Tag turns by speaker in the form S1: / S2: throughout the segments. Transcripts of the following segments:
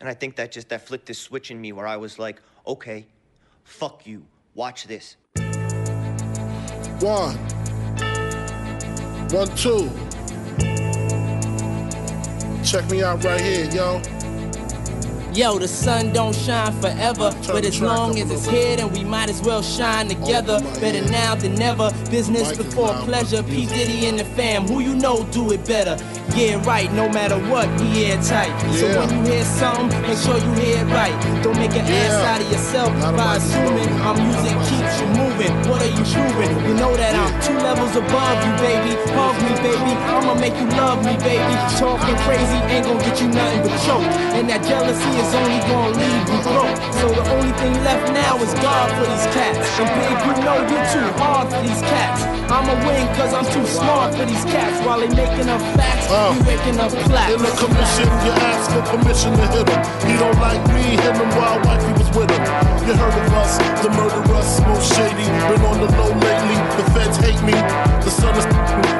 S1: And I think that just that flipped this switch in me where I was like, okay, fuck you. Watch this.
S2: One. One, two. Check me out right here, yo.
S3: Yo, the sun don't shine forever,
S2: Turn
S3: but
S2: the
S3: as
S2: track up
S3: long
S2: a
S3: as it's
S2: little bit.
S3: here, then we might as well shine together.
S2: my
S3: Better
S2: head.
S3: now than never. Business
S2: Mic is
S3: before
S2: loud.
S3: pleasure. P Diddy and the fam, who you know do it better. Yeah, right. No matter what, be airtight. So
S2: Yeah.
S3: when you hear something, make sure you hear it right. Don't make an ass
S2: Yeah.
S3: out of yourself
S2: Not
S3: by
S2: about this
S3: assuming
S2: moment.
S3: our
S2: Not
S3: music
S2: about
S3: keeps
S2: this
S3: you moving. What are you proving? You know that I'm two levels above you, baby. Hug me, baby. I'ma make you love me, baby. Talking crazy ain't gonna get you nothing but choke. And that jealousy is only gonna leave you broke. So the only thing left now is God for these cats. And babe, you know you too hard for these cats. I'ma win cause I'm too smart for these cats. While they making up facts,
S2: Uh.
S3: you waking up flaps.
S2: In the commission, you ask for permission to hit him. He don't like me, hit him while wifey was with him. You heard of us, the murderous, most shady. Been on the low lately, the feds hate me. The sun is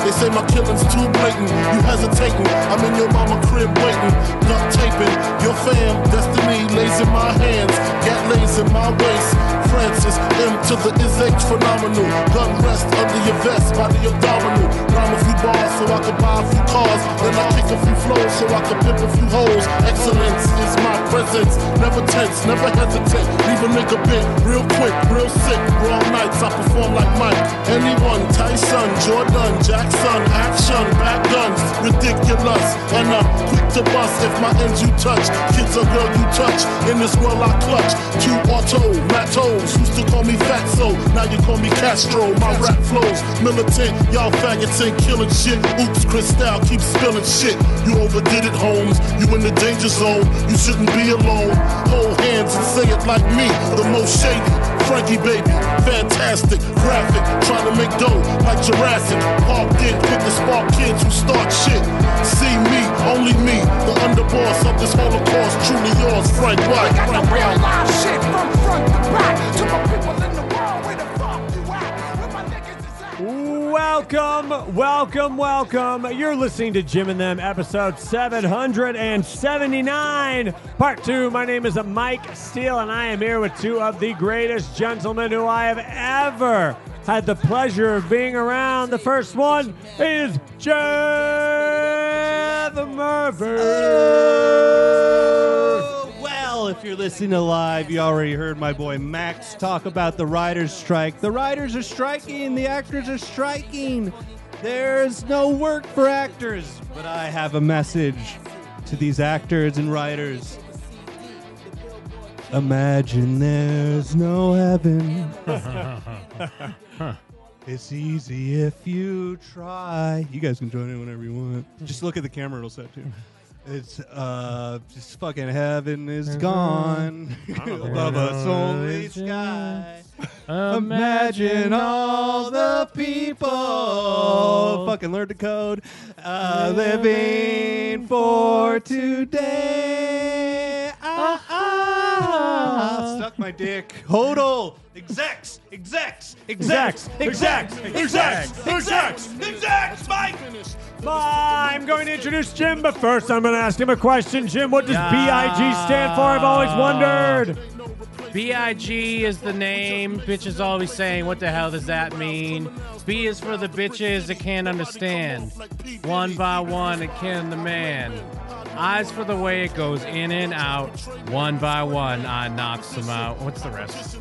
S2: they say my killing's too blatant. You hesitating, I'm in your mama crib waiting. Duct taping, your fam, destiny lays in my hands. Got lays in my waist. Francis, M to the is H phenomenal. Gun rest under your vest, body abdominal. Rhyme a few bars so I could buy a few cars. Then I kick a few flows so I could pimp a few hoes. Excellence is my presence. Never tense, never hesitant. Leave a nigga bent real quick, real sick. Raw nights, I perform like Mike. Anyone, Tyson, Jordan, Jackson, action, back guns, ridiculous. And I'm quick to bust if my ends you touch. Kids or girl you touch. In this world I clutch. Two auto, matos. Used to call me Fatso, now you call me Castro. My rap flows militant. Y'all faggots ain't killing shit. Oops, Cristal keeps spilling shit. You overdid it, Holmes. You in the danger zone. You shouldn't be alone. Hold hands and say it like me. The most shady. Frankie baby, fantastic, graphic, trying to make dough like Jurassic. Parked in with the spark kids who start shit. See me, only me, the underboss of this holocaust, truly yours, Frank
S4: I
S2: White.
S4: got
S2: Frank
S4: the
S2: White.
S4: real live shit from front to back to my people in the world. Where the fuck you at? Where my niggas is at?
S5: Welcome, welcome, welcome. You're listening to Jim and Them, episode 779, part two. My name is Mike Steele, and I am here with two of the greatest gentlemen who I have ever had the pleasure of being around. The first one is Jeff Murphy.
S6: Well, if you're listening to live, you already heard my boy Max talk about the writer's strike. The writers are striking, the actors are striking. There's no work for actors. But I have a message to these actors and writers. Imagine there's no heaven. it's easy if you try. You guys can join in whenever you want. Just look at the camera, it'll set too. It's uh, just fucking heaven is gone above us only sky. Imagine all the people fucking learn the code uh, living for today. Ah, ah. Stuck my dick. Hodl. Execs. Execs. Execs. Execs. Execs. Execs. Execs. Mike.
S5: I'm going to introduce Jim, but first I'm going to ask him a question. Jim, what does BIG stand for? I've always wondered.
S7: B.I.G. is the name. Bitches always saying, what the hell does that mean? B is for the bitches that can't understand. One by one, it killing the man. Eyes for the way it goes in and out. One by one, I knocks them out. What's the rest?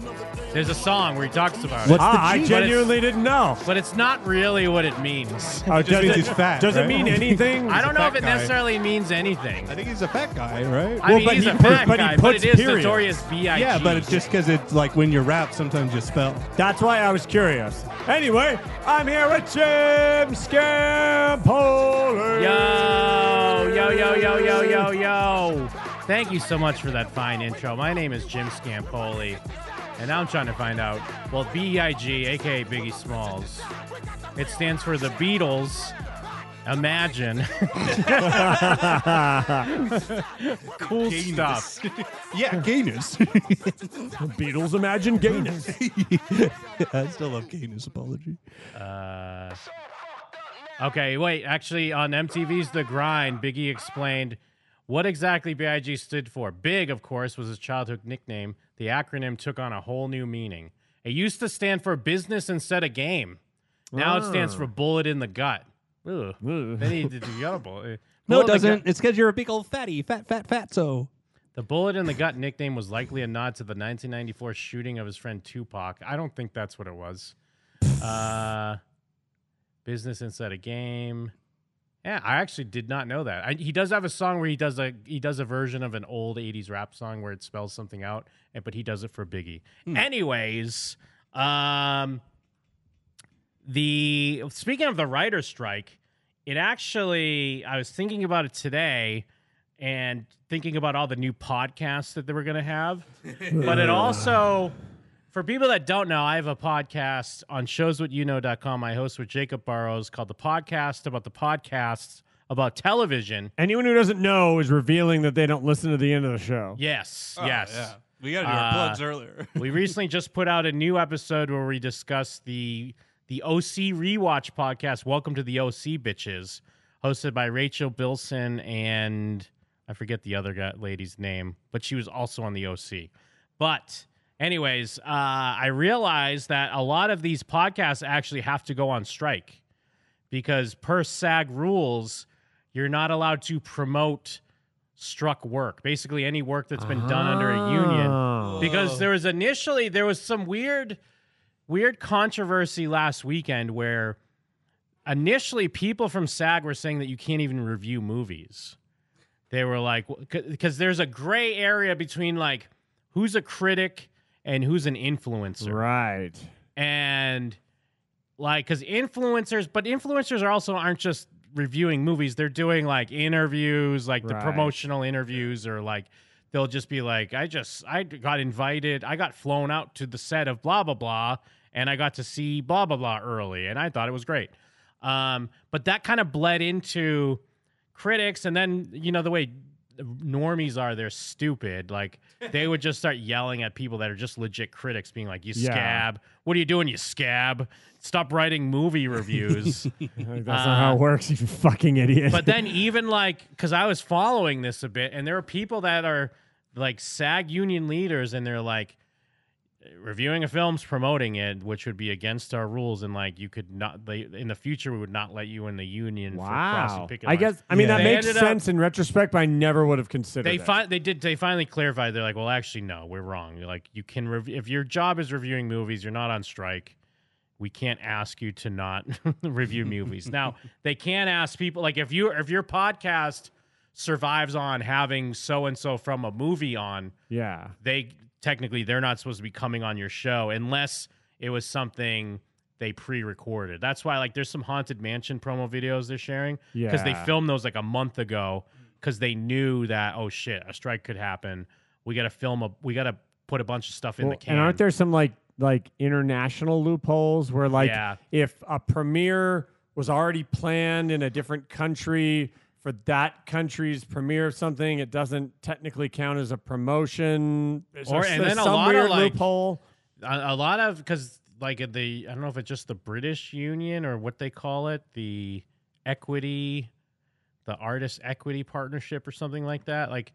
S7: There's a song where he talks about it.
S6: What's-
S5: Ah, I
S6: G,
S7: but it's-
S5: genuinely didn't know.
S7: But it's not really what it means.
S5: Oh,
S6: just means he's fat,
S5: Does it
S6: right?
S5: mean anything?
S7: I don't know if
S6: fat
S7: it
S6: guy.
S7: necessarily means anything.
S6: I think he's a fat guy, right?
S7: I mean,
S5: but
S7: he's
S5: he
S7: a
S5: puts-
S7: fat
S5: but he
S7: guy, but
S5: puts
S7: it is
S5: periods.
S7: notorious B.I.G.
S6: yeah, but it's just because it's like when you rap, sometimes you spell.
S5: That's why I was curious. Anyway, I'm here with Jim Scampoli.
S7: Yo, yo, yo, yo, yo, yo, yo. Thank you so much for that fine intro. My name is Jim Scampoli, and I'm trying to find out. Well, E B.I.G., aka Biggie Smalls, it stands for the Beatles. Imagine. cool stuff.
S6: Yeah, gayness.
S5: Beatles Imagine Gayness.
S6: I still love gayness apology.
S7: Okay, wait. Actually, on MTV's The Grind, Biggie explained What exactly BIG stood for? Big, of course, was his childhood nickname. The acronym took on a whole new meaning. It used to stand for business instead of game. Now it
S8: Oh.
S7: stands for bullet in the gut. Ugh. They need to do yellow bullet.
S8: No, it
S7: Bullet in the gut-
S6: uh,
S8: doesn't. It's because you're a big old fatty, fat, fat, fat. So
S7: The bullet in the gut nickname was likely a nod to the 1994 shooting of his friend Tupac. I don't think that's what it was. Uh, business instead of game. Yeah, I actually did not know that. I, he does have a song where he does a he does a version of an old 80s rap song where it spells something out, and- but he does it for Biggie. Anyways, um, the speaking of the writer's strike, it actually I was thinking about it today and thinking about all the new podcasts that they were going to have. but it also, for people that don't know, I have a podcast on showswhatyouknow.com I host with Jacob Burrows called The Podcast About the Podcasts About Television.
S5: Anyone who doesn't know is revealing that they don't listen to the end of the show.
S7: Yes, yes.
S6: Oh, yeah. We got to do our
S7: Uh,
S6: plugs earlier.
S7: we recently just put out a new episode where we discuss the the OC rewatch podcast. Welcome to the OC bitches, hosted by Rachel Bilson and I forget the other guy, lady's name, but she was also on the OC. But anyways, uh, I realized that a lot of these podcasts actually have to go on strike because per SAG rules, you're not allowed to promote struck work. Basically, any work that's been done under a
S6: Ah.
S5: Oh,
S7: union. Because there was initially there was some weird, weird controversy last weekend where initially people from SAG were saying that you can't even review movies. They were like, because there's a gray area between like who's a critic and who's an influencer
S5: Right.
S7: and like because influencers but influencers are also aren't just reviewing movies they're doing like interviews like the
S5: Right.
S7: promotional interviews or like they'll just be like i just i got invited i got flown out to the set of blah blah blah and i got to see blah blah blah early and i thought it was great um, but that kind of bled into critics and then you know the way normies are they're stupid like they would just start yelling at people that are just legit critics being like you
S5: Yeah.
S7: scab what are you doing you scab stop writing movie reviews
S5: I think that's not how it works, you fucking idiot.
S7: Uh, but then even like because i was following this a bit and there are people that are like sag union leaders and they're like reviewing a film's promoting it which would be against our rules and like you could not they, in the future we would not let you in the union for crossing
S5: wow.
S7: picket
S5: I
S7: lines.
S5: guess I mean that
S6: Yeah.
S7: They
S5: makes
S7: ended up-
S5: sense in retrospect, but I never would have considered
S7: they
S5: it.
S7: fi- they did they finally clarified they're like well actually no we're wrong you're like you can rev- if your job is reviewing movies you're not on strike we can't ask you to not review movies now they can ask people like if you if your podcast survives on having so and so from a movie on
S5: yeah.
S7: they technically they're not supposed to be coming on your show unless it was something they pre-recorded. That's why like there's some haunted mansion promo videos they're sharing because they
S5: Yeah.
S7: filmed those like a month ago because they knew that oh shit a strike could happen. We got to film a we got to put a bunch of stuff in
S5: Well,
S7: the can.
S5: And aren't there some like like international loopholes where like
S7: Yeah.
S5: if a premiere was already planned in a different country for that country's premiere of something, it doesn't technically count as a promotion. Is
S7: Or-
S5: there
S7: and
S5: s-
S7: then a
S5: some
S7: lot of,
S5: weird
S7: like-
S5: loophole.
S7: a, a lot of because like at the I don't know if it's just the British Union or what they call it, the equity, the artist equity partnership or something like that. Like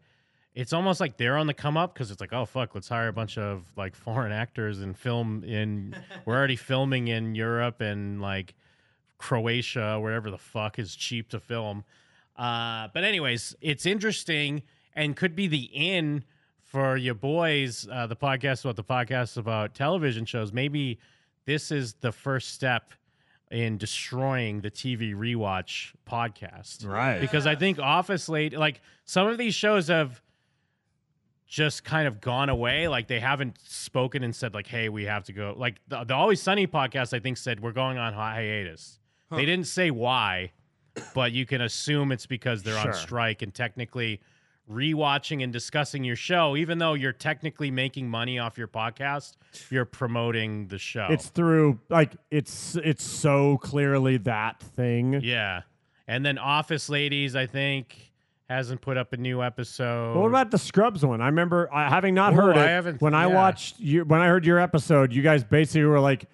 S7: it's almost like they're on the come up because it's like oh fuck, let's hire a bunch of like foreign actors and film in. we're already filming in Europe and like Croatia, wherever the fuck is cheap to film. Uh, but anyways, it's interesting and could be the in for your boys. Uh, the podcast about the podcast about television shows. Maybe this is the first step in destroying the TV rewatch podcast, right? Because I think Office late, like some of these shows have just kind of gone away. Like they haven't spoken and said like, "Hey, we have to go." Like the, the Always Sunny podcast, I think said we're going on hi- hiatus. They didn't say why, but you can assume it's because they're on strike and technically rewatching and discussing your show, even though you're technically making money off your podcast, you're promoting the show.
S5: It's through like it's it's so clearly that thing.
S7: yeah, and then Office Ladies, I think, hasn't put up a new episode.
S5: But what about the Scrubs one? I remember I, having not
S7: Ooh,
S5: heard it.
S7: I haven't-
S5: when I
S7: yeah.
S5: watched your, when I heard your episode, you guys basically were like,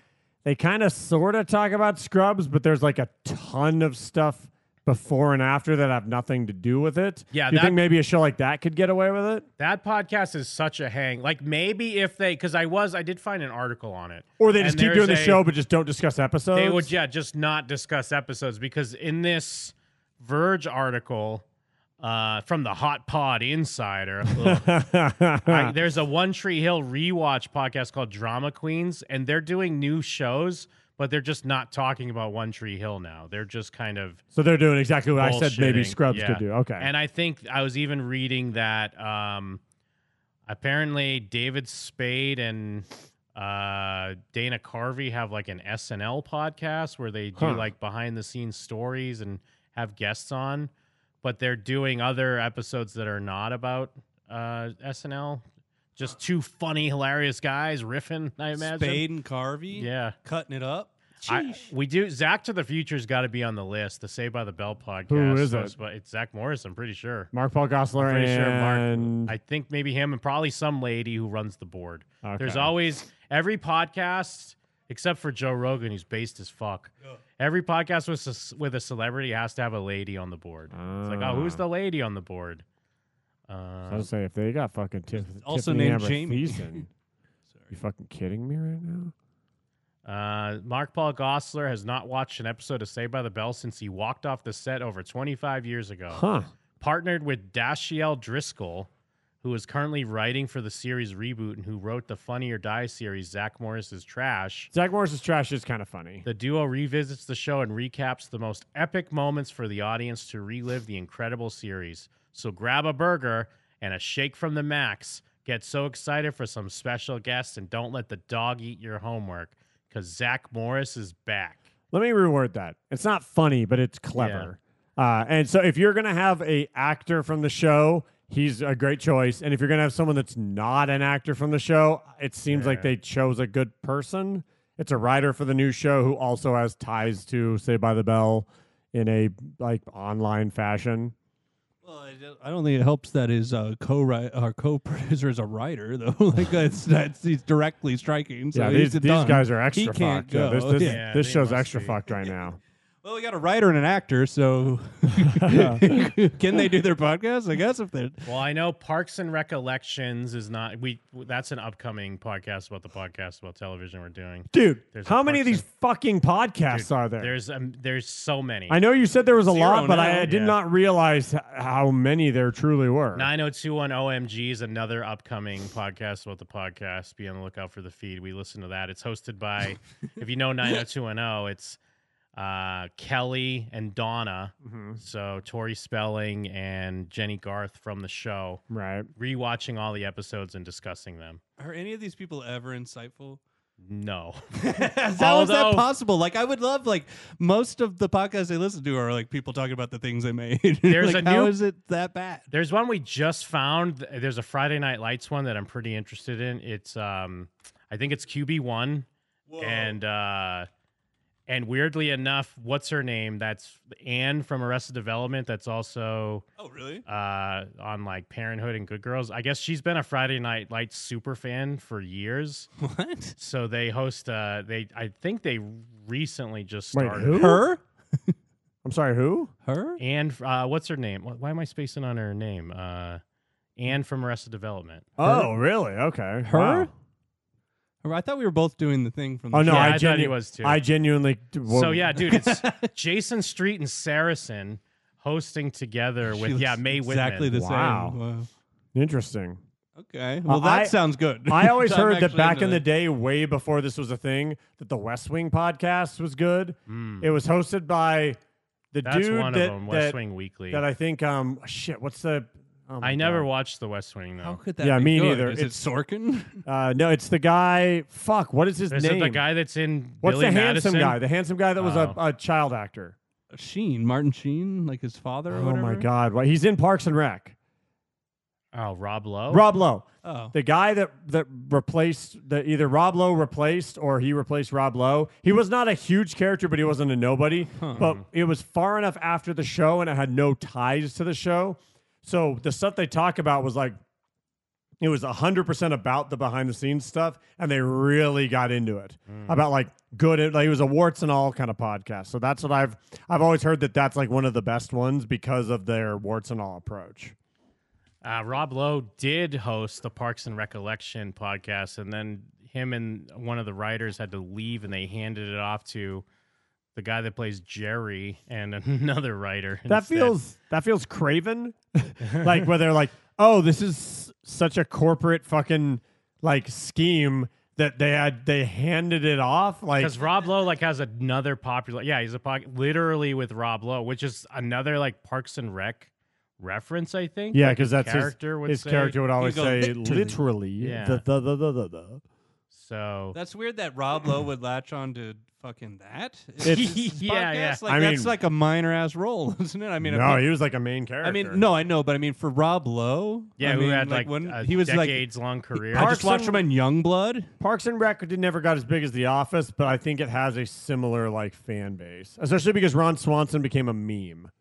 S5: they kind of sort of talk about Scrubs, but there's like a ton of stuff before and after that have nothing to do with it.
S7: Yeah,
S5: Do you
S7: that-
S5: think maybe a show like that could get away with it,
S7: That podcast is such a hang. Like maybe if they, because I was, I did find an article on it.
S5: or they
S7: And
S5: just keep
S7: there's
S5: doing the
S7: a-
S5: show but just don't discuss episodes?
S7: They would, yeah, just not discuss episodes because in this Verge article uh, from the Hot Pod Insider, ugh, I, there's a One Tree Hill rewatch podcast called Drama Queens, and they're doing new shows, but they're just not talking about One Tree Hill now. They're just kind of
S5: so they're doing exactly what I said. Maybe
S7: bullshitting.
S5: Scrubs
S7: Yeah.
S5: could do. Okay,
S7: And I think I was even reading that um, apparently David Spade and uh, Dana Carvey have like an SNL podcast where they do
S5: Huh.
S7: like behind the scenes stories and have guests on, but they're doing other episodes that are not about uh, SNL. Just two funny, hilarious guys riffing. I imagine.
S6: Spade and Carvey.
S7: Yeah.
S6: Cutting it up.
S7: I, we do. Zach to the Future's got to be on the list. The Saved by the Bell podcast.
S5: Who is
S7: So
S5: it?
S7: it's- But it's Zach Morris. I'm pretty sure.
S5: Mark Paul Gosselaar
S7: Pretty sure Mark-
S5: and
S7: I think maybe him and probably some lady who runs the board. There's
S5: Okay.
S7: always every podcast except for Joe Rogan, who's based as fuck. Every podcast with a, with a celebrity has to have a lady on the board. It's like, oh, who's
S5: Ah.
S7: the lady on the board?
S5: I
S7: Uh,
S5: was saying if they got fucking Tiff,
S6: Also
S5: Tiffany
S6: named
S5: Amber
S6: Jamie.
S5: Thiessen, you fucking kidding me right now?
S7: uh, Mark Paul Gossler has not watched an episode of Saved by the Bell since he walked off the set over 25 years ago.
S5: Huh?
S7: partnered with Dashiell Driscoll, who is currently writing for the series reboot and who wrote the Funny or Die series, Zach Morris's Trash.
S5: Zach Morris's trash is kind of funny.
S7: The duo revisits the show and recaps the most epic moments for the audience to relive the incredible series. So grab a burger and a shake from the max. Get so excited for some special guests and don't let the dog eat your homework because Zach Morris is back.
S5: Let me reword that. It's not funny, but it's clever. Uh, and so if you're gonna have a actor from the show, he's a great choice. And if you're gonna have someone that's not an actor from the show, it seems like they chose a good person. It's a writer for the new show who also has ties to Say by the Bell in a like online fashion.
S6: Well, I don't- I don't think it helps that his uh, co our co producer is a writer though. like that's that's he's directly striking. So
S5: yeah,
S6: he's
S5: these, these
S6: done.
S5: guys are
S6: He
S5: extra
S6: can't
S5: fucked. Yeah,
S6: go.
S5: this this,
S6: Yeah.
S5: this
S7: they
S5: show's
S7: must
S5: extra
S7: be.
S5: fucked right now.
S6: Well, we got a writer and an actor, so can they do their podcast? I guess if they
S7: Well, I know Parks and Recollections is not we that's an upcoming podcast about the podcast about television we're doing.
S5: Dude,
S7: There's a
S5: how many of these
S7: person-
S5: fucking podcasts are there?
S7: There's um, there's so many.
S5: I know you said there was a
S6: Zero
S5: lot, but I,
S6: now.
S5: I did
S7: Yeah.
S5: not realize h- how many there truly were.
S7: 9021 OMG is another upcoming podcast about the podcast. Be on the lookout for the feed. We listen to that. It's hosted by if you know 90210, it's uh, Kelly and Donna.
S5: Mm-hmm.
S7: So Tori Spelling and Jenny Garth from the show.
S5: Right.
S7: Rewatching all the episodes and discussing them.
S6: are any of these people ever insightful?
S7: No.
S6: How is that
S7: Although-
S6: possible? Like, I would love like most of the podcasts I listen to are like people talking about the things they made.
S7: There's
S6: Like,
S7: a
S6: how
S7: new-
S6: is it that bad?
S7: There's one we just found. Th- There's a Friday Night Lights one that I'm pretty interested in. It's um, I think it's QB one, and uh, and weirdly enough, what's her name? That's Anne from Arrested Development. That's also
S6: Oh, really?
S7: uh on like Parenthood and Good Girls. I guess she's been a Friday Night Lights super fan for years.
S6: What?
S7: So they host. Uh, they I think they recently just
S5: Wait,
S7: started.
S5: who?
S6: Her?
S5: I'm sorry, who?
S6: Her?
S7: And uh, what's her name? Wh- Why am I spacing on her name? Uh, Anne from Arrested Development.
S5: Oh, really? Okay.
S6: Her?
S5: Wow.
S6: Or I thought we were both doing the thing from. The
S5: Oh no,
S7: Yeah, I
S5: I,
S7: thought
S5: genu-
S7: he was too.
S5: I genuinely.
S7: so yeah, dude, it's Jason Street and Saracen hosting together
S6: She
S7: with
S6: looks
S7: yeah May Whitman.
S6: exactly the
S5: Wow.
S6: same. Wow.
S5: interesting.
S6: Okay. Well,
S5: I-
S6: that sounds good.
S5: I always
S6: So I'm
S5: heard that
S6: actually
S5: back
S6: into
S5: in the
S6: that.
S5: day, way before this was a thing, that the West Wing podcast was good. It was hosted by the
S7: Hmm. That's
S5: dude
S7: one
S5: that,
S7: of them. West
S5: that-
S7: Wing Weekly.
S5: that I think. Um, shit, what's the? oh my
S7: I never
S5: God.
S7: watched the West Wing
S6: How
S7: though.
S6: could that?
S5: Yeah,
S6: be
S5: me
S6: good?
S5: neither.
S6: Is
S5: It's-
S6: it Sorkin?
S5: Uh, no, it's the guy. Fuck, what is his
S7: Is
S5: name?
S7: it the guy that's in
S5: What's
S7: Billy
S5: the
S7: Madison?
S5: handsome guy? The handsome guy that was
S7: Oh.
S5: a, a child actor.
S6: Sheen, Martin Sheen, like his father. Or
S5: Oh
S6: whatever?
S5: my god! Why he's in Parks and Rec.
S7: Oh, Rob Lowe.
S5: Rob Lowe,
S6: Oh.
S5: the guy that that replaced that either Rob Lowe replaced or he replaced Rob Lowe. He was not a huge character, but he wasn't a nobody. But it was far enough after the show, and it had no ties to the show. So the stuff they talk about was like It was 100% about the behind the scenes stuff, and they really got into it about like good. Like it was a warts and all kind of podcast. So that's what I've I've always heard that that's like one of the best ones because of their warts and all approach.
S7: Uh, Rob Lowe did host the Parks and Recollection podcast, and then him and one of the writers had to leave, and they handed it off to the guy that plays Jerry and another writer.
S5: That
S7: instead.
S5: feels that feels craven, like where they're like, oh, this is such a corporate fucking like scheme that they had they handed it off like
S7: because Rob Lowe like has another popular. Yeah, he's a pod, literally with Rob Lowe, which is another like Parks and Rec reference, I think.
S5: yeah
S7: Like,
S5: because that's
S7: character
S5: his,
S7: would
S5: his
S7: say.
S5: character would always
S8: go,
S5: say
S8: "Literally."
S5: literally,
S7: Yeah.
S5: the- the- the- the- the- the."
S7: So
S6: That's weird that Rob Lowe would latch on to fucking that.
S7: It's- Yeah, yeah.
S6: Like,
S5: I
S6: that's
S5: mean-
S6: like a minor ass role, isn't it? I mean, if
S5: no
S6: you-
S5: he was like a main character
S6: I mean, no, I know, but I mean, for Rob Lowe,
S7: yeah,
S6: I
S7: who
S6: mean,
S7: had like,
S6: when
S7: a
S6: he was like,
S7: decades long career.
S6: I
S5: Parks
S6: just watched him
S5: and-
S6: in Youngblood.
S5: Parks and Rec did- never got as big as The Office but I think it has a similar like fan base especially because Ron Swanson became a meme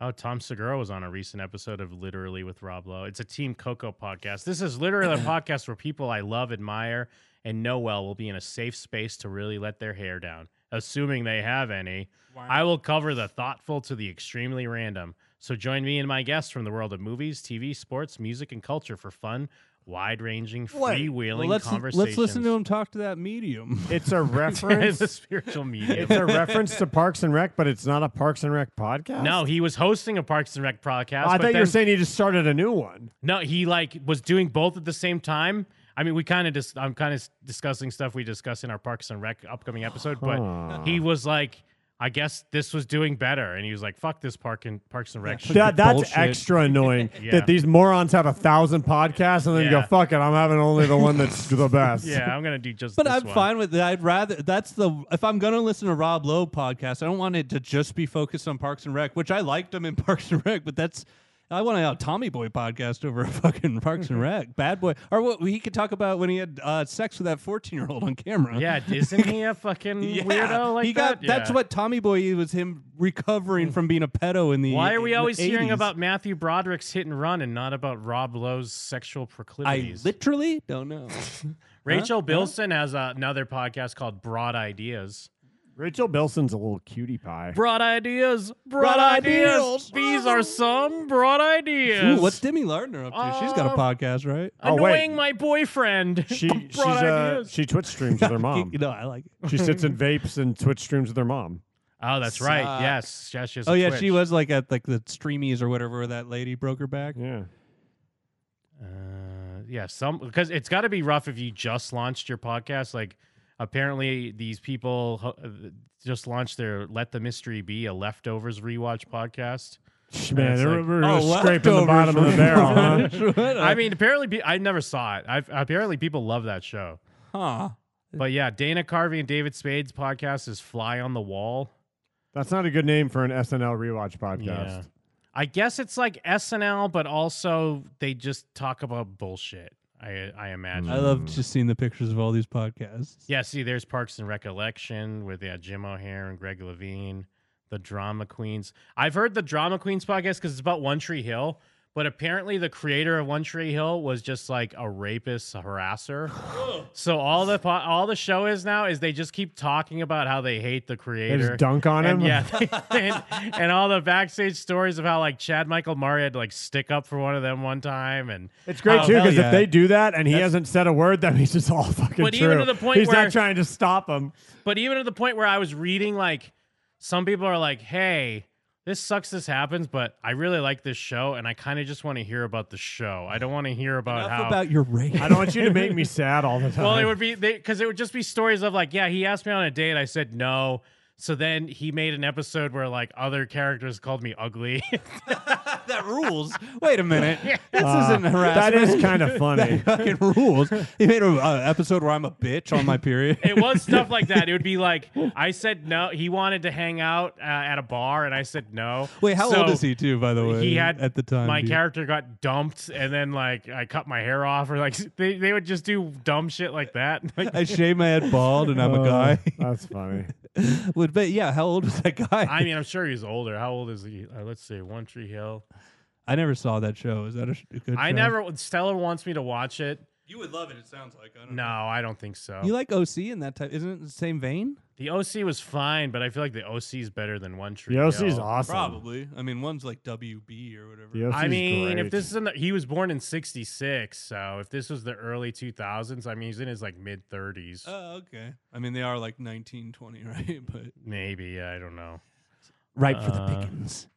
S7: Oh, Tom Segura was on a recent episode of Literally with Rob Lowe. It's a Team Coco podcast. This is literally a podcast where people I love, admire, and know well will be in a safe space to really let their hair down, assuming they have any. I will cover the thoughtful to the extremely random. So join me and my guests from the world of movies, TV, sports, music, and culture for fun, wide-ranging,
S6: Well,
S7: freewheeling
S6: let's
S7: conversations.
S6: let's listen to him talk to that medium.
S5: it's a
S7: It's
S5: reference
S7: a spiritual medium.
S5: it's a reference to Parks and Rec but it's not a Parks and Rec podcast
S7: no, he was hosting a Parks and Rec podcast.
S5: Oh, I
S7: but
S5: thought you were
S7: then-
S5: saying he just started a new one.
S7: No, he like was doing both at the same time. I mean, we kind of just I'm kind of discussing stuff we discuss in our Parks and Rec upcoming episode, but he was like, I guess this was doing better, and he was like, "Fuck this Park and Parks and Rec." shit."
S5: That, that's
S6: bullshit.
S5: extra annoying
S7: Yeah.
S5: that these morons have a thousand podcasts and then you
S7: Yeah.
S5: go, fuck it, I'm having only the one that's the best.
S7: yeah, I'm gonna do just.
S6: But
S7: this
S6: I'm
S7: one.
S6: fine with that. I'd rather that's the if I'm gonna listen to Rob Lowe podcast, I don't want it to just be focused on Parks and Rec, which I liked him in Parks and Rec, but that's I want a Tommy Boy podcast over a fucking Parks and Rec, Bad Boy, or what he could talk about when he had uh, sex with that 14 year old on camera.
S7: Yeah, isn't he a fucking
S6: Yeah.
S7: weirdo like
S6: he got
S7: that?
S6: that's
S7: Yeah.
S6: what Tommy Boy was him recovering from being a pedo in the.
S7: Why are we
S6: in the
S7: always hearing
S6: 80s.
S7: about Matthew Broderick's hit and run and not about Rob Lowe's sexual
S6: I
S7: proclivities?
S6: literally don't know.
S7: Rachel Bilson has another podcast called Broad Ideas.
S5: Rachel Bilson's a little cutie pie.
S7: Broad ideas. Broad,
S6: Broad
S7: ideas.
S6: ideals.
S7: These are some broad ideas.
S6: Ooh, what's Demi Lardner up to? She's got a
S7: Uh,
S6: podcast, right?
S5: Oh, wait.
S7: annoying my boyfriend?
S5: She
S7: broad
S5: she's uh,
S7: ideas.
S5: she Twitch streams with her Oh, mom.
S6: no, I like it.
S5: She sits and vapes and Twitch streams with her mom.
S7: oh, that's right. Yes. yes she has
S6: Oh
S7: a
S6: yeah, she
S7: Twitch.
S6: was like at like the streamies or whatever where that lady broke her back.
S5: Yeah.
S7: Uh, yeah, some because it's got to be rough if you just launched your podcast. Like, apparently these people ho- uh, just launched their "Let the Mystery Be" a leftovers rewatch podcast.
S5: Man,
S7: it's
S5: they were,
S7: like-
S6: Oh,
S7: Oh,
S5: we're just scraping the bottom of the barrel, huh?
S6: barrel.
S7: I mean, apparently pe- I never saw it. I've, apparently people love that show.
S6: huh?
S7: But yeah, Dana Carvey and David Spade's podcast is "Fly on the Wall."
S5: That's not a good name for an SNL rewatch podcast.
S7: Yeah. I guess it's like SNL, but also they just talk about bullshit. I I imagine.
S6: Mm. I love just seeing the pictures of all these podcasts.
S7: yeah, see, there's Parks and Recollection with yeah, Jim O'Hare and Greg Levine, the Drama Queens. I've heard the Drama Queens podcast because it's about One Tree Hill, but apparently the creator of One Tree Hill was just like a rapist harasser. so all the po- all the show is now is they just keep talking about how they hate the
S5: They
S7: creator.
S5: just dunk on him.
S7: And yeah, and, and all the backstage stories of how like Chad Michael Murray had to, like stick up for one of them one time, and
S5: It's great
S7: Oh,
S5: too
S6: hell
S5: because
S6: yeah.
S5: if they do that and he hasn't said a word, that means it's all fucking
S7: But
S5: true.
S7: even to the point
S5: he's
S7: where-
S5: not trying to stop him.
S7: but even to the point where I was reading like some people are like, hey. This sucks. This happens, but I really like this show, and I kind of just want to hear about the show. I don't want to hear about
S6: Enough
S7: how
S6: about your race.
S5: I don't want you to make me sad all the time.
S7: Well, it would be because it would just be stories of like, yeah, he asked me on a date, I said no. So then he made an episode where like other characters called me ugly.
S6: that rules. Wait a minute. This
S5: Uh,
S6: isn't
S5: That
S6: harassment.
S5: is kind of funny.
S6: fucking rules. He made an episode where I'm a bitch on my period.
S7: it was stuff like that. It would be like I said no. He wanted to hang out uh, at a bar, and I said no.
S6: Wait, how
S7: So
S6: old is he too? By the way,
S7: He had
S6: at the time.
S7: My
S6: dude?
S7: character got dumped, and then like I cut my hair off, or like they, they would just do dumb shit like that. Like,
S6: I shave my head bald and I'm
S5: Oh,
S6: a guy.
S5: That's funny.
S6: Would but yeah, how old was that guy?
S7: I mean, I'm sure he's older. How old is he? Uh, let's see, One Tree Hill.
S6: I never saw that show. Is that a, sh- a good?
S7: I
S6: show?
S7: never. Stella wants me to watch it.
S6: You would love it. It sounds like. I don't
S7: No, I don't think so.
S6: You like OC and that type? Isn't it the same vein?
S7: the OC was fine, but I feel like the OC is better than One Tree
S5: The OC is
S7: Hill.
S5: awesome.
S6: Probably. I mean, one's like WB or whatever.
S5: The OC
S7: I
S5: is
S7: mean,
S5: great.
S7: if this is in the, he was born in '66, so if this was the early 2000s, I mean, he's in his like mid 30s,
S6: Oh, okay. I mean, they are like 1920, right? But
S7: maybe. I don't know.
S8: Right for the
S7: Uh,
S8: pickings.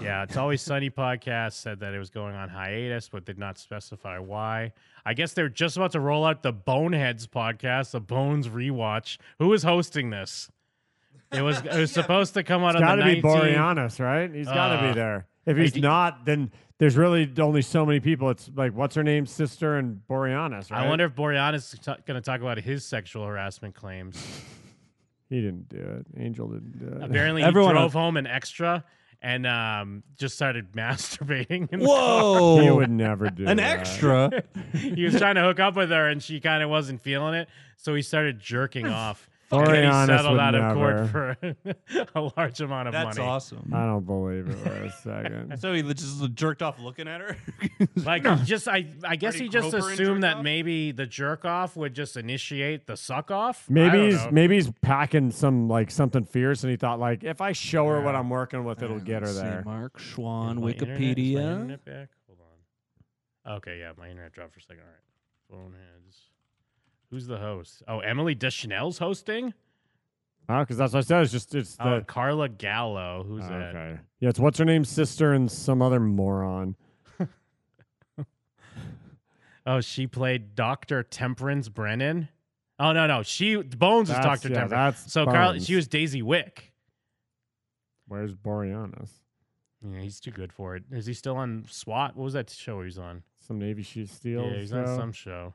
S7: Yeah, it's always sunny podcast said that it was going on hiatus, but did not specify why. I guess they're just about to roll out the Boneheads podcast, the Bones rewatch. Who is hosting this? It was it was supposed to come out
S5: It's got
S7: on
S5: to
S7: the
S5: be
S7: 19th.
S5: Boreanaz, right? He's got to
S7: Uh,
S5: be there. If he's
S7: d-
S5: not, then there's really only so many people. It's like what's her name's sister and Boreanaz, right?
S7: I wonder if Boreanaz is going to talk about his sexual harassment claims.
S5: He didn't do it. Angel didn't do it.
S7: Apparently,
S6: Everyone
S7: he drove home an extra and um, just started masturbating. In the Oh,
S5: He
S6: whoa,
S5: would never do
S6: an
S5: that.
S6: extra.
S7: he was trying to hook up with her, and she kind of wasn't feeling it, so he started jerking off. And then
S5: Boreanaz
S7: he settled
S5: would
S7: out of
S5: never.
S7: court for a large amount of
S6: That's
S7: money.
S6: awesome.
S5: I don't believe it for a second.
S6: so he just jerked off looking at her.
S7: Like just I, I guess
S6: Freddy
S7: he just
S6: Krueger and
S7: assumed that
S6: jerk-off?
S7: maybe the jerk off would just initiate the suck off. I
S5: Maybe
S7: don't
S5: he's
S7: know.
S5: maybe he's packing some like something fierce, and he thought like if I show her what I'm working with, it'll get her
S6: Let's see,
S5: there.
S6: Mark
S7: Is
S6: Schwann,
S7: my internet- is my
S6: Wikipedia.
S7: internet back? Hold on. Okay, yeah, my internet dropped for a second. All right, boneheads. Who's the host? Oh, Emily Deschanel's hosting.
S5: Oh, because that's what I said. It's just it's
S7: Oh,
S5: the
S7: Carla Gallo. Who's
S5: Oh,
S7: that?
S5: okay. Yeah, it's what's her name's sister and some other moron.
S7: Oh, she played Doctor Temperance Brennan. Oh no, no, she Bones is
S5: That's-
S7: Doctor
S5: yeah,
S7: Temperance.
S5: that's
S7: so Carla,
S5: Bones.
S7: she was Daisy Wick.
S5: Where's Boreanaz?
S7: Yeah, he's too good for it. Is he still on SWAT? What was that show he was on?
S5: Some Navy she steals.
S7: Yeah, he's on
S5: though?
S7: some show.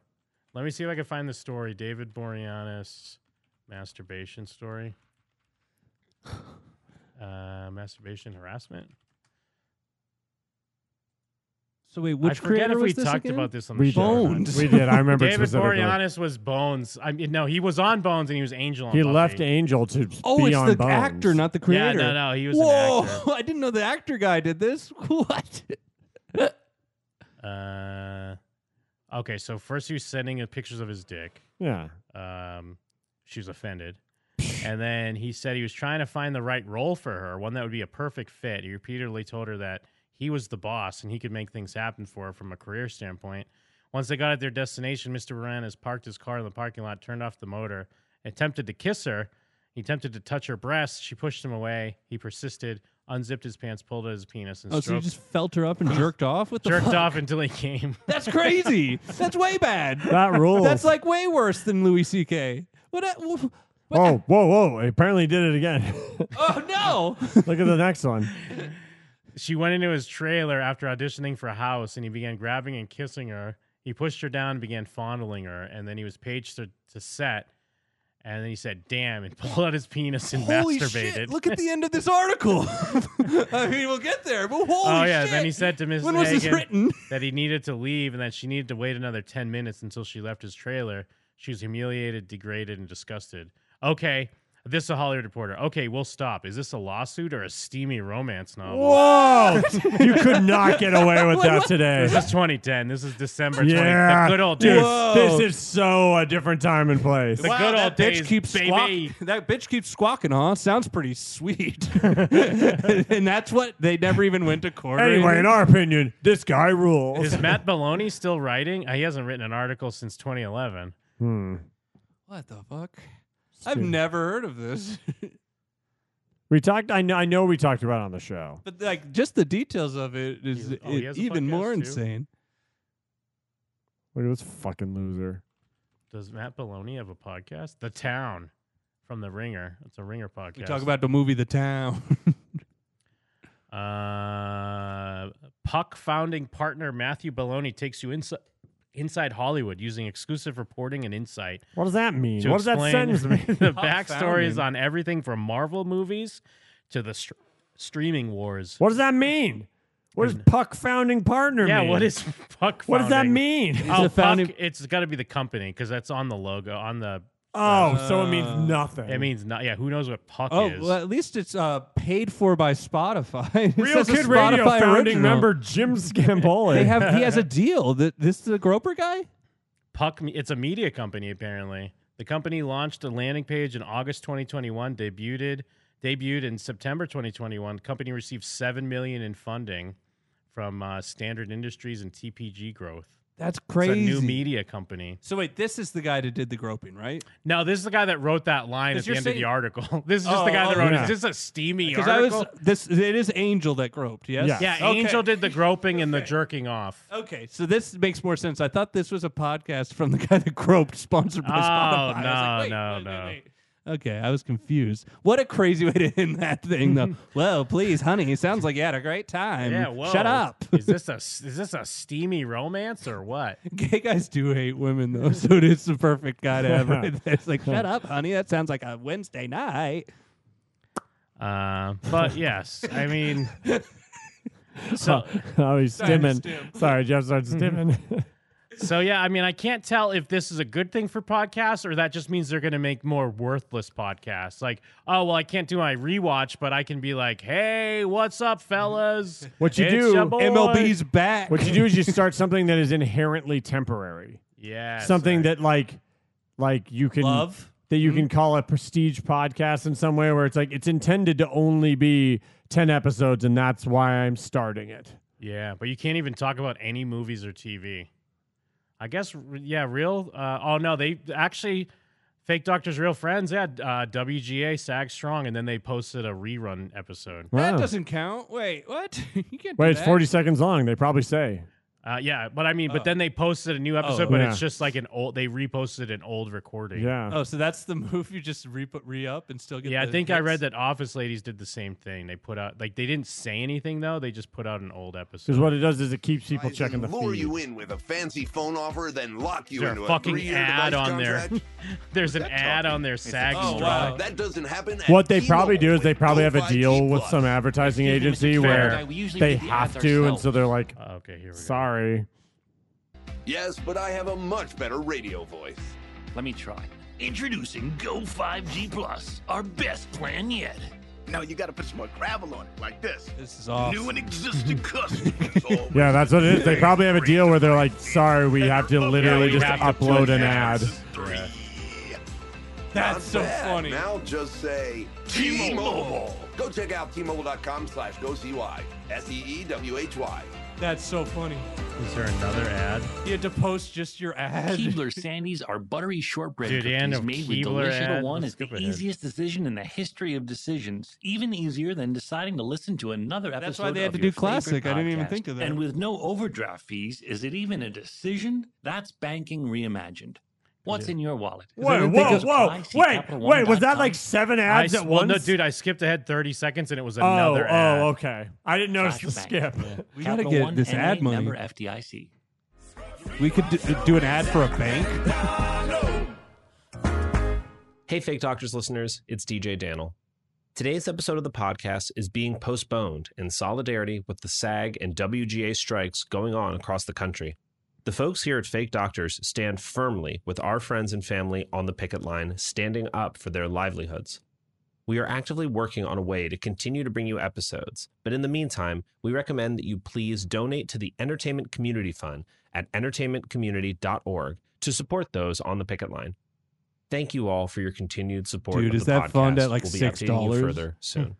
S7: Let me see if I can find the story. David Boreanaz masturbation story. Uh, masturbation harassment.
S8: So wait, which
S7: I forget
S8: creator
S7: if we
S8: was this
S7: talked
S8: again?
S7: about this on the
S5: We
S7: show. or
S5: did.
S7: not.
S6: Bones.
S5: We did. I remember
S7: David
S5: specifically.
S7: Boreanaz was Bones. I mean, no, he was on Bones and he was Angel. On
S5: He
S7: Oh, Buffy.
S5: left Angel to
S6: Oh,
S5: be
S6: it's
S5: on
S6: the
S5: Bones.
S6: actor, not the creator.
S7: Yeah, no, no, he was an actor.
S6: Whoa! I didn't know the actor guy did this. What?
S7: Uh, okay, so first he was sending her pictures of his dick.
S5: Yeah.
S7: Um, she was offended. and then he said he was trying to find the right role for her, one that would be a perfect fit. He repeatedly told her that he was the boss and he could make things happen for her from a career standpoint. Once they got at their destination, Mr. Moranis parked his car in the parking lot, turned off the motor, attempted to kiss her. He attempted to touch her breasts. She pushed him away. He persisted, unzipped his pants, pulled out his penis, and
S6: Oh, so you
S7: stroked,
S6: just felt her up and jerked off with the
S7: jerked
S6: fuck?
S7: off until he came.
S6: That's crazy. That's way bad.
S5: That rule.
S6: That's like way worse than Louis C.K. What? a- wh- what
S5: Oh, whoa, whoa! Apparently he did it again.
S6: oh no!
S5: Look at the next one.
S7: She went into his trailer after auditioning for House and he began grabbing and kissing her. He pushed her down and began fondling her, and then he was paged to, to set. And then he said, Damn, and pulled out his penis and
S6: Holy
S7: masturbated.
S6: shit! Look at the end of this article. I mean, we'll get there. But holy
S7: oh, yeah.
S6: shit!
S7: Then he said to Mrs.
S6: when was this
S7: Hagen
S6: written?
S7: that he needed to leave and that she needed to wait another 10 minutes until she left his trailer. She was humiliated, degraded, and disgusted. Okay. This is a Hollywood reporter. Okay, we'll stop. Is this a lawsuit or a steamy romance novel?
S5: Whoa! you could not get away with that today.
S7: This is 2010. This is December 20.
S5: Yeah,
S7: The good old
S5: dude,
S7: days.
S5: This is so a different time and place.
S7: The good old
S6: that bitch
S7: days,
S6: keeps
S7: baby.
S6: squawk- That bitch keeps squawking, huh? Sounds pretty sweet. and that's what they never even went to court. or
S5: Anyway, in
S6: anything.
S5: our opinion, this guy rules.
S7: Is Matt Baloney still writing? Uh, He hasn't written an article since 2011.
S5: Hmm.
S6: what the fuck? I've never heard of this.
S5: We talked. I know. I know. We talked about it on the show.
S6: But like, just the details of it is
S7: He's- oh, he
S6: it-
S7: has a
S6: even
S7: podcast,
S6: more
S7: too?
S6: insane.
S5: Look at this fucking loser.
S7: Does Matt Baloney have a podcast? The Town from The Ringer. It's a Ringer podcast.
S6: We talk about the movie The Town.
S7: uh, Puck founding partner Matthew Baloney takes you inside inside Hollywood using exclusive reporting and insight.
S5: What does that mean?
S7: to
S5: what does that
S7: explain
S5: sentence mean?
S7: the
S6: Puck
S7: backstories
S6: founding.
S7: on everything from Marvel movies to the str- streaming wars.
S5: what does that mean? What does Puck founding partner
S7: yeah,
S5: mean?
S7: what is Puck?
S5: What does that
S7: founding?
S5: mean?
S7: Oh,
S6: a founding-
S7: Puck, it's got to be the company because that's on the logo on the
S5: Oh, so it means
S6: Uh,
S5: nothing.
S7: It means not. Yeah, who knows what puck
S6: Oh,
S7: is?
S6: well, at least it's uh, paid for by Spotify. It
S5: Real
S6: says a
S5: Kid Radio
S6: Spotify
S5: founding
S6: original.
S5: member Jim Scamboli.
S6: They have he has a deal. That this the Groper guy?
S7: Puck. Me- It's a media company apparently. The company launched a landing page in August 2021. Debuted debuted in September 2021. company received seven million in funding from uh, Standard Industries and TPG Growth.
S6: That's crazy.
S7: It's a new media company.
S6: So wait, this is the guy that did the groping, right?
S7: No, this is the guy that wrote that line
S6: 'Cause
S7: at the
S6: you're
S7: end of the
S6: saying-
S7: article. This is just
S6: Oh,
S7: the guy that
S6: oh,
S7: wrote. it.
S5: yeah.
S7: Is this a steamy
S6: Because I
S7: article?
S6: was this. It is Angel that groped. Yes.
S5: Yeah.
S7: yeah,
S6: Okay.
S7: Angel did the groping and the jerking off.
S6: Okay, so this makes more sense. I thought this was a podcast from the guy that groped, sponsored by
S7: Oh,
S6: Spotify. I was
S7: no,
S6: like, wait,
S7: no,
S6: wait,
S7: no.
S6: wait, wait. Okay, I was confused. What a crazy way to end that thing, though. well, please, honey, it sounds like you had a great time.
S7: Yeah, whoa.
S6: Shut up.
S7: is this a is this a steamy romance or what?
S6: Gay guys do hate women, though, so it is the perfect guy to have. right there. It's like, shut up, honey. That sounds like a Wednesday night.
S7: Uh, but yes, I mean, so
S5: oh, he's
S6: Sorry,
S5: stimming.
S6: Stim.
S5: Sorry, Jeff starts
S6: Mm-hmm.
S5: stimming.
S7: so yeah. I mean, I can't tell if this is a good thing for podcasts or that just means they're going to make more worthless podcasts. Like, oh well, I can't do my rewatch, but I can be like, hey, what's up, fellas?
S5: What you
S7: It's
S5: do-
S7: your boy.
S6: MLB's back.
S5: what you do is you start something that is inherently temporary,
S7: yeah,
S5: something that like, like you can
S6: love.
S5: that you
S7: Mm-hmm.
S5: can call a prestige podcast in some way where it's like it's intended to only be 10 episodes and that's why I'm starting it.
S7: Yeah, but you can't even talk about any movies or TV. I guess, r- yeah, real. Uh, oh no, they actually fake doctors, real friends. Yeah, uh, WGA, SAG strong, and then they posted a rerun episode.
S5: Wow.
S6: That doesn't count. Wait, what? you can't do
S5: Wait, it's
S6: that.
S5: 40 seconds long, they probably say.
S7: Uh, yeah, but I mean, but then they posted a new episode,
S6: Oh.
S7: but
S5: Oh. Yeah.
S7: it's just like an old. They reposted an old recording.
S5: Yeah.
S6: Oh, so that's the move you just re re up and still get.
S7: Yeah, I
S6: the
S7: think I
S6: hits?
S7: read that Office Ladies did the same thing. They put out like they didn't say anything though. They just put out an old episode.
S5: Cuz what it does is it keeps people
S9: Verizon
S5: checking the
S9: lure
S5: feed.
S9: you in with a fancy phone offer, then lock you
S7: There's
S9: into
S7: a
S9: a
S7: fucking
S9: three-year
S7: ad
S9: device
S7: on there.
S9: contract?
S7: There's an
S9: That
S7: ad
S9: talking
S7: on their
S9: is a
S7: SAG
S6: Oh,
S7: strong.
S6: wow.
S9: That doesn't happen. at
S5: What they probably do
S9: T-Mobile
S5: is they
S9: with
S5: probably have a
S9: Go5G
S5: deal with
S9: Plus.
S5: some advertising agency
S7: Fair.
S5: where
S10: We usually
S5: they
S10: do the
S5: have
S10: ads
S5: to and
S10: ourselves.
S5: so they're like
S7: Oh, okay, here we go.
S5: sorry.
S9: Yes, but I have a much better radio voice.
S10: Let me try.
S11: Introducing Go 5G Plus, our best plan yet.
S9: Now you got to put some more gravel on it, like this.
S6: This is awesome.
S11: New and existing customers. all
S5: Yeah, that's what it is. They probably have a deal where they're like sorry, we have to literally
S7: we
S5: just
S7: have to put
S5: upload an ad.
S7: ads.
S11: three.
S6: That's so
S9: bad.
S6: funny.
S9: Now just say
S11: T-Mobile.
S9: Go check out T-Mobile.com slash GoCY. E S-E-E-W-H-Y.
S6: That's so funny.
S7: Is there another ad?
S6: You had to post just your ad.
S11: Keebler Sandies are buttery shortbread
S7: Dude, the end
S11: cookies
S7: of
S11: made
S7: Keebler
S11: with
S7: ad
S11: Delicious One
S7: was
S11: is the
S7: stupid.
S11: easiest decision in the history of decisions, even easier than deciding to listen to another episode.
S6: That's why they
S11: of
S6: had to
S11: your
S6: do classic.
S11: favorite
S6: I didn't even
S11: podcast.
S6: think of that.
S11: And with no overdraft fees, is it even a decision? That's banking reimagined. What's in your wallet?
S5: Whoa,
S6: didn't think
S5: whoa,
S6: it
S5: whoa.
S11: was-
S5: Wait, wait, was that
S11: ICCapitalOne.com?
S5: like seven
S7: I
S5: ads
S7: s-
S5: at
S7: well,
S5: once?
S7: No, dude, I skipped ahead 30 seconds and it was
S5: Oh,
S7: another ad.
S5: oh, okay. I didn't notice the
S11: Flashback.
S5: skip.
S6: we gotta get this
S11: NA,
S6: ad money.
S11: Member FDIC.
S6: we could do, do an ad for a bank.
S12: Hey, Fake Doctors listeners, it's DJ Daniel. Today's episode of the podcast is being postponed in solidarity with the SAG and WGA strikes going on across the country. The folks here at Fake Doctors stand firmly with our friends and family on the picket line, standing up for their livelihoods. We are actively working on a way to continue to bring you episodes, but in the meantime, we recommend that you please donate to the Entertainment Community Fund at entertainmentcommunity.org to support those on the picket line. Thank you all for your continued support.
S6: Dude,
S12: of
S6: is
S12: the
S6: that fund
S12: podcast.
S6: at, like,
S12: we'll be
S6: $6?
S12: updating you further soon.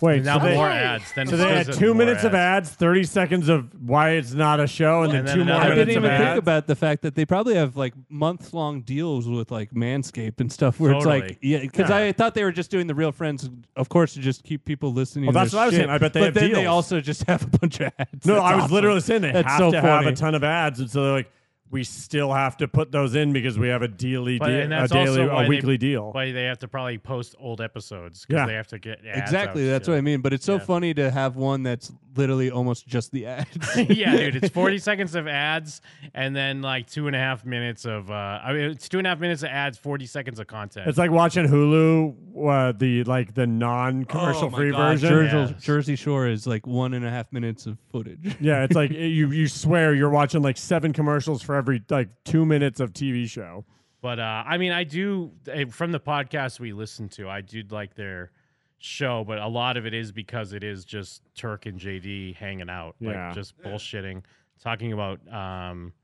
S5: Wait,
S7: Now
S5: so they,
S7: more ads. Then
S5: so they had
S7: season
S5: two
S7: more
S5: minutes of ads, 30 seconds of why it's not a show, and,
S7: And
S5: then
S7: then
S5: two more
S7: another
S6: I
S5: minutes
S6: didn't
S5: of
S7: minute
S6: even
S5: ads.
S6: think about the fact that they probably have like month long deals with like Manscaped and stuff where it's
S7: Totally.
S6: like, yeah, because
S7: Yeah.
S6: I thought they were just doing the real friends, of course, to just keep people listening.
S5: Well,
S6: to
S5: that's
S6: their
S5: what I was
S6: shit.
S5: saying. I bet they
S6: but
S5: have
S6: then they
S5: deals.
S6: also just have a bunch of ads.
S5: no,
S6: That's
S5: I was
S6: awesome.
S5: literally saying they
S6: That's
S5: have
S6: so
S5: to
S6: funny.
S5: have a ton of ads, and so they're like, we still have to put those in because we have a daily,
S7: But-
S5: deal,
S7: and
S5: a
S7: that's
S5: daily,
S7: also why
S5: a
S7: they-
S5: weekly deal.
S7: Why they have to probably post old episodes because
S5: Yeah.
S7: they have to get ads
S6: Exactly.
S7: out
S6: That's
S7: still.
S6: what I mean. But it's so
S7: Yeah.
S6: funny to have one that's literally almost just the ads.
S7: yeah, dude, it's 40 seconds of ads and then like two and a half minutes of. Uh, I mean, it's two and a half minutes of ads, 40 seconds of content.
S5: It's like watching Hulu, uh, the like the non-commercial
S6: Oh my
S5: free
S6: God,
S5: version.
S7: Jer-
S6: Jersey,
S7: Yes.
S6: Jersey Shore is like one and a half minutes of footage.
S5: Yeah, it's like you you swear you're watching like seven commercials for every like two minutes of TV show.
S7: But uh, I mean, I do eh, from the podcast we listen to, I do like their show, but a lot of it is because it is just Turk and JD hanging out,
S5: Yeah.
S7: like just bullshitting, talking about um,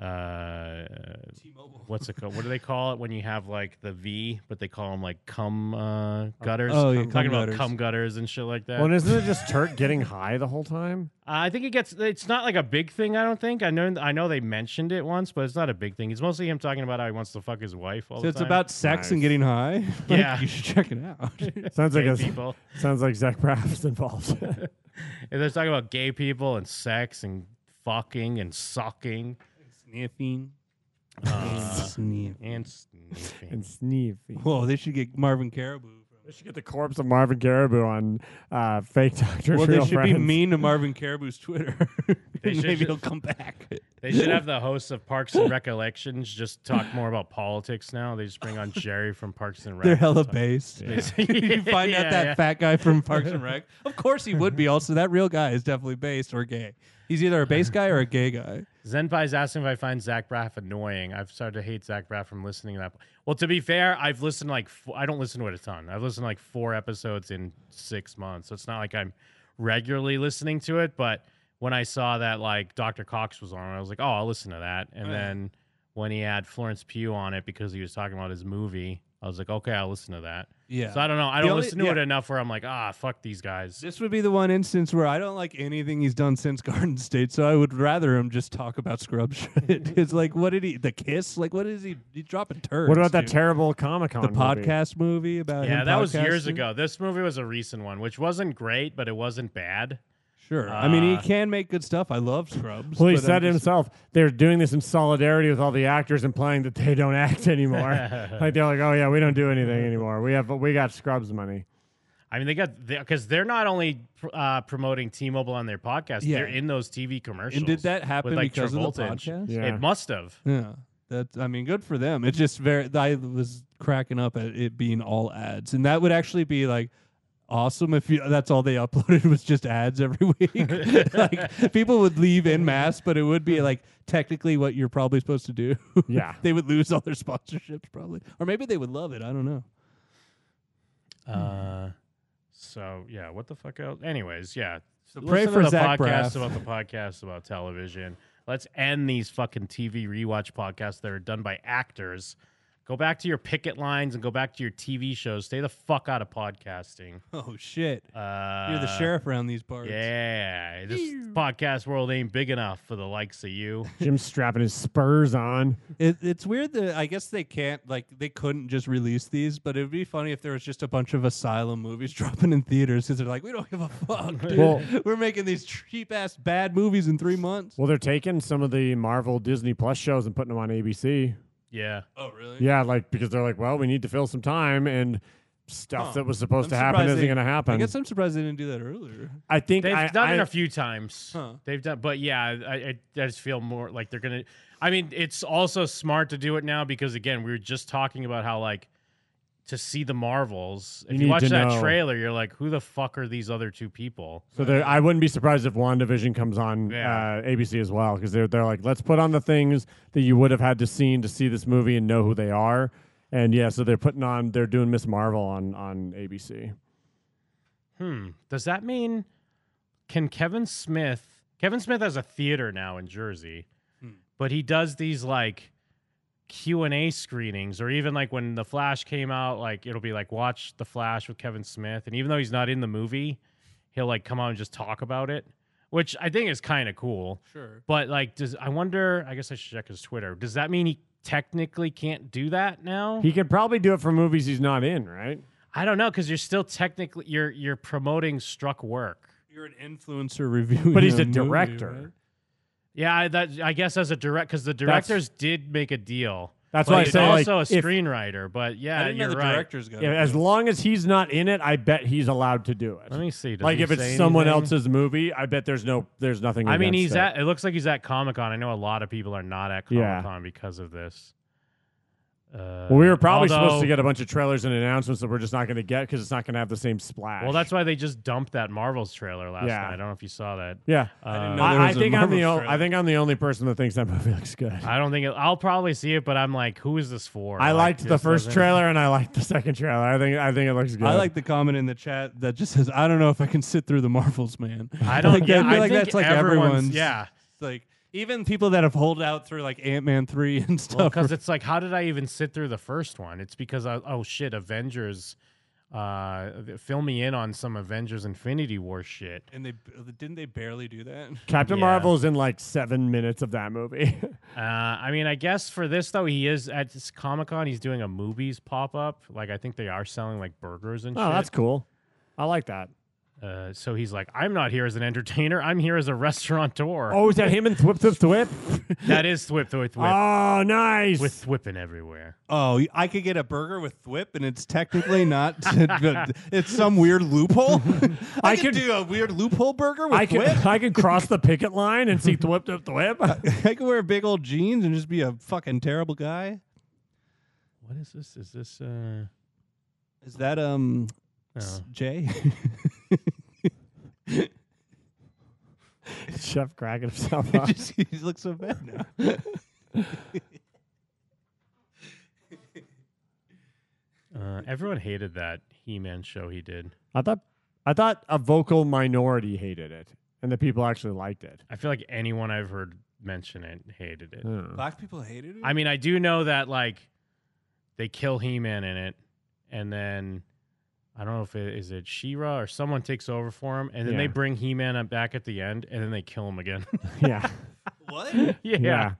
S7: uh, what's it called? What do they call it when you have like the V, but they call them like cum uh, gutters?
S5: Oh, yeah,
S7: talking
S5: cum
S7: about
S5: gutters.
S7: cum gutters and shit like that.
S5: Well, and isn't it just Turk getting high the whole time?
S7: Uh, I think it gets. It's not like a big thing. I don't think. I know. I know they mentioned it once, but it's not a big thing. It's mostly him talking about how he wants to fuck his wife. All
S6: So
S7: the
S6: it's
S7: time.
S6: about sex and getting high. Like,
S7: Yeah.
S6: you should check it out.
S5: Sounds like
S7: Gay
S5: a,
S7: people.
S5: sounds like Zach Braff's involved.
S7: And they're talking about gay people and sex and fucking and sucking,
S6: sniffing,
S7: uh,
S6: Sniff.
S7: and sniffing.
S5: and sneezing.
S6: Whoa, they should get Marvin Caribou.
S5: They should get the corpse of Marvin Garibou on uh, fake Doctor.
S6: Well, they
S5: Real
S6: should
S5: Friends.
S6: be mean to Marvin Caribou's Twitter.
S7: They should
S6: Maybe
S7: ju-
S6: he'll come back.
S7: They should have the hosts of Parks and Recollections just talk more about politics now. They just bring on Jerry from Parks and Rec.
S6: They're hella based. you find
S7: Yeah,
S6: out that
S7: yeah.
S6: fat guy from Parks and Rec. Of course he would be. Also, that real guy is definitely based or gay. He's either a base guy or a gay guy.
S7: Zenpai's asking if I find Zach Braff annoying. I've started to hate Zach Braff from listening to that. Well, to be fair, I've listened like four, I don't listen to it a ton. I've listened to like four episodes in six months, so it's not like I'm regularly listening to it. But when I saw that like Dr. Cox was on, I was like, oh, I'll listen to that. And
S6: Oh, yeah.
S7: then when he had Florence Pugh on it because he was talking about his movie, I was like, okay, I'll listen to that.
S6: Yeah.
S7: So I don't know. I
S6: The
S7: don't
S6: only-
S7: listen to
S6: yeah.
S7: it enough where I'm like, ah, fuck these guys.
S6: This would be the one instance where I don't like anything he's done since Garden State, so I would rather him just talk about scrub shit. it's like, what did he? The kiss? Like, what is he? He dropping turds.
S5: What about that
S6: dude.
S5: terrible Comic Con?
S6: The podcast movie about
S7: Yeah,
S6: him
S7: that was years
S6: podcasting?
S7: ago. This movie was a recent one, which wasn't great, but it wasn't bad.
S6: Sure. I mean, he
S7: Uh,
S6: can make good stuff. I love Scrubs.
S5: Well, he
S6: but I'm
S5: said
S6: just-
S5: himself they're doing this in solidarity with all the actors, implying that they don't act anymore. like they're like, oh yeah, we don't do anything anymore. We have we got Scrubs money.
S7: I mean, they got because they're not only pr- uh, promoting T-Mobile on their podcast;
S6: Yeah.
S7: they're in those TV commercials.
S6: And did that happen
S7: with, like,
S6: because of the
S7: Travolta and sh-
S6: podcast?
S5: Yeah.
S7: It must have.
S6: Yeah, that's. I mean, good for them. It's just very. I was cracking up at it being all ads, and that would actually be like awesome if you. That's all they uploaded was just ads every week. like people would leave in mass, but it would be like technically what you're probably supposed to do.
S5: Yeah.
S6: they would lose all their sponsorships probably, or maybe they would love it. I don't know.
S7: Uh, so yeah, what the fuck else? Anyways, yeah. So
S6: pray
S7: Listen
S6: for
S7: to the
S6: Zach
S7: podcast
S6: Braff.
S7: about the podcast about television. Let's end these fucking TV rewatch podcasts that are done by actors. Go back to your picket lines and go back to your TV shows. Stay the fuck out of podcasting.
S6: Oh shit!
S7: Uh,
S6: You're the sheriff around these parts.
S7: Yeah, this podcast world ain't big enough for the likes of you.
S5: Jim's strapping his spurs on.
S6: It, it's weird that I guess they can't like they couldn't just release these, but it would be funny if there was just a bunch of asylum movies dropping in theaters because they're like, we don't give a fuck, dude.
S5: Well-
S6: We're making these cheap ass bad movies in three months.
S5: Well, they're taking some of the Marvel Disney Plus shows and putting them on ABC.
S7: Yeah.
S6: Oh really?
S5: Yeah, like because they're like, well, we need to fill some time and stuff
S6: Huh.
S5: that was supposed to happen isn't going to happen.
S6: I guess I'm surprised they didn't do that earlier.
S5: I think
S7: They've
S5: I,
S7: done
S5: I,
S7: it a few times.
S6: Huh.
S7: They've done, but yeah, I, I, I just feel more like they're gonna. I mean, it's also smart to do it now because again, we were just talking about how like to see the Marvels. If
S5: You
S7: you,
S5: need
S7: watch
S5: to
S7: that
S5: know.
S7: trailer, you're like, who the fuck are these other two people?
S5: So there, I wouldn't be surprised if WandaVision comes on
S7: Yeah.
S5: uh, ABC as well because they're they're like, let's put on the things that you would have had to seen to see this movie and know who they are. And yeah, so they're putting on, they're doing Miss Marvel on on ABC.
S7: Hmm. Does that mean can Kevin Smith? Kevin Smith has a theater now in Jersey, but he does these like Q and A screenings, or even like when The Flash came out, like it'll be like watch The Flash with Kevin Smith, and even though he's not in the movie, he'll like come out and just talk about it, which I think is kind of cool.
S6: Sure.
S7: But like, does I wonder? I guess I should check his Twitter. Does that mean he technically can't do that now?
S5: He could probably do it for movies he's not in, right?
S7: I don't know because you're still technically you're you're promoting struck work.
S6: You're an influencer review,
S5: But he's a director.
S7: Yeah, I, that I guess as a direct because the
S5: That's-
S7: directors did make a deal.
S5: That's
S7: but
S5: why I
S7: he's
S5: say, like,
S7: also a
S5: if-
S7: screenwriter. but yeah,
S6: I didn't
S7: you're
S6: know the
S7: right.
S6: director's got.
S5: Yeah,
S6: it.
S5: as long as he's not in it, I bet he's allowed to do it.
S7: Let me see. does
S5: like
S7: he
S5: if it's
S7: say
S5: someone
S7: anything?
S5: else's movie, I bet there's no there's nothing.
S7: I mean,
S5: against
S7: he's
S5: it.
S7: at. It looks like he's at Comic Con. I know a lot of people are not at
S5: Yeah.
S7: Comic Con because of this. Uh,
S5: Well, we were probably supposed
S7: although-
S5: to get a bunch of trailers and announcements that we're just not going to get because it's not going to have the same splash.
S7: Well, that's why they just dumped that Marvel's trailer last
S5: Yeah.
S7: night. I don't know if you saw that.
S5: yeah.
S7: Uh,
S5: I, I think I'm the o- I think I'm the only person that thinks that movie looks good.
S7: I don't think it, I'll probably see it, but I'm like, who is this for?
S5: I liked the
S7: this
S5: first
S7: doesn't-
S5: trailer and I liked the second trailer. I think I think it looks good.
S6: I like the comment in the chat that just says, "I don't know if I can sit through the Marvels, man."
S7: I don't.
S6: Like,
S7: yeah,
S6: I feel
S7: I
S6: like
S7: think
S6: that's like
S7: everyone's,
S6: everyone's-
S7: Yeah,
S6: like even people that have holed out through like Ant Man three and stuff.
S7: because it's like, how did I even sit through the first one? It's because I, oh shit, Avengers, uh, fill me in on some Avengers Infinity War shit.
S6: and they didn't they barely do that.
S5: Captain
S7: Yeah.
S5: Marvel's in like seven minutes of that movie.
S7: Uh, I mean, I guess for this though, he is at Comic Con. He's doing a movies pop up. Like, I think they are selling like burgers and.
S5: oh,
S7: shit.
S5: that's cool. I like that.
S7: Uh, so he's like, I'm not here as an entertainer. I'm here as a restaurateur.
S5: Oh, is that him and Thwip Thwip Thwip?
S7: that is thwip thwip thwip
S5: Oh, nice.
S7: with thwipping everywhere.
S6: Oh, I could get a burger with Thwip, and it's technically not. but it's some weird loophole. I,
S5: I could-
S6: could do a weird loophole burger with
S5: I could
S6: Thwip.
S5: I could cross the picket line and see Thwip Thwip Thwip.
S6: I could wear big old jeans and just be a fucking terrible guy.
S7: What is this? Is this uh?
S6: Is that um
S7: Oh.
S6: Jay?
S5: Chef cracking himself
S6: He
S5: up.
S6: just, he just looks so bad now.
S7: Uh, everyone hated that He-Man show he did.
S5: I thought I thought a vocal minority hated it, and the people actually liked it.
S7: I feel like anyone I've heard mention it hated it.
S6: Black people hated it.
S7: I mean, I do know that like they kill He-Man in it, and then I don't know if it is it She-Ra or someone takes over for him, and then they
S5: Yeah.
S7: bring He-Man up back at the end, and then they kill him again.
S5: Yeah,
S6: what?
S7: yeah.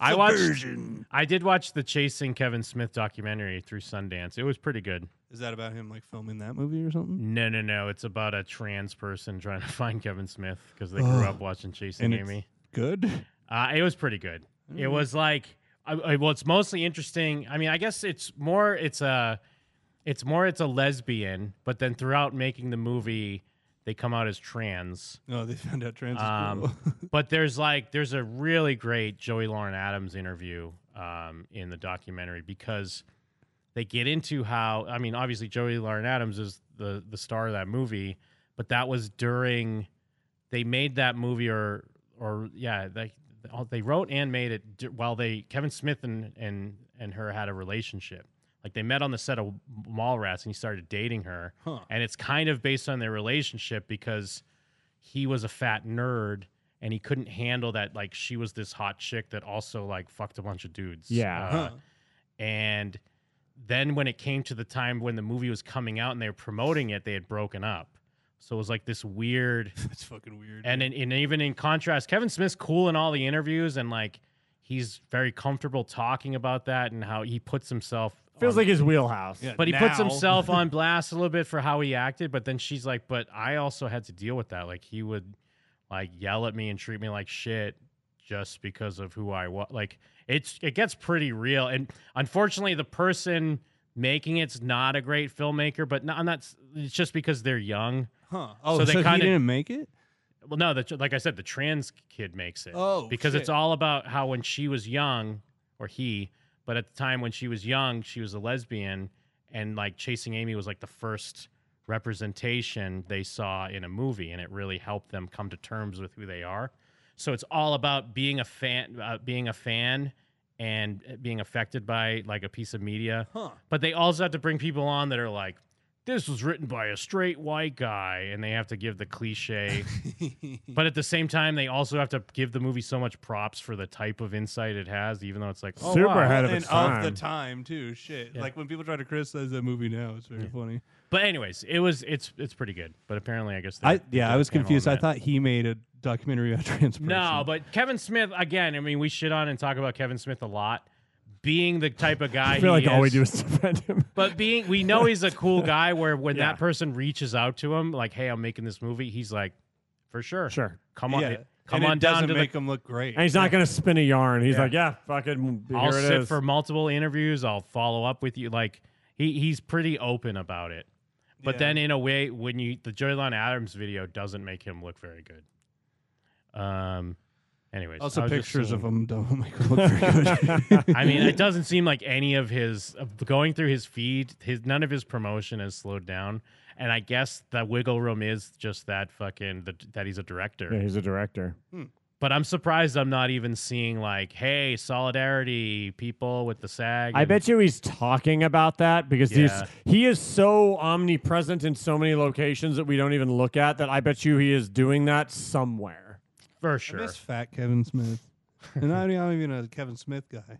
S7: I watched. I did watch the Chasing Kevin Smith documentary through Sundance. It was pretty good.
S6: Is that about him like filming that movie or something?
S7: No, no, no. It's about a trans person trying to find Kevin Smith because they grew
S6: Ugh.
S7: up watching Chasing
S6: And it's-
S7: Amy.
S6: Good.
S7: Uh, it was pretty good. It was like, I, I, well, it's mostly interesting. I mean, I guess it's more, it's a, it's more, it's a lesbian, but then throughout making the movie, they come out as trans.
S6: No, Oh, they found out trans.
S7: Um, but there's like, there's a really great Joey Lauren Adams interview um, in the documentary because they get into how, I mean, obviously Joey Lauren Adams is the the star of that movie, but that was during they made that movie or or yeah they they wrote and made it d- while they Kevin Smith and and and her had a relationship like they met on the set of Mallrats and he started dating her
S6: Huh.
S7: and it's kind of based on their relationship because he was a fat nerd and he couldn't handle that like she was this hot chick that also like fucked a bunch of dudes
S5: Yeah.
S7: Uh, and then when it came to the time when the movie was coming out and they were promoting it they had broken up so it was like this weird
S6: It's fucking weird.
S7: and in, and even in contrast, Kevin Smith's cool in all the interviews, and like he's very comfortable talking about that and how he puts himself.
S5: feels
S7: on-
S5: like his wheelhouse.
S6: Yeah.
S7: but he puts
S6: now.
S7: himself on blast a little bit for how he acted. But then she's like, "But I also had to deal with that. Like he would, like yell at me and treat me like shit just because of who I was. Like it's it gets pretty real. And unfortunately, the person making it's not a great filmmaker. But not, I'm not. It's just because they're young.
S6: huh? Oh, so,
S7: so they
S6: he
S7: kinda-
S6: didn't make it.
S7: Well, no, the, like I said, the trans kid makes it.
S6: Oh,
S7: because
S6: shit.
S7: it's all about how when she was young, or he, but at the time when she was young, she was a lesbian, and like Chasing Amy was like the first representation they saw in a movie, and it really helped them come to terms with who they are. So it's all about being a fan, uh, being a fan, and uh, being affected by like a piece of media.
S6: Huh.
S7: But they also have to bring people on that are like, this was written by a straight white guy, and they have to give the cliche. but at the same time, they also have to give the movie so much props for the type of insight it has, even though it's like, oh,
S5: Super
S7: wow.
S5: ahead of
S6: and
S5: its time.
S6: of the time too. Shit,
S7: Yeah.
S6: like when people try to criticize that movie now, it's very funny.
S7: But anyways, it was it's it's pretty good. But apparently, I guess they-
S6: I yeah,
S7: they
S6: I was
S7: panel on
S6: confused. I
S7: that.
S6: thought he made a documentary about trans.
S7: No, but Kevin Smith again. I mean, we shit on and talk about Kevin Smith a lot, being the type of guy.
S5: I feel
S7: he
S5: like all we
S7: is.
S5: do is defend him.
S7: But being, we know he's a cool guy. Where when
S5: Yeah.
S7: that person reaches out to him, like, "Hey, I'm making this movie," he's like, "For sure,
S5: Sure.
S7: come on,
S6: yeah.
S7: come
S6: and
S7: on
S6: it
S7: down
S6: doesn't
S7: to
S6: make
S7: the."
S6: him look great.
S5: And he's not going to spin a yarn. He's
S7: Yeah.
S5: like, yeah, fucking, here
S7: I'll
S5: it
S7: sit
S5: is."
S7: for multiple interviews. I'll follow up with you. Like he, he's pretty open about it. But
S6: Yeah.
S7: then in a way, when you the Joylon Adams video doesn't make him look very good. Um. Anyways, choice.
S6: Also,
S7: I was just
S6: pictures of
S7: seeing-
S6: him don't make it look very good.
S7: I mean, it doesn't seem like any of his of going through his feed. His none of his promotion has slowed down, and I guess the wiggle room is just that fucking the, that he's a director.
S5: Yeah, he's a director.
S7: But I'm surprised I'm not even seeing like, hey, solidarity, people with the SAG.
S5: I
S7: and-
S5: bet you he's talking about that because he's
S7: Yeah.
S5: he is so omnipresent in so many locations that we don't even look at that I bet you he is doing that somewhere.
S7: for
S6: I
S7: sure.
S6: miss fat Kevin Smith, and I mean, I'm even a Kevin Smith guy,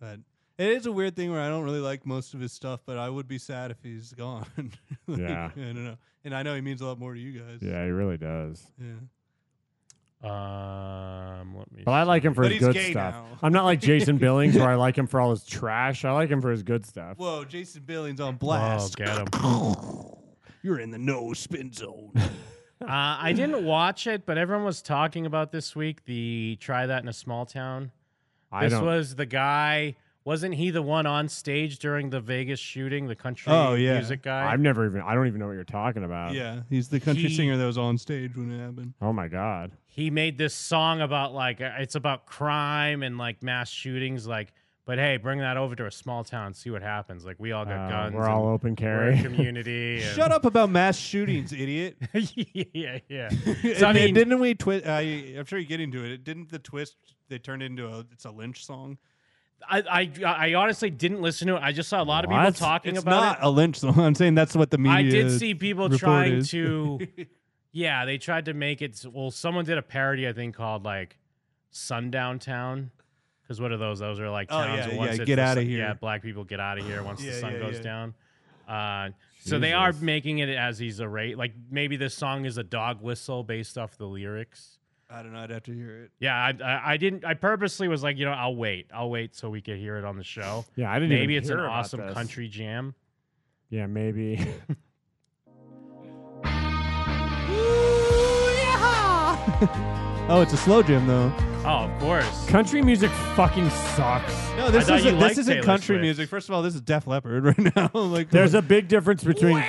S6: but it is a weird thing where I don't really like most of his stuff, but I would be sad if he's gone. Like,
S5: Yeah.
S6: I don't know, and I know he means a lot more to you guys.
S5: Yeah, he really does.
S6: yeah.
S7: Um, let me.
S5: But I like him for
S6: But
S5: his
S6: he's
S5: good
S6: gay
S5: stuff.
S6: now.
S5: I'm not like Jason Billings where I like him for all his trash. I like him for his good stuff.
S6: Whoa, Jason Billings on
S7: Oh,
S6: blast.
S7: get him.
S6: You're in the no spin zone.
S7: Uh, I didn't watch it, but everyone was talking about this week. The try that in a small town.
S5: I
S7: This
S5: don't-
S7: was the guy. Wasn't he the one on stage during the Vegas shooting? The country
S6: Oh, yeah.
S7: music guy.
S5: I've never even I don't even know what you're talking about.
S6: yeah, he's the country
S7: He-
S6: singer that was on stage when it happened.
S5: Oh my god.
S7: he made this song about like uh, it's about crime and like mass shootings. Like, but hey, bring that over to a small town, see what happens. Like, we all got
S5: Uh,
S7: guns.
S5: we're all
S7: and
S5: open
S7: we're a
S5: carry.
S7: community.
S6: Shut up about mass shootings, idiot.
S7: yeah, yeah.
S6: And
S7: So, I
S6: then
S7: mean,
S6: didn't we uh, twist? I I'm sure you get into it. Didn't the twist they turned into a? It's a Lynch song.
S7: I, I I honestly didn't listen to it. I just saw a lot of people
S5: What?
S7: talking
S6: it's
S7: about
S6: not
S7: it.
S6: a Lynch song. I'm saying that's what the media.
S7: I did see people
S6: report
S7: trying
S6: is.
S7: to, yeah, they tried to make it. s- Well, someone did a parody, I think, called like Sundown Town. Because what are those? Those are like
S6: Oh,
S7: towns.
S6: yeah,
S7: that once
S6: yeah,
S7: it's
S6: get
S7: the
S6: outta
S7: sun-
S6: here.
S7: Yeah, black people get out of here once
S6: Yeah,
S7: the sun
S6: yeah,
S7: goes
S6: yeah.
S7: down. Uh, so they are
S5: Jesus.
S7: making it as he's a rate. Like maybe this song is a dog whistle based off the lyrics.
S6: I don't know. I'd have to hear it.
S7: Yeah, I, I, I didn't. I purposely was like, you know, I'll wait. I'll wait so we could hear it on the show.
S5: Yeah, I didn't
S7: Maybe
S5: even
S7: it's an
S5: hear about
S7: awesome
S5: this.
S7: country jam.
S5: Yeah, maybe.
S6: Oh, it's a slow jam though.
S7: Oh, of course.
S5: country music fucking sucks.
S6: No, this
S7: thought you
S6: isn't. This
S7: liked
S6: isn't
S7: Taylor
S6: country
S7: Swift.
S6: music. First of all, this is Def Leppard right now. like
S5: There's a big difference between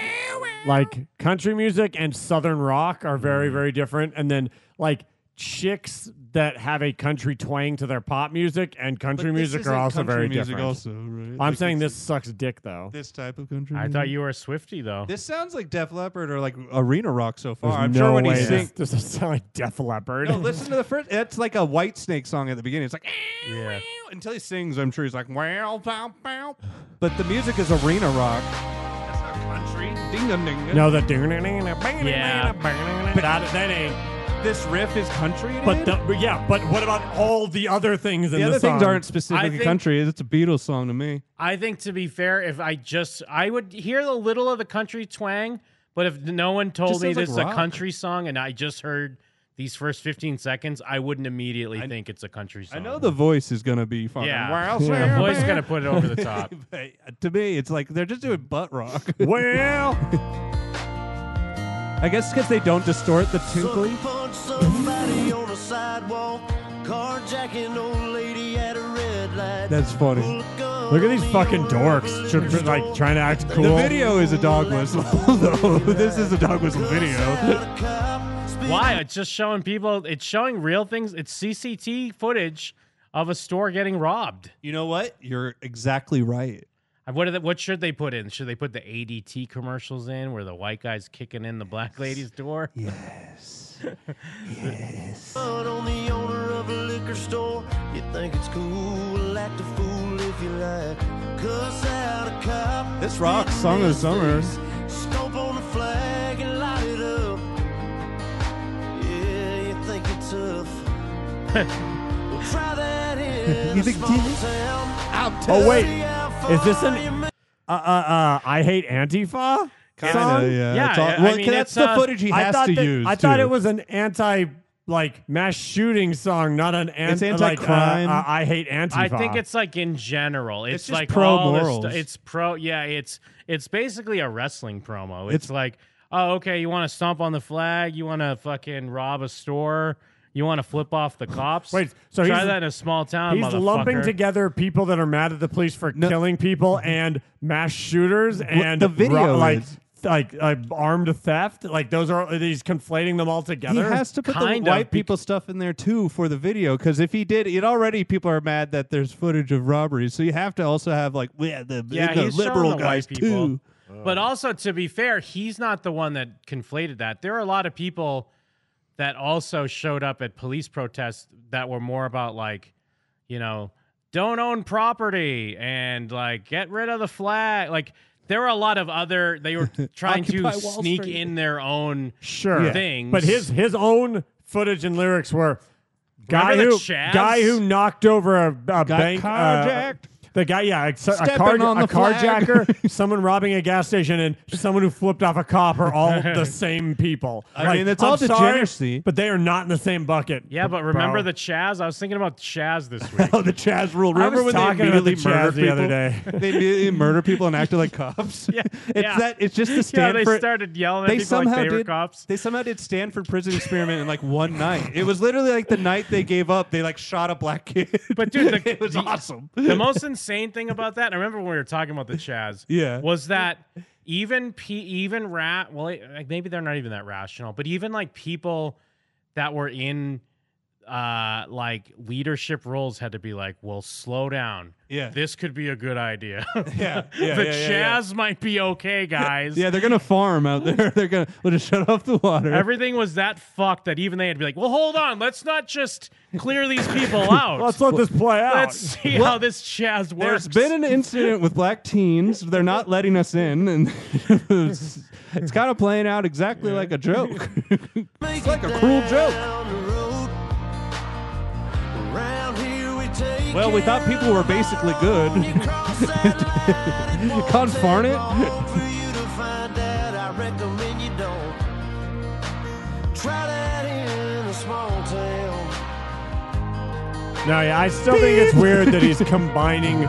S5: like country music and southern rock are very very different and then like chicks that have a country twang to their pop music and
S6: but
S5: country
S6: this
S5: music
S6: isn't
S5: are also
S6: country
S5: very
S6: music
S5: different.
S6: Also, right?
S5: I'm
S6: Like,
S5: saying this
S6: it's
S5: sucks dick though.
S6: This type of country.
S7: I
S6: music.
S7: thought you were a Swifty though.
S6: This sounds like Def Leppard or like arena rock so far.
S5: There's
S6: I'm
S5: no
S6: sure when
S5: way
S6: he
S5: this
S6: sings.
S5: doesn't sound like Def Leppard.
S6: No, listen to the first. It's like a White Snake song at the beginning. It's like "Ew,
S7: Yeah.
S6: ew," until he sings. I'm sure he's like wow, pow, pow. But the music is arena rock. That's not country. Ding dong ding.
S5: No, the ding ding ding ding
S7: Yeah.
S5: that, that ain't.
S6: this riff is country.
S5: But
S6: dude?
S5: the, but yeah, but what about all the other things in
S6: the
S5: the
S6: other things
S5: song?
S6: aren't specifically
S7: think-
S6: country. It's a Beatles song to me.
S7: I think to be fair, if I just I would hear a little of the country twang, but if no one told
S6: Just
S7: me
S6: sounds like
S7: this is
S6: rock.
S7: a country song and I just heard these first 15 seconds, I wouldn't immediately think it's a country song.
S6: I know the voice is gonna be fucking.
S7: yeah,
S6: Wow,
S7: the
S6: wow,
S7: voice is
S6: wow.
S7: gonna put it over the top.
S6: But to me, it's like they're just doing butt rock.
S5: well,
S6: I guess because they don't distort the tinkly.
S10: Punch somebody on a sidewalk, carjacking old lady at a red light.
S6: That's funny.
S5: look at these fucking dorks, tr- tr- like trying to act cool.
S6: The video is a dog whistle, though. this is a dog whistle video.
S7: Why? It's just showing people. It's showing real things. It's CCT footage of a store getting robbed.
S6: You know what? You're exactly right.
S7: Uh, What are the, what should they put in? Should they put the ADT commercials in where the white guy's kicking in the black lady's door?
S10: Fun on the owner of a liquor store. You think it's cool, act a fool if you like. Cuss out a cop.
S6: This rocks. Song of the summer.
S10: Scope on the flag and light it up. Yeah, you think you're tough. well, try that in
S6: You
S10: a
S6: think
S10: small
S6: tough?
S10: town.
S5: Oh wait, is this an uh uh uh? I hate Antifa.
S6: Kinda,
S5: song?
S6: yeah.
S7: Yeah,
S6: That's all-
S7: I- I
S6: well,
S7: mean,
S6: that's
S7: it's,
S6: the
S7: uh,
S6: footage he
S5: I
S6: has
S5: thought
S6: to
S5: that-
S6: use.
S5: I thought
S6: too.
S5: it was an anti like mass shooting song, not an an-
S6: It's
S5: like, uh,
S6: anti-crime.
S5: uh, I hate Antifa.
S7: I think it's like in general. It's,
S6: It's just
S7: like
S6: pro
S7: all this
S6: morals.
S7: stu- it's pro. Yeah, it's it's basically a wrestling promo. It's,
S6: It's-
S7: like, oh, okay, you want to stomp on the flag? You want to fucking rob a store? You want to flip off the cops?
S5: Wait, so
S7: try
S5: he's-
S7: that in a small town.
S5: He's lumping
S7: motherfucker.
S5: together people that are mad at the police for
S6: No.
S5: killing people and mass shooters and
S6: the video
S5: ro- like
S6: is-
S5: like uh, armed theft? Like those are he's conflating them all
S6: He
S5: together.
S6: has to put the white people stuff in there too for the video because if he did, it already people are mad that there's footage of robberies. So you have to also have like yeah, the,
S7: Yeah,
S6: the
S7: he's showing
S6: liberal
S7: the white
S6: guys
S7: people.
S6: too.
S7: But also, to be fair, he's not the one that conflated that. There are a lot of people that also showed up at police protests that were more about like, you know, don't own property and like get rid of the flag. Like there were a lot of other they were trying to
S5: Occupy Wall
S7: sneak
S5: Street.
S7: in their own
S5: sure
S7: things.
S5: But his his own footage and lyrics were guy
S7: Remember
S5: who
S7: the Chavs?
S5: guy who knocked over a, a bank uh,
S6: carjacked.
S5: the guy, yeah, a, a,
S6: Stepping
S5: car,
S6: on
S5: a
S6: the flag.
S5: carjacker, someone robbing a gas station, and someone who flipped off a cop are all the same people.
S6: I
S5: Like,
S6: mean, it's
S5: I'm
S6: all
S5: sorry,
S6: degeneracy.
S5: but they are not in the same bucket.
S7: yeah, but
S5: bro.
S7: remember the Chaz? I was thinking about Chaz this week.
S6: Oh, the Chaz rule.
S5: I
S6: Remember
S5: was
S6: when
S5: talking
S6: they
S5: about
S6: immediately
S5: the Chaz
S6: murdered
S5: the other day.
S6: people? they immediately murder people and acted like cops. Yeah, it's
S7: yeah.
S6: that. It's just
S7: Yeah,
S6: the Stanford.
S7: they started yelling at
S6: They
S7: people like
S6: somehow
S7: they were
S6: did.
S7: cops.
S6: They somehow did Stanford prison experiment in like one night. It was literally like the night they gave up. They like shot a black kid.
S7: But dude, the,
S6: it was
S7: the-
S6: awesome.
S7: The most insane thing about that, I remember when we were talking about the Chaz.
S6: Yeah.
S7: was that even P, even rat? Well, like, maybe they're not even that rational, but even like people that were in uh like leadership roles had to be like, well, slow down.
S6: Yeah.
S7: this could be a good idea.
S6: Yeah, yeah,
S7: the
S6: yeah,
S7: Chaz
S6: yeah, yeah.
S7: might be okay, guys.
S6: Yeah, they're gonna farm out there. They're gonna we'll just shut off the water.
S7: Everything was that fucked that even they had to be like, well, hold on, let's not just clear these people out.
S5: Let's let this play out.
S7: Let's see how this Chaz works.
S6: There's been an incident with black teens. They're not letting us in, and it's, it's kind of playing out exactly like a joke. it's like a cruel joke. Well, we thought people were basically good. Con farn it.
S10: Try that in a small town.
S5: No, yeah, I still think it's weird that he's combining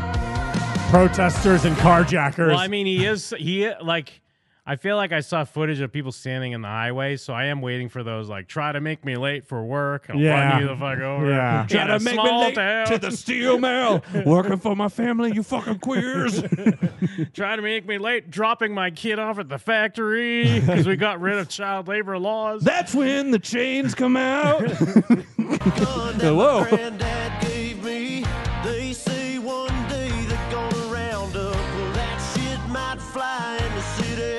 S5: protesters and carjackers.
S7: Well, I mean, he is he like. I feel like I saw footage of people standing in the highway, so I am waiting for those like try to make me late for work. I'll
S5: Yeah.
S7: run you the fuck over.
S5: Yeah.
S7: In
S5: Try
S7: a small town.
S6: steel mill. Working for my family, you fucking queers.
S7: try to make me late, dropping my kid off at the factory because we got rid of child labor laws.
S6: That's when the chains come out.
S10: My
S6: Whoa.
S10: granddad gave me. They say one day they're gonna round up. Well, that shit might fly in the city.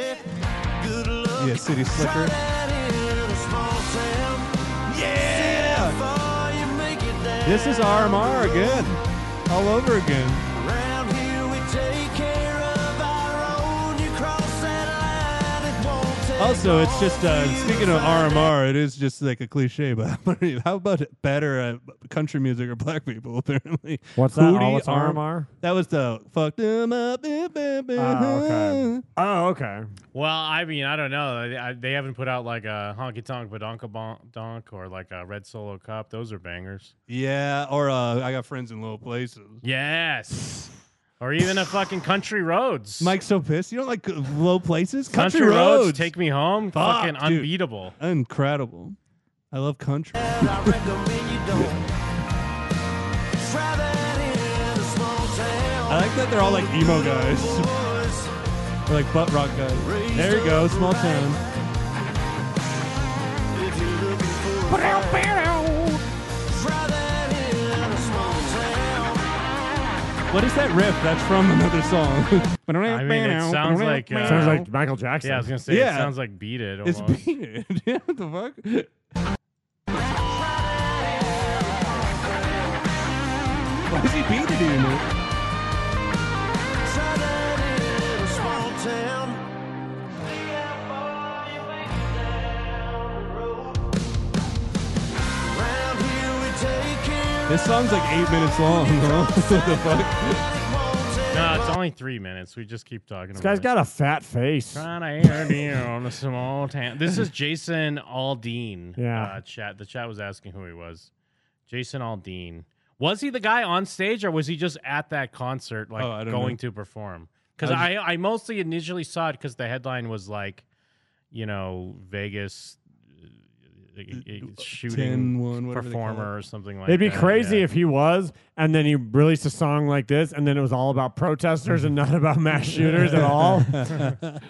S10: Good luck.
S6: Yeah, city
S10: Try
S6: slicker.
S10: that in a small town.
S6: Yeah.
S10: See how far you make it down.
S6: This is RMR again, all over again.
S10: Around here we take care of our own. You cross that line, it won't take
S6: Also, it's just uh, speaking of RMR, it is just like a cliche, but how about better uh, country music or black people? Apparently,
S5: What's that? Oh,
S6: Hootie,
S5: what's
S6: arm-
S5: RMR?
S6: That was the fuck them up. eh, eh, eh,
S5: Oh, okay. Oh, okay.
S7: Well, I mean, I don't know. They, I, they haven't put out like a honky tonk badonka bonk donk or like a red solo cup. Those are bangers.
S6: Yeah, or uh, I got friends in low places.
S7: Yes. Or even a fucking country roads.
S6: Mike's so pissed. You don't like low places?
S7: Country,
S6: Country, roads.
S7: take me home.
S6: Fuck,
S7: fucking
S6: dude.
S7: unbeatable.
S6: Incredible. I love country.
S10: I recommend you don't. Try that in a small town.
S6: I like that they're all like emo guys,
S10: Boys,
S6: or like butt rock guys. There you go, small town.
S10: if you're looking for a ride, try that in a small town.
S6: What is that riff? That's from another song.
S7: I mean, it sounds like uh,
S5: Sounds like Michael Jackson.
S7: yeah. I was gonna say it
S6: Yeah.
S7: sounds like beat it.
S6: It's
S7: Almost.
S6: beat it. Yeah, what the fuck? Why is he beating you? man?
S10: Try that in a small town. Round here we take care
S6: This song's like eight minutes long. Huh? what the fuck?
S7: no, it's only three minutes. We just keep talking.
S5: This
S7: about
S5: guy's
S7: it.
S5: got a fat face.
S7: Trying to interview on a small town. This is Jason Aldean.
S5: Yeah.
S7: Uh, chat. The chat was asking who he was. Jason Aldean. Was he the guy on stage, or was he just at that concert, like
S6: Oh, I don't
S7: going
S6: know.
S7: to perform? Because
S6: I
S7: I, I mostly initially saw it because the headline was like, you know, Vegas uh, uh, uh, shooting
S6: 1, whatever they call
S7: performer or something like.
S5: It'd be
S7: that,
S5: crazy
S7: yeah.
S5: if he was, and then he released a song like this, and then it was all about protesters and not about mass shooters at all.
S10: of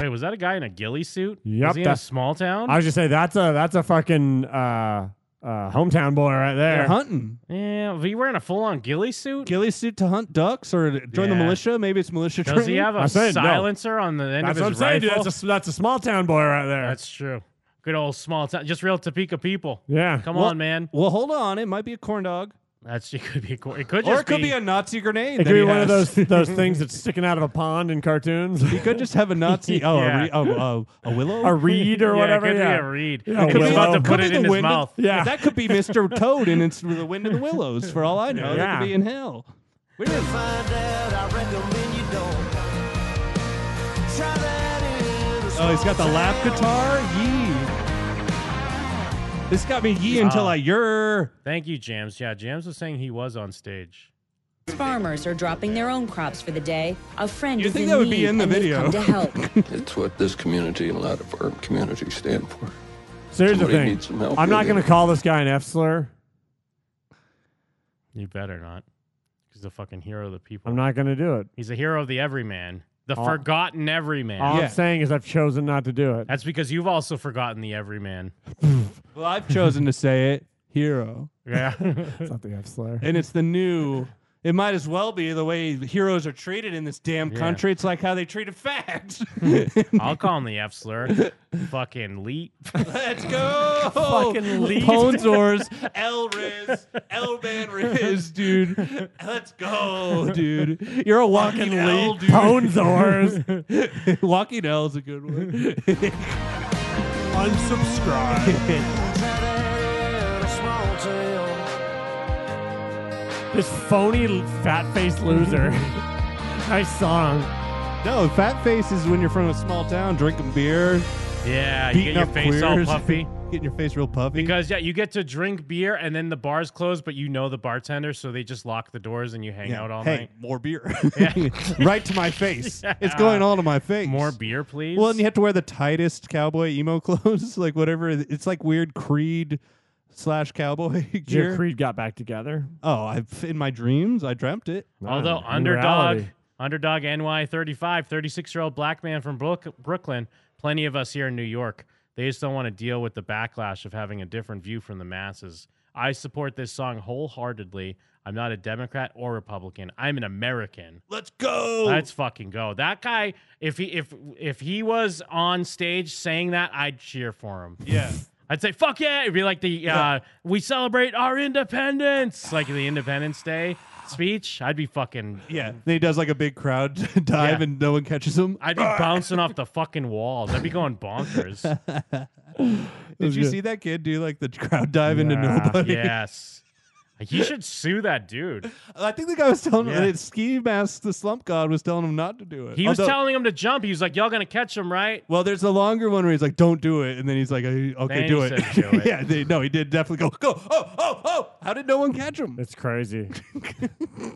S7: Wait, was that a guy in a ghillie suit?
S5: Yep,
S7: Was he in a
S5: that-
S7: small town?
S5: I was just say that's a that's a fucking uh, uh, hometown boy right there.
S6: hunting.
S7: Yeah, was he wearing a full-on ghillie suit?
S6: Ghillie suit to hunt ducks or to join
S7: Yeah.
S6: the militia? Maybe it's militia
S7: Does
S6: training.
S7: he have a silencer on the end
S5: That's
S7: of
S5: what I'm
S7: his
S5: saying,
S7: rifle?
S5: dude. That's a that's a small town boy right there.
S7: That's true. Good old small town, just real Topeka people.
S5: Yeah.
S7: Come
S6: Well-
S7: on, man.
S6: Well, hold on. It might be a corn dog,
S7: That's it. Could be. a cor- It could
S6: or
S7: just
S6: it could be, a Nazi grenade.
S5: It
S6: that
S5: could be
S6: he
S5: one of
S6: has.
S5: those those things that's sticking out of a pond in cartoons.
S6: He could just have a Nazi. Oh,
S7: Yeah.
S6: a, re- oh, oh, a willow,
S5: a reed or
S7: yeah,
S5: whatever.
S7: It could
S5: yeah.
S7: be a reed.
S5: Yeah,
S7: He was
S5: well,
S7: about to
S5: could
S7: put
S6: be
S7: it
S6: the
S7: in his
S6: wind of-
S7: mouth.
S5: Yeah.
S6: That could be Mr. Toad, and it's the wind of the willows. For all I know, that
S5: Yeah.
S6: could be in hell.
S10: Find out, I recommend you don't. Try that in a
S6: Oh, he's got the
S10: small
S6: lap
S10: town.
S6: guitar. Yee. This got me yee until I yer.
S7: Thank you, Jams. Yeah, Jams was saying he was on stage.
S13: Farmers are dropping their own crops for the day. A friend
S6: You
S13: is
S6: think
S13: in
S6: that would
S13: need
S6: be in the
S13: and they've
S6: video.
S13: come to help.
S14: It's what this community and a lot of our communities stand for.
S5: So here's
S14: Somebody
S5: the
S14: needs some
S5: thing.
S14: help,
S5: I'm not
S14: really.
S5: going to call this guy an F slur.
S7: You better not. He's the fucking hero of the people.
S5: I'm not going to do it.
S7: He's a hero of the everyman, the
S5: All-
S7: forgotten everyman.
S5: All I'm saying is I've chosen not to do it.
S7: That's because you've also forgotten the everyman.
S6: Well, I've chosen to say it, hero,
S7: Yeah.
S5: It's not the F slur.
S6: and it's the new. It might as well be the way heroes are treated in this damn
S7: Yeah.
S6: country. It's like how they treated fags.
S7: I'll call him the F slur. fucking leap.
S6: Let's go.
S7: Fucking lead.
S6: Ponzors, El Riz, El Man Riz, dude. Let's go, dude. You're a walking
S5: Fucking
S6: L,
S5: lead.
S6: dude.
S5: Ponzors.
S6: walking L is a good one.
S5: Unsubscribe.
S10: Try that in a small town.
S5: this phony fat faced loser. nice song.
S6: no, fat face is when you're from a small town, drinking beer,
S7: Yeah, you
S6: beating
S7: get your
S6: up
S7: face
S6: queers,
S7: all puffy.
S6: getting your face real puffy.
S7: Because yeah, you get to drink beer and then the bar's closed, but you know the bartender, so they just lock the doors and you hang
S6: Yeah.
S7: out all
S6: hey,
S7: night.
S6: more beer.
S7: Yeah.
S6: right to my face. It's
S7: Yeah.
S6: going all to my face.
S7: More beer, please.
S6: Well, and you have to wear the tightest cowboy emo clothes, like whatever. It's like weird Creed slash cowboy
S5: Your
S6: gear.
S5: Creed got back together.
S6: oh, I've in my dreams, I dreamt it.
S7: Although
S5: In
S7: underdog,
S5: reality.
S7: underdog NY 35, 36 year old black man from Brook- Brooklyn, plenty of us here in New York. They just don't want to deal with the backlash of having a different view from the masses. I support this song wholeheartedly. I'm not a Democrat or Republican. I'm an American.
S6: Let's go.
S7: Let's fucking go. That guy, if he if if he was on stage saying that, I'd cheer for him.
S6: yeah.
S7: I'd say fuck yeah. It'd be like the uh, we celebrate our independence, like the Independence Day speech. I'd be fucking
S6: Yeah. Then he does like a big crowd dive
S7: Yeah.
S6: and no one catches Ah! him.
S7: I'd be bouncing off the fucking walls. I'd be going bonkers.
S6: Did you see that kid do like the crowd dive into
S5: Yeah.
S6: nobody?
S7: yes. You should sue that dude.
S6: I think the guy was telling
S7: Yeah.
S6: him that Ski Mask, the slump god, was telling him not to do it.
S7: He was
S6: Although-
S7: telling him to jump. He was like, y'all gonna catch him, right?
S6: Well, there's a longer one where he's like, "Don't do it," and then he's like, "Okay,
S7: Then
S6: do,
S7: he
S6: it.
S7: said, "Do it."
S6: yeah, they, no, he did definitely go, go, oh, oh, oh! How did no one catch him?
S5: It's crazy.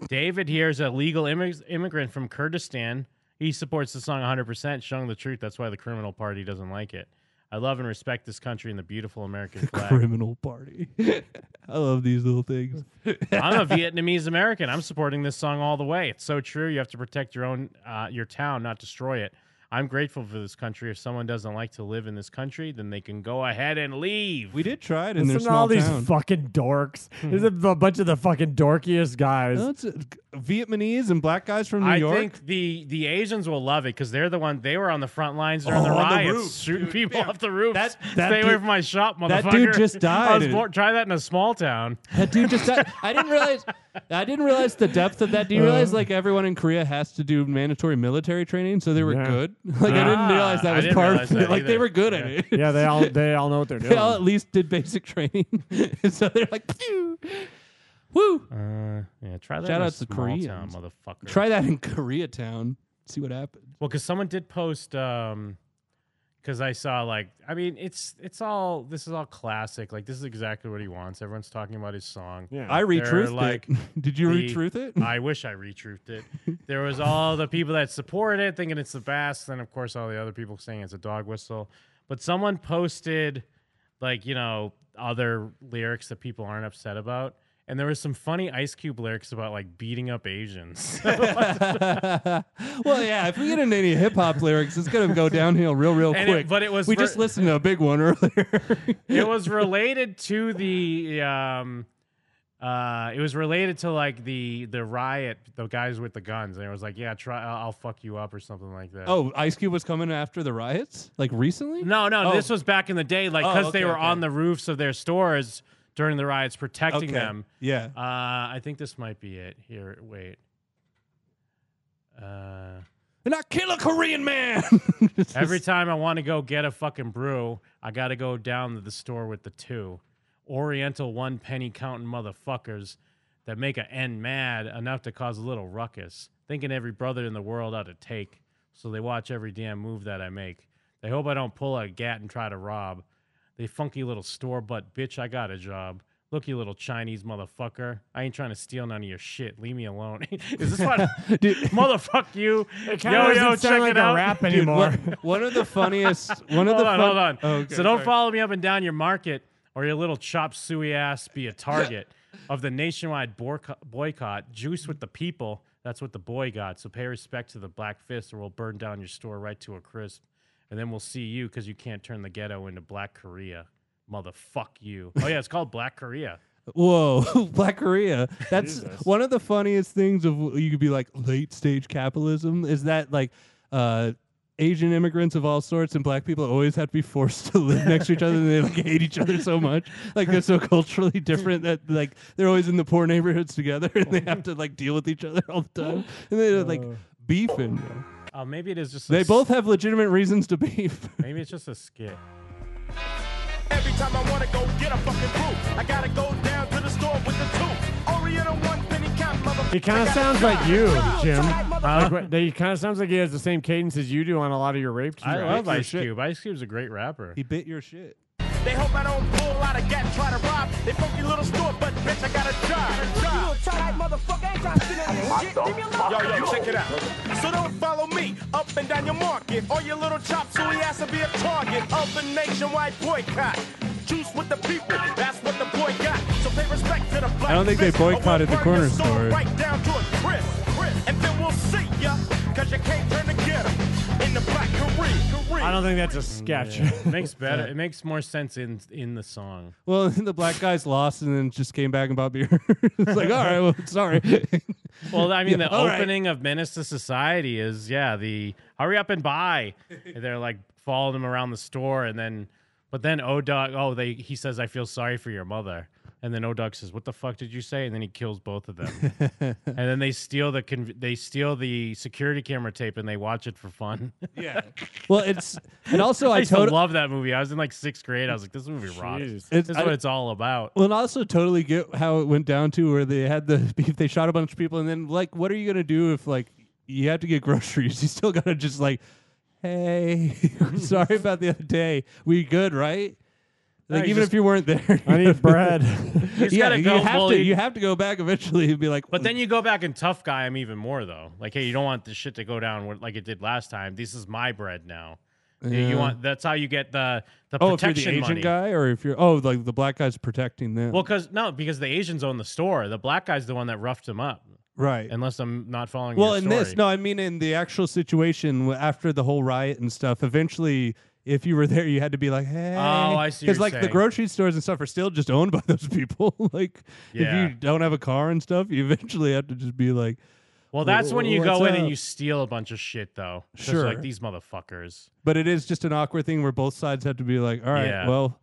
S7: David here is a legal immig- immigrant from Kurdistan. He supports the song 100%, showing the truth. That's why the criminal party doesn't like it. I love and respect this country and the beautiful American flag.
S6: Criminal party. I love these little things.
S7: I'm a Vietnamese American. I'm supporting this song all the way. It's so true. You have to protect your own uh, your town, not destroy it. I'm grateful for this country. If someone doesn't like to live in this country, then they can go ahead and leave.
S6: We did try it in
S5: Listen
S6: their
S5: to all
S6: small
S5: these
S6: town.
S5: fucking dorks.
S7: Hmm.
S5: There's a b- bunch of the fucking dorkiest guys.
S7: Oh,
S6: No, it's, uh, Vietnamese and black guys from New
S7: I
S6: York.
S7: think the the Asians will love it because they're the one they were on the front lines during the
S6: Oh, on the
S7: riots,
S6: roof,
S7: shooting
S6: dude.
S7: people
S6: Yeah.
S7: off the roofs.
S6: That- that
S7: Stay away
S6: dude-
S7: from my shop, motherfucker.
S6: that dude just
S7: I was
S6: died.
S7: born, try that in a small town.
S6: that dude just. Died. I didn't realize. I didn't realize the depth of that. Do you realize like everyone in Korea has to do mandatory military training, so they were
S5: Yeah.
S6: good. Like I didn't
S7: Ah,
S6: realize that
S7: I
S6: was
S7: didn't
S6: part.
S7: realize
S6: of it.
S7: that
S6: Like they
S7: either.
S6: were good
S7: Yeah.
S6: at it.
S5: yeah, they all they all know what they're doing.
S6: They all at least did basic training, so they're like, Phew. woo.
S7: Uh, yeah, try that.
S6: Shout
S7: in a
S6: outs to
S7: small town,
S6: Koreans.
S7: motherfucker.
S6: Try that in Koreatown. See what happens.
S7: Well, because someone did post, um, because I saw like, I mean, it's it's all this is all classic. Like this is exactly what he wants. Everyone's talking about his song.
S5: Yeah.
S6: I retruthed
S7: like,
S6: it. Did you
S7: the-
S6: retruth it?
S7: I wish I retruthed it. There was all the people that support it thinking it's the best, then of course all the other people saying it's a dog whistle. But someone posted like, you know, other lyrics that people aren't upset about. And there was some funny Ice Cube lyrics about like beating up Asians.
S6: well, yeah. If we get into any hip hop lyrics, it's gonna go downhill real, real
S7: And it-
S6: quick.
S7: but it was
S6: we
S7: for-
S6: just listened to a big one earlier.
S7: it was related to the um uh it was related to like the the riot the guys with the guns and it was like yeah try I'll, I'll fuck you up or something like that
S6: oh, Ice Cube was coming after the riots, like recently.
S7: no no
S6: Oh.
S7: this was back in the day like
S6: Oh,
S7: because
S6: okay,
S7: they were
S6: okay.
S7: on the roofs of their stores during the riots protecting
S6: Okay,
S7: them
S6: yeah.
S7: uh i think this might be it here wait uh
S6: and I kill a Korean man.
S7: Every time I want to go get a fucking brew, I got to go down to the store with the two Oriental one penny counting motherfuckers that make a N mad enough to cause a little ruckus, thinking every brother in the world ought to take. So they watch every damn move that I make. They hope I don't pull a gat and try to rob. They funky little store butt bitch, I got a job. Look, you little Chinese motherfucker. I ain't trying to steal none of your shit. Leave me alone. Is this what? Motherfuck you.
S5: It kinda doesn't sound like a rap
S7: Dude,
S5: anymore.
S7: what-
S6: one of the funniest. One of
S7: hold
S6: the
S7: on,
S6: fun-
S7: hold on.
S6: Oh, okay,
S7: so don't
S6: sorry.
S7: follow me up and down your market, or your little chop suey ass be a target of the nationwide boyco- boycott. Juice with the people. That's what the boy got. So pay respect to the black fist, or we'll burn down your store right to a crisp, and then we'll see you because you can't turn the ghetto into Black Korea. Motherfuck you. Oh yeah, it's called Black Korea.
S6: Whoa, Black Korea. That's
S7: Jesus.
S6: one of the funniest things of you could be like late stage capitalism is that like uh Asian immigrants of all sorts and black people always have to be forced to live next to each other and they like hate each other so much. Like they're so culturally different that like they're always in the poor neighborhoods together and they have to like deal with each other all the time. And they're like beefing.
S7: Oh, maybe it is just. a
S6: They
S7: s-
S6: both have legitimate reasons to beef.
S7: Maybe it's just a skit.
S4: Every time I wanna go get a fucking brew, I gotta go down to the store with the two. Oriental one penny count, motherfucker.
S5: He kind of sounds like you, Jim. Like, what- he kind of sounds like he has the same cadence as you do on a lot of your rape.
S7: I
S5: tracks.
S7: love Ice Cube. Ice Cube's a great rapper.
S6: He bit your shit.
S4: They hope I don't pull out a gat and try to rob. They funky little store, but bitch, I got a job. You tight motherfucker, ain't trying to steal any shit. Leave me alone. Yo, yo, check it out. So don't follow me up and down your market. Or your little chop suey ass will be a target of the nationwide boycott. Juice with the people, that's what the boy got. So pay respect to the black
S6: I don't think they
S4: fist, or we'll
S6: boycotted the
S4: burn
S6: corner
S4: your soul
S6: store.
S4: Right down to a crisp, crisp. And then we'll see ya, cause you can't turn the ghetto in the black Korea. Korea.
S5: I don't think that's a sketch.
S7: It makes better. It makes more sense in in the song.
S6: Well, the black guys lost and then just came back and bought beer. it's like, all right, well, sorry.
S7: Well, I mean,
S6: Yeah,
S7: the
S6: all right.
S7: opening of Menace to Society is yeah, the hurry up and buy. And They're like following him around the store, and then but then O Dog, oh, they he says, "I feel sorry for your mother," and then O Dog says, "What the fuck did you say?" And then he kills both of them, and then they steal the con- they steal the security camera tape and they watch it for fun.
S6: Yeah. Well, it's and also I,
S7: used to
S6: totally
S7: love that movie. I was in like sixth grade. I was like, "This movie rocks.
S6: Jeez.
S7: This
S6: It's-
S7: is
S6: I-
S7: what it's all about."
S6: well, and also totally get how it went down to where they had the beef. They shot a bunch of people, and then like, what are you gonna do if like you have to get groceries? You still gotta just like, hey, sorry about the other day. We good, right?
S5: No,
S6: Like
S5: you
S6: even
S5: just-
S6: if you weren't there,
S5: I need bread. You
S7: just
S6: yeah,
S7: gotta
S6: you
S7: go,
S6: have
S7: well,
S6: to.
S7: you-
S6: You have to go back eventually and be like,
S7: But then you go back and tough guy him even more though. Like, hey, you don't want this shit to go down wh- like it did last time. This is my bread now. You-
S6: Yeah.
S7: You want that's how you get the the
S6: oh, if you're the
S7: protection
S6: Asian
S7: money.
S6: guy, or if you're oh, like the black guy's protecting them.
S7: Well, because no, because the Asians own the store. The black guy's the one that roughed him up.
S6: Right.
S7: Unless I'm not following.
S6: Well,
S7: your
S6: in
S7: story.
S6: this, no, I mean in the actual situation w- after the whole riot and stuff. Eventually, if you were there, you had to be like, "Hey,"
S7: Oh, I see what
S6: because
S7: you're
S6: like the
S7: saying.
S6: grocery stores and stuff are still just owned by those people. like,
S7: Yeah.
S6: if you don't have a car and stuff, you eventually have to just be like,
S7: Well, that's when you
S6: "What's
S7: go in
S6: up?"
S7: and you steal a bunch of shit though. Just
S6: Sure.
S7: Like these motherfuckers.
S6: But it is just an awkward thing where both sides have to be like, "All right,
S7: Yeah.
S6: well,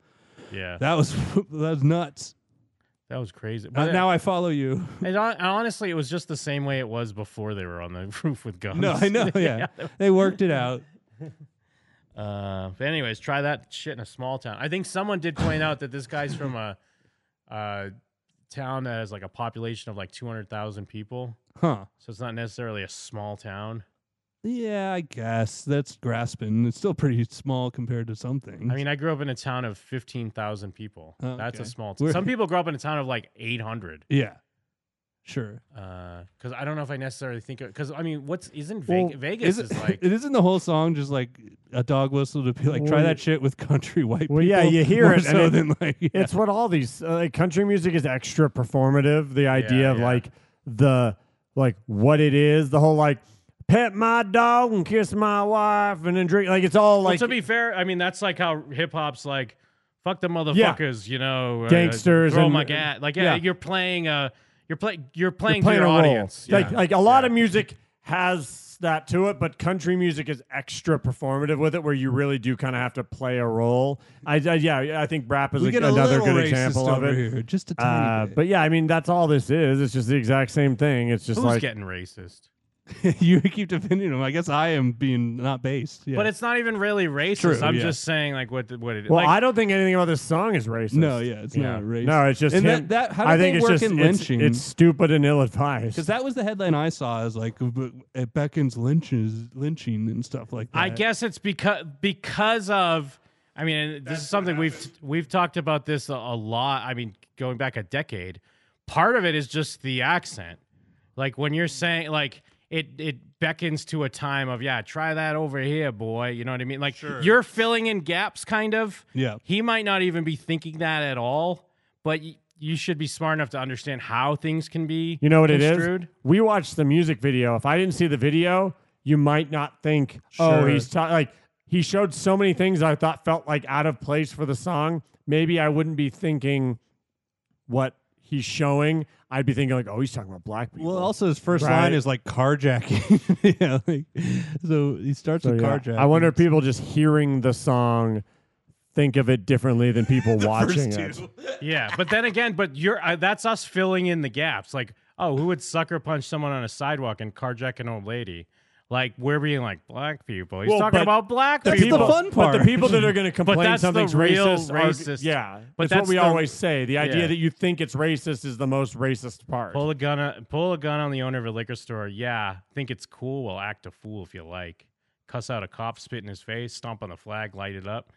S7: Yeah.
S6: that was that was nuts."
S7: That was crazy.
S6: Uh, now I follow you.
S7: And hon- honestly, it was just the same way it was before they were on the roof with guns.
S6: No, I know. Yeah, they worked it out.
S7: Uh, but anyways, try that shit in a small town. I think someone did point out that this guy's from a, a town that has like a population of like two hundred thousand people.
S6: Huh.
S7: So it's not necessarily a small town.
S6: Yeah, I guess that's grasping. It's still pretty small compared to something.
S7: I mean, I grew up in a town of fifteen thousand people.
S6: Oh,
S7: That's a
S6: okay.
S7: small
S6: We're-
S7: town. Some people grow up in a town of like eight hundred.
S6: Yeah. Sure.
S7: Because I don't know if I necessarily think because I mean, what's isn't Vegas, Vegas is
S6: isn't-
S7: like
S6: it isn't the whole song just like a dog whistle to be like try
S5: Well,
S6: that shit with country white
S5: Well,
S6: people.
S5: yeah, you hear
S6: more
S5: it. and
S6: so
S5: it-
S6: than like yeah.
S5: It's what all these uh, like country music is extra performative. The idea of
S6: yeah.
S5: like the like what it is, the whole like pet my dog and kiss my wife and then drink like it's all
S7: Well,
S5: like
S7: to be fair, I mean that's like how hip hop's like, fuck the
S5: Yeah.
S7: motherfuckers, you know, uh,
S5: Gangsters
S7: throw
S5: and-
S7: my gat. Like yeah,
S5: yeah.
S7: you're playing uh, you're playing you're
S5: you're
S7: playing, to your
S5: a role.
S7: audience. Yeah.
S5: Like like a lot of music has that to it, but country music is extra performative with it, where you really do kind of have to play a role. I, I yeah, I think rap is
S6: We
S5: a-
S6: get a
S5: another
S6: little
S5: good
S6: racist
S5: example of
S6: over
S5: it.
S6: here, just a tiny
S5: Uh, But yeah, I mean that's all this is. It's just the exact same thing. It's just
S7: Who's
S5: like
S7: getting racist?
S6: you keep defending them. I guess I am being not based. Yeah.
S7: But it's not even really racist.
S6: True,
S7: I'm
S6: yeah.
S7: just saying like what the, what it is.
S5: Well,
S7: like,
S5: I don't think anything about this song is racist.
S6: No, yeah, it's not racist.
S5: No, it's just
S6: And that-
S5: him.
S6: that- how do
S5: I
S6: they
S5: think it's
S6: work
S5: just
S6: in
S5: it's-
S6: lynching?
S5: It's, stupid and ill-advised.
S6: because that was the headline I saw is like b- it beckons lynches, lynching and stuff like that.
S7: I guess it's because because of. I mean, and this is something we've we've talked about this a, a lot. I mean, going back a decade, part of it is just the accent. Like when you're saying like it it beckons to a time of yeah, try that over here, boy. You know what I mean? Like you're filling in gaps, kind of.
S6: Yeah.
S7: He might not even be thinking that at all, but. Y- you should be smart enough to understand how things can be.
S5: You know what it is?
S7: construed.
S5: We watched the music video. If I didn't see the video, you might not think, oh,
S6: Sure.
S5: he's ta-, like he showed so many things I thought felt like out of place for the song. Maybe I wouldn't be thinking what he's showing. I'd be thinking like, oh, he's talking about black people.
S6: Well, also his first
S5: Right.
S6: line is like carjacking. yeah, like, so he starts
S5: So,
S6: with
S5: yeah.
S6: carjacking.
S5: I wonder if people just hearing the song think of it differently than people watching it.
S7: yeah, but then again, but you're uh, that's us filling in the gaps. Like, oh, who would sucker punch someone on a sidewalk and carjack an old lady? Like we're being like black people. He's
S5: Well,
S7: talking
S5: but
S7: about black
S5: the
S7: people.
S5: people- But the people that are going to
S7: But
S5: complain
S7: that's the
S5: something's
S7: real
S5: racist, are-
S7: racist.
S5: yeah,
S7: But
S5: that's what
S7: that's
S5: we
S7: the-
S5: always say. The idea
S7: Yeah.
S5: that you think it's racist is the most racist part.
S7: pull a gun, on- pull a gun on the owner of a liquor store. Yeah, think it's cool. Well, act a fool if you like. Cuss out a cop, spit in his face, stomp on the flag, light it up.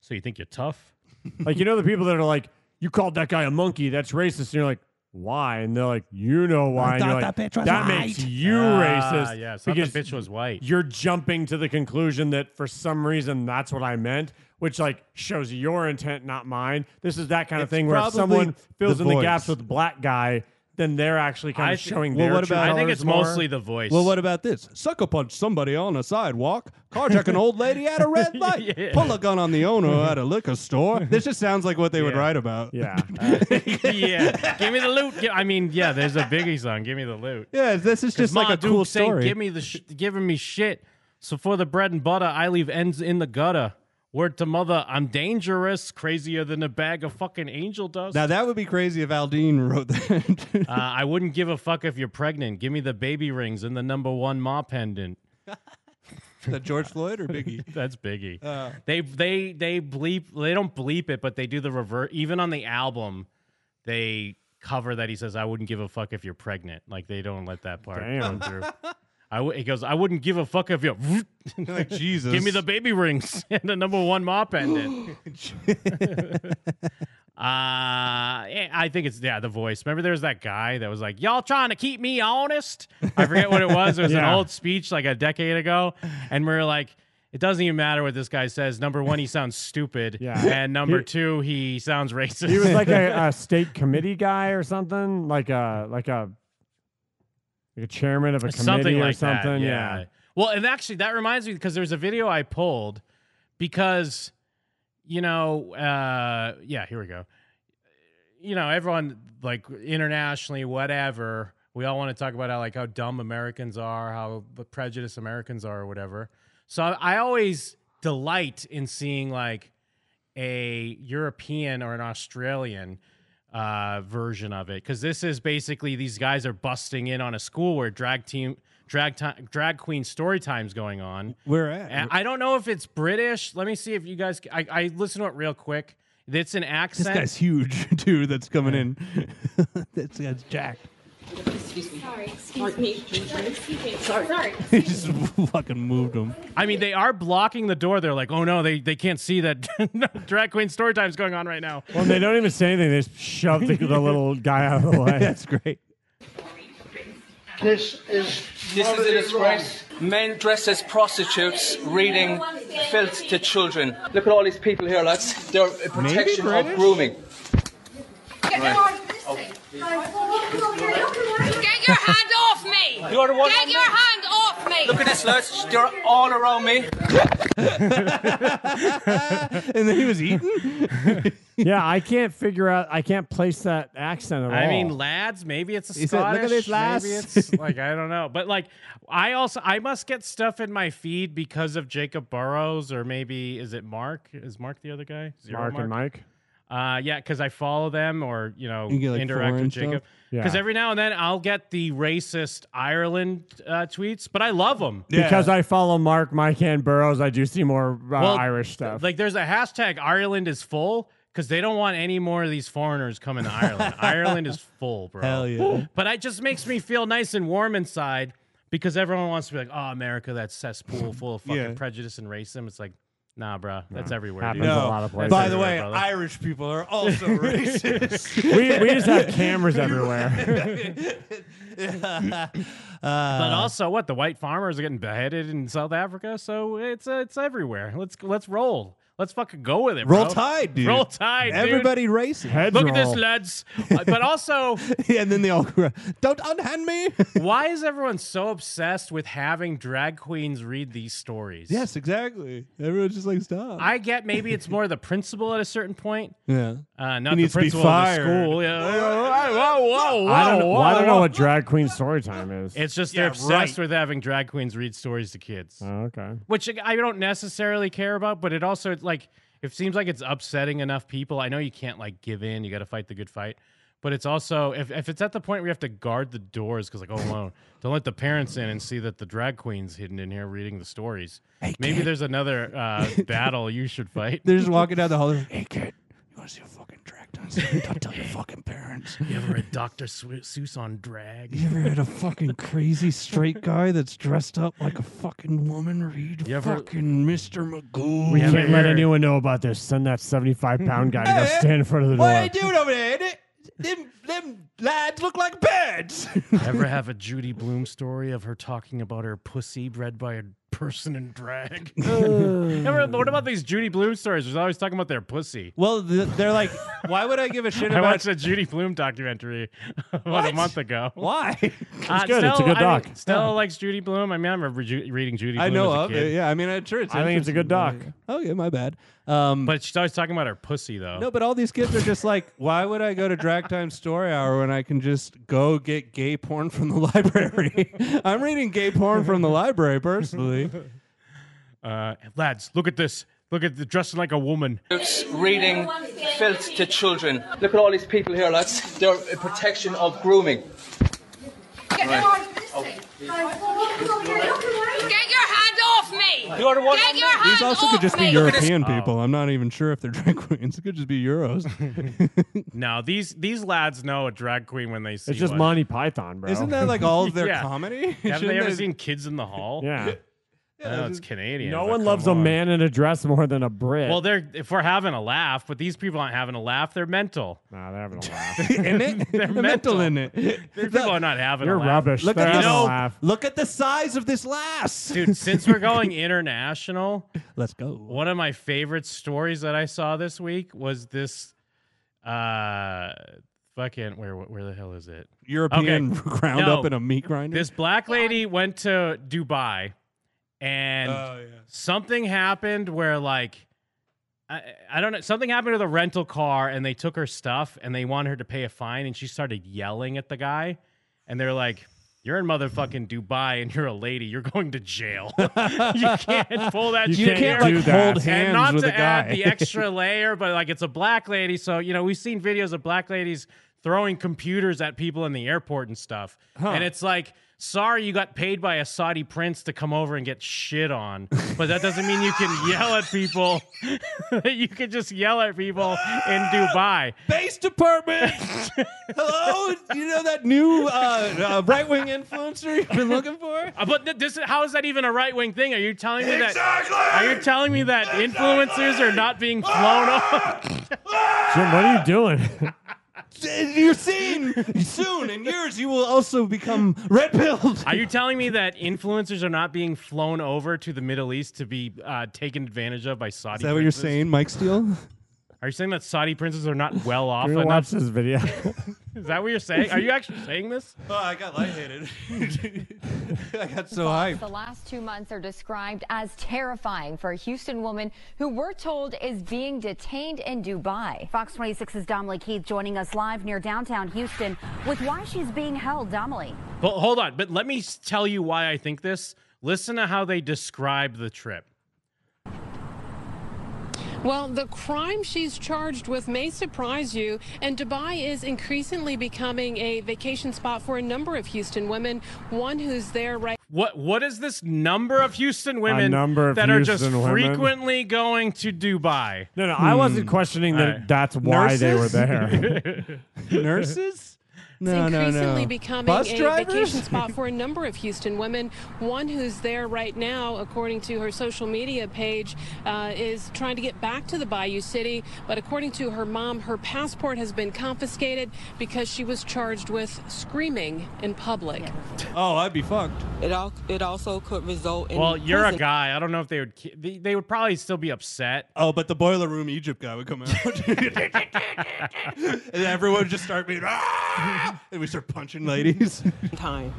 S7: So you think you're tough?
S5: like you know the people that are like, you called that guy a monkey. That's racist. And you're like, why? And they're like, you know why? And
S7: thought
S5: you're like,
S7: that bitch was
S5: that makes
S7: white."
S5: you
S7: Ah,
S5: racist.
S7: yeah, it's not the bitch was white.
S5: You're jumping to the conclusion that for some reason that's what I meant. Which like shows your intent, not mine. This is that kind of
S6: It's
S5: thing where if
S6: probably
S5: someone fills
S6: the
S5: in the
S6: voice.
S5: gaps with black guy, then they're actually kind
S7: I
S5: of
S7: thi-
S5: showing
S7: Well,
S5: their
S7: what about-
S5: true
S7: I think
S5: colours
S7: it's
S5: more.
S7: mostly the voice.
S6: Well, what about this? Sucker punch somebody on a sidewalk, carjack an old lady at a red light,
S7: Yeah.
S6: pull a gun on the owner at a liquor store. This just sounds like what they would write about.
S5: Yeah.
S7: yeah, give me the loot. Gi- I mean, yeah, there's a Biggie song. Give me the loot.
S6: yeah, this is
S7: 'Cause
S6: just like
S7: Ma
S6: a cool
S7: Duke's saying,
S6: story.
S7: Give me the sh- giving me shit. So for the bread and butter, I leave ends in the gutter. Word to mother, I'm dangerous, crazier than a bag of fucking angel dust.
S6: now that would be crazy if Aldine wrote that.
S7: uh, I wouldn't give a fuck if you're pregnant. Give me the baby rings and the number one ma pendant.
S6: that George Floyd or Biggie?
S7: That's Biggie.
S6: Uh,
S7: they they they bleep. They don't bleep it, but they do the reverse. Even on the album, they cover that he says, "I wouldn't give a fuck if you're pregnant." Like they don't let that part
S5: Damn.
S7: come through. I w- he goes, "I wouldn't give a fuck if you're."
S6: Like, Jesus.
S7: Give me the baby rings and the number one mop pendant. Uh, eh, I think it's yeah, the voice. Remember, there was that guy that was like, "Y'all trying to keep me honest?" I forget what it was. It was
S5: Yeah.
S7: an old speech like a decade ago, and we were like, "It doesn't even matter what this guy says." Number one, he sounds stupid,
S5: Yeah.
S7: and number
S5: He-
S7: two, he sounds racist.
S5: He was like a, a state committee guy or something, like a like a like a chairman of a committee
S7: something
S5: or
S7: like that,
S5: something. yeah.
S7: Well, and actually, that reminds me because there's a video I pulled because, you know, uh, yeah, here we go. You know, everyone like internationally, whatever. We all want to talk about how like how dumb Americans are, how prejudiced Americans are, or whatever. So I always delight in seeing like a European or an Australian uh, version of it because this is basically these guys are busting in on a school where drag team drag time drag queen story times going on.
S6: Where at?
S7: And I don't know if it's British. Let me see if you guys. I, I listened to it real quick. It's an
S6: This
S7: accent.
S6: guy's huge too. That's coming in. this guy's jacked.
S15: Excuse me. Sorry, excuse me. Sorry, excuse me. Sorry.
S6: he just fucking moved him.
S7: I mean, they are blocking the door. They're like, oh no, they they can't see that drag queen story time's going on right now.
S5: Well, they don't even say anything. They just shove the, the little guy out of the way.
S6: That's great.
S16: This is
S15: This is an express. Men dressed as prostitutes reading filth to children. Look at all these people here, lads. They're a protection of
S16: British?
S15: grooming.
S17: Right. Get your hand off me!
S15: You're the one-
S17: Get your hand off me!
S15: Look at this, lads. They're all around me.
S6: and then he was eating.
S5: yeah, I can't figure out. I can't place that accent at all.
S7: I mean, lads, maybe it's a
S5: He said, "Look at
S7: Scottish.
S5: this, lass."
S7: Maybe it's like I don't know, but like I also I must get stuff in my feed because of Jacob Burrows or maybe is it Mark? Is Mark the other guy? Zero
S5: Mark and Mike.
S7: Uh, yeah, because I follow them or you know
S5: You get, like,
S7: interact
S5: foreign
S7: with
S5: stuff?
S7: Jacob.
S5: Yeah.
S7: Because every now and then I'll get the racist Ireland uh, tweets, but I love them
S5: Because I follow Mark, Mike, and Burrows, I do see more uh,
S7: Well,
S5: Irish stuff.
S7: Like there's a hashtag Ireland is full because they don't want any more of these foreigners coming to Ireland. Ireland is full, bro.
S6: Hell yeah.
S7: But it just makes me feel nice and warm inside because everyone wants to be like, oh, America, that cesspool full of fucking
S6: Yeah.
S7: prejudice and racism. It's like, nah, bro, that's
S5: No.
S7: everywhere.
S5: Happens
S7: dude.
S5: a lot of places.
S6: By the way,
S7: everywhere, brother.
S6: Irish people are also racist.
S5: We- we just have cameras everywhere.
S6: Yeah. Uh,
S7: but also, what the white farmers are getting beheaded in South Africa, so it's uh, it's everywhere. Let's let's roll. Let's fucking go with it.
S6: Roll
S7: bro.
S6: Tide, dude.
S7: Roll tide. dude.
S6: Everybody racist. Head
S7: Look at this,
S6: roll.
S7: lads. Uh, but also,
S6: yeah, and then they all grew. Don't unhand me.
S7: why is everyone so obsessed with having drag queens read these stories?
S6: yes, exactly. Everyone's just like, stop.
S7: I get maybe it's more the principal at a certain point.
S6: yeah.
S7: Uh,
S6: He
S7: not
S6: needs
S7: the
S6: to be
S7: principal of the
S6: fired.
S7: school. Yeah. Whoa, whoa, whoa,
S5: I don't,
S7: whoa,
S5: well, I don't know
S7: whoa.
S5: what drag queen story time is.
S7: It's just they're
S5: Yeah,
S7: obsessed
S5: right.
S7: with having drag queens read stories to kids.
S5: Oh, okay.
S7: which I don't necessarily care about, but it also it's like it seems like it's upsetting enough people. I know you can't like give in; you got to fight the good fight. But it's also if, if it's at the point where you have to guard the doors because like oh no, don't let the parents in and see that the drag queen's hidden in here reading the stories. Maybe there's another uh, battle you should fight.
S6: They're just walking down the hall.
S7: Hey kid, you want to see a fucking drag dance? Don't tell your fucking parents. You ever read Doctor Seuss on drag?
S6: You ever had a fucking crazy straight guy that's dressed up like a fucking woman read
S7: You ever-
S6: fucking Mr. Magoo?
S5: We can't let anyone know about this. Send that 75 pound guy to go stand in front of the door.
S6: What are you doing over there? They- Them, them lads look like birds.
S7: Ever have a Judy Bloom story of her talking about her pussy bred by a person in drag?
S5: Uh.
S7: Ever, what about these Judy Bloom stories? She's always talking about their pussy.
S6: Well, they're like, why would I give a shit
S7: I
S6: about
S7: watched a Judy Bloom documentary about a
S6: What?
S7: month ago.
S6: why?
S7: Uh,
S5: good. It's a
S7: Stella-
S5: good
S7: I mean,
S5: doc.
S7: Stella likes Judy Bloom. I mean, I remember ju- reading Judy Bloom
S6: I know
S7: as a
S6: of
S7: kid.
S6: it. Yeah, I mean, I'm sure it's.
S5: I think it's a good doc.
S6: interesting, but- Okay, my bad. Um,
S7: But she's always talking about her pussy, though.
S6: No, but all these kids are just like, why would I go to drag time story hour when I can just go get gay porn from the library? I'm reading gay porn from the library personally.
S7: Uh, lads, look at this. Look at the dressing like a woman.
S15: It's reading filth to children. Look at all these people here, lads. They're a protection of grooming.
S17: Get your hand off me!
S15: You're the one
S17: Get
S15: on
S17: your hand
S6: These also could
S17: off
S6: just be
S17: me!
S6: European
S5: Oh.
S6: people. I'm not even sure if they're drag queens. It could just be Euros.
S7: No, these these lads know a drag queen when they see.
S5: It's just
S7: one.
S5: Monty Python, bro.
S6: Isn't that like all of their comedy?
S7: Haven't
S6: Shouldn't
S7: they ever
S6: they-
S7: seen Kids in the Hall?
S5: Yeah.
S7: I know it's Canadian.
S5: No
S7: but
S5: one
S7: come
S5: loves a
S7: on.
S5: man in a dress more than a Brit.
S7: Well, they're if we're having a laugh, but these people aren't having a laugh. They're mental.
S5: Nah, they're having a laugh.
S6: in it?
S7: They're
S6: The
S7: mental.
S6: in it.
S7: These people are not having.
S5: You're
S7: a laugh.
S5: rubbish.
S6: Look
S5: they're
S6: at
S5: having
S6: this.
S5: a laugh.
S6: Look at the size of this lass.
S7: dude. Since we're going international,
S6: Let's go.
S7: one of my favorite stories that I saw this week was this. Uh, fucking where where the hell is it?
S6: European
S7: Okay.
S6: ground
S7: No.
S6: up in a meat grinder.
S7: This black lady went to Dubai, and
S6: Oh,
S7: something happened where like. I, I don't know. Something happened to the rental car, and they took her stuff, and they wanted her to pay a fine, and she started yelling at the guy, and they're like, "You're in motherfucking Dubai, and you're a lady. You're going to jail. you can't pull that.
S6: You
S7: shit
S6: can't,
S7: here."
S6: like, Do that. hold
S7: and
S6: hands
S7: not
S6: with
S7: to
S6: a
S7: add
S6: guy.
S7: the extra layer, but like it's a black lady, so you know we've seen videos of black ladies throwing computers at people in the airport and stuff,
S6: Huh.
S7: and it's like. Sorry, you got paid by a Saudi prince to come over and get shit on, but that doesn't mean you can yell at people. you can just yell at people in Dubai.
S6: Base department. Hello, you know that new uh, uh, right wing influencer you've been looking for?
S7: Uh, But th- this is, how is that even a right wing thing? Are you telling me that? Are you telling me that influencers are not being flown off?
S5: Jim, what are you doing?
S6: You're seeing soon in years you will also become red pilled.
S7: Are you telling me that influencers are not being flown over to the Middle East to be uh, taken advantage of by Saudi?
S6: Is that what you're
S7: princes?
S6: saying, Mike Steele?
S7: Are you saying that Saudi princes are not well off
S5: We're gonna watch
S7: enough?
S5: this video.
S7: Is that what you're saying? Are you actually saying this?
S6: Oh, I got lightheaded. I got so hyped.
S18: The last two months are described as terrifying for a Houston woman who we're told is being detained in Dubai.
S19: Fox 26's Domly Keith joining us live near downtown Houston with why she's being held. Domly.
S7: But hold on, but let me s- tell you why I think this. Listen to how they describe the trip.
S20: Well, the crime she's charged with may surprise you, and Dubai is increasingly becoming a vacation spot for a number of Houston women. One who's there right
S7: What what is this number of Houston women
S5: number of
S7: that are just
S5: Houston women?
S7: frequently going to Dubai?
S5: No, no, I wasn't questioning that. That's why they were there.
S6: Nurses? No,
S20: it's
S6: no, no.
S20: increasingly becoming
S6: Bus
S20: a
S6: drivers?
S20: vacation spot for a number of Houston women. One who's there right now, according to her social media page, uh, is trying to get back to the Bayou City. But according to her mom, her passport has been confiscated because she was charged with screaming in public.
S6: Oh, I'd be fucked.
S21: It all it also could result in
S7: Well, you're a
S21: prison.
S7: guy. I don't know if they would. ki- They, they would probably still be upset.
S6: Oh, but the boiler room Egypt guy would come out. and everyone would just start being, "Ah!" and we start punching ladies.
S21: time.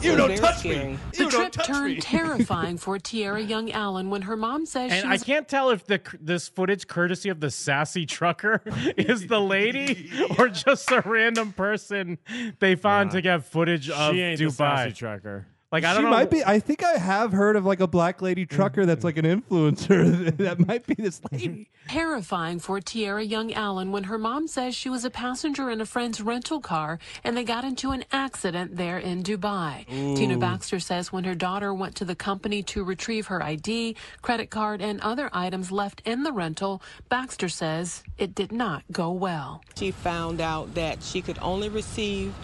S6: You
S21: So
S6: don't
S21: very
S6: touch
S21: scary.
S6: me. You
S21: The
S6: don't
S21: trip
S6: touch me.
S21: turned
S20: terrifying for Tierra Young Allen when her mom says she
S7: And I
S20: was
S7: can't tell if the c- this footage, courtesy of the sassy trucker, is the lady or just a random person they found to get footage of
S5: She ain't the
S7: Dubai.
S5: sassy trucker.
S7: Like I don't
S6: she
S7: know.
S6: might be. I think I have heard of like a black
S5: Mm.
S6: lady trucker that's like an influencer. that might be this lady.
S20: Terrifying for Tierra Young Allen when her mom says she was a passenger in a friend's rental car and they got into an accident there in Dubai. Tina Baxter says when her daughter went to the company to retrieve her ID, credit card, and other items left in the rental, Baxter says it did not go well.
S21: She found out that she could only receive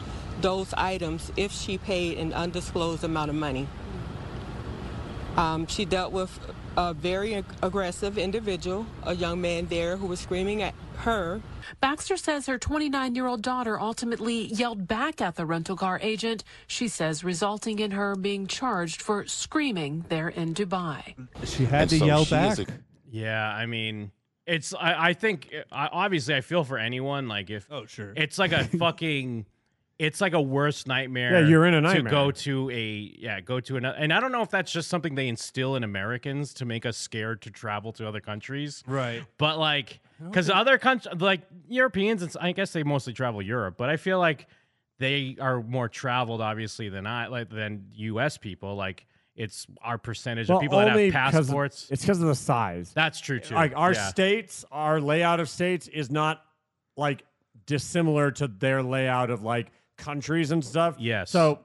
S21: those items if she paid an undisclosed amount of money. Um, she dealt with a very ag- aggressive individual, a young man there who was screaming at her.
S20: Baxter says her 29 year old daughter ultimately yelled back at the rental car agent, she says, resulting in her being charged for screaming there in Dubai.
S6: She had
S20: And
S6: to
S20: so
S6: yell
S20: she is
S6: back.
S20: a-
S7: Yeah, I mean, it's. I, I think I, obviously I feel for anyone. Like if
S6: oh sure,
S7: it's like a fucking. It's like a worst nightmare.
S5: Yeah, you're in a
S7: to
S5: nightmare.
S7: go to a yeah, go to another. And I don't know if that's just something they instill in Americans to make us scared to travel to other countries.
S6: Right.
S7: But like, because other countries, like Europeans, it's, I guess they mostly travel Europe, but I feel like they are more traveled, obviously, than I like than U.S. people. Like, it's our percentage
S5: Well,
S7: of people that
S5: only
S7: have
S5: 'cause of-
S7: passports.
S5: It's because of the size.
S7: That's true too.
S5: Like our
S7: Yeah.
S5: states, our layout of states is not like dissimilar to their layout of like countries and stuff.
S7: Yes.
S5: So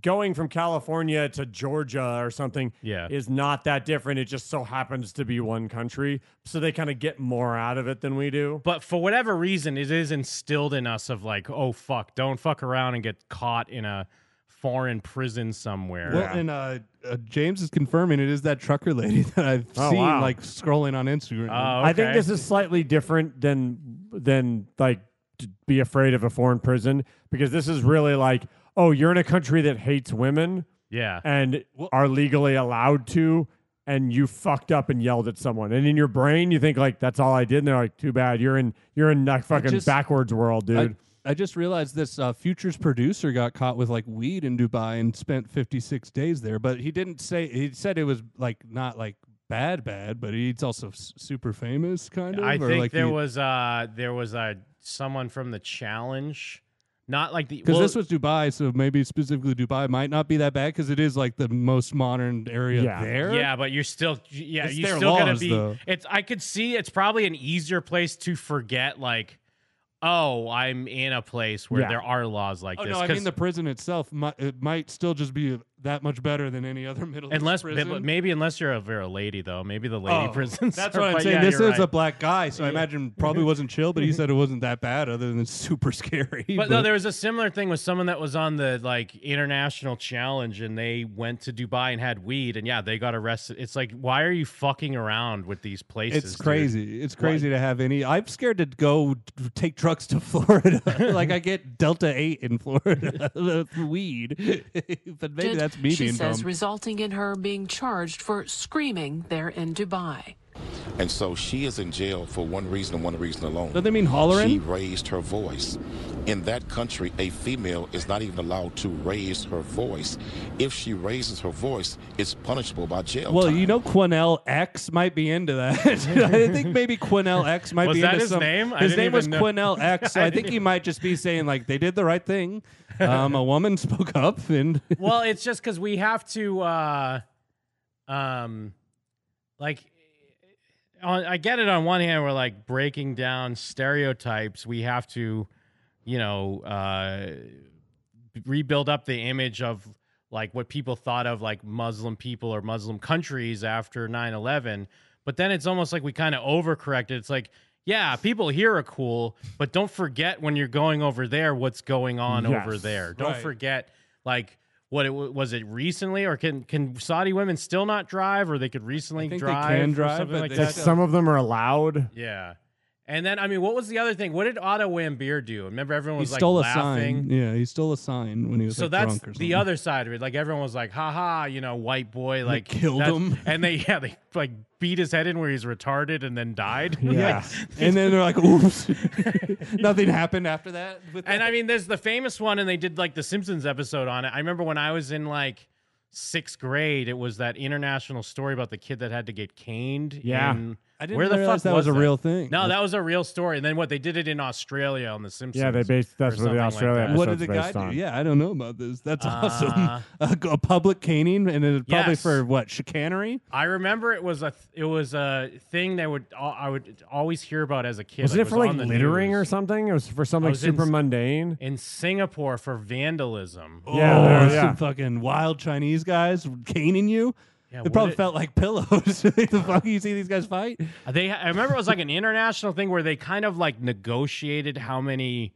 S5: going from California to Georgia or something
S7: Yeah.
S5: is not that different. It just so happens to be one country. So they kind of get more out of it than we do.
S7: But for whatever reason, it is instilled in us of like, oh fuck, don't fuck around and get caught in a foreign prison somewhere.
S6: Well, and uh, uh, James is confirming it is that trucker lady that I've
S5: Oh,
S6: seen
S5: wow.
S6: like scrolling on Instagram.
S7: Uh,
S5: I think this is slightly different than than like to be afraid of a foreign prison because this is really like, oh, you're in a country that hates women.
S7: Yeah.
S5: And are legally allowed to and you fucked up and yelled at someone. And in your brain you think like that's all I did and they're like, too bad. You're in you're in that fucking
S6: just-
S5: backwards world, dude.
S6: I, I just realized this uh, Futures producer got caught with like weed in Dubai and spent 56 days there, but he didn't say he said it was like not like bad bad, but he's also s- super famous kind of.
S7: I
S6: or,
S7: think
S6: like,
S7: there
S6: he-
S7: was uh there was uh someone from the challenge. Not like the
S6: Because
S7: well,
S6: this was Dubai, so maybe specifically Dubai might not be that bad because it is like the most modern area
S5: Yeah.
S6: there.
S7: Yeah, but you're still yeah,
S6: It's
S7: you
S6: their
S7: still gotta
S6: laws,
S7: be
S6: though.
S7: it's I could see it's probably an easier place to forget like oh, I'm in a place where
S6: Yeah.
S7: there are laws like
S6: oh
S7: this.
S6: no, I
S7: 'cause-
S6: mean the prison itself. Might, it might still just be that much better than any other Middle
S7: unless
S6: East prison.
S7: but maybe unless you're a Vera lady though, maybe the lady
S6: Oh,
S7: prisons.
S6: That's
S7: are-
S6: what I'm
S7: but
S6: saying.
S7: yeah,
S6: this
S7: you're
S6: is a
S7: right.
S6: black guy, so I imagine probably wasn't chill, but he said it wasn't that bad, other than it's super scary.
S7: Mm-hmm. But no, there was a similar thing with someone that was on the like international challenge, and they went to Dubai and had weed, and yeah, they got arrested. It's like, why are you fucking around with these places?
S6: It's
S7: dude?
S6: crazy. It's crazy to have any. I'm scared to go t- take trucks to Florida. like I get Delta Eight in Florida with weed, but maybe
S20: Did-
S6: that's me
S20: she
S6: being
S20: says,
S6: dumb.
S20: resulting in her being charged for screaming there in Dubai.
S1: And so she is in jail for one reason and one reason alone.
S6: Don't they mean hollering?
S1: She raised her voice. In that country, a female is not even allowed to raise her voice. If she raises her voice, it's punishable by jail
S6: Well,
S1: time.
S6: you know, Quinnell X might be into that. I think maybe Quinnell X might
S1: Was
S6: be
S1: that
S6: into
S1: his
S6: some-
S1: name? I
S6: His
S1: didn't
S6: name was
S1: even know.
S6: Quinnell X. So I think he might just be saying like they did the right thing. Um, a woman spoke up, and
S7: well, it's just because we have to, uh, um, like, on, I get it. On one hand, we're like breaking down stereotypes. We have to, you know, uh, rebuild up the image of like what people thought of like Muslim people or Muslim countries after 9 11. But then it's almost like we kind of overcorrected. It's like, yeah, people here are cool, but don't forget when you're going over there what's going on
S22: Yes.
S7: over there. Don't
S22: Right.
S7: forget like what it wa- was it recently or can can Saudi women still not drive or they could recently
S6: think they
S7: drive
S6: can
S7: or
S6: drive,
S7: something
S6: but
S7: like
S6: they
S7: that.
S6: still-
S5: Some of them are allowed.
S7: yeah. And then I mean, what was the other thing? What did Otto Wambier do? Remember everyone
S6: he
S7: was
S6: stole
S7: like
S6: a
S7: laughing
S6: sign. Yeah, he stole a sign when he was
S7: so
S6: like,
S7: that's
S6: drunk or something.
S7: the other side of it. Like everyone was like, "Haha, you know, white boy." Like
S6: killed
S7: that's-
S6: him.
S7: and they yeah, they like beat his head in where he's retarded and then died.
S6: Yeah.
S7: Like,
S6: and then they're like, oops. Nothing happened after that.
S7: and I mean, there's the famous one, and they did like the Simpsons episode on it. I remember when I was in like sixth grade, it was that international story about the kid that had to get caned.
S6: Yeah.
S7: in-
S6: I didn't
S7: where the
S6: realize
S7: fuck
S6: that was a real thing.
S7: No, that was a real story. And then what they did it in Australia on the Simpsons.
S5: Yeah, they based that's what
S7: or something
S5: the
S7: like
S5: Australia.
S7: that.
S6: What did the
S5: episode's
S6: guy
S5: based
S6: do?
S5: on.
S6: Yeah, I don't know about this. That's
S7: Uh,
S6: awesome. A, a public caning, and it probably
S7: Yes.
S6: for what chicanery?
S7: I remember it was a th- it was a thing that would al- I would always hear about as a kid.
S5: Was
S7: Like,
S5: it for
S7: on
S5: like
S7: the
S5: littering
S7: news.
S5: or something? It was for something
S7: was in
S5: super
S7: s-
S5: mundane.
S7: in Singapore for vandalism?
S5: Yeah,
S6: oh,
S5: there-
S6: there's
S5: yeah.
S6: some fucking wild Chinese guys caning you.
S7: Yeah,
S6: it
S7: what
S6: probably
S7: it-
S6: felt like pillows. the fuck you see these guys fight?
S7: They I remember it was like an international thing where they kind of like negotiated how many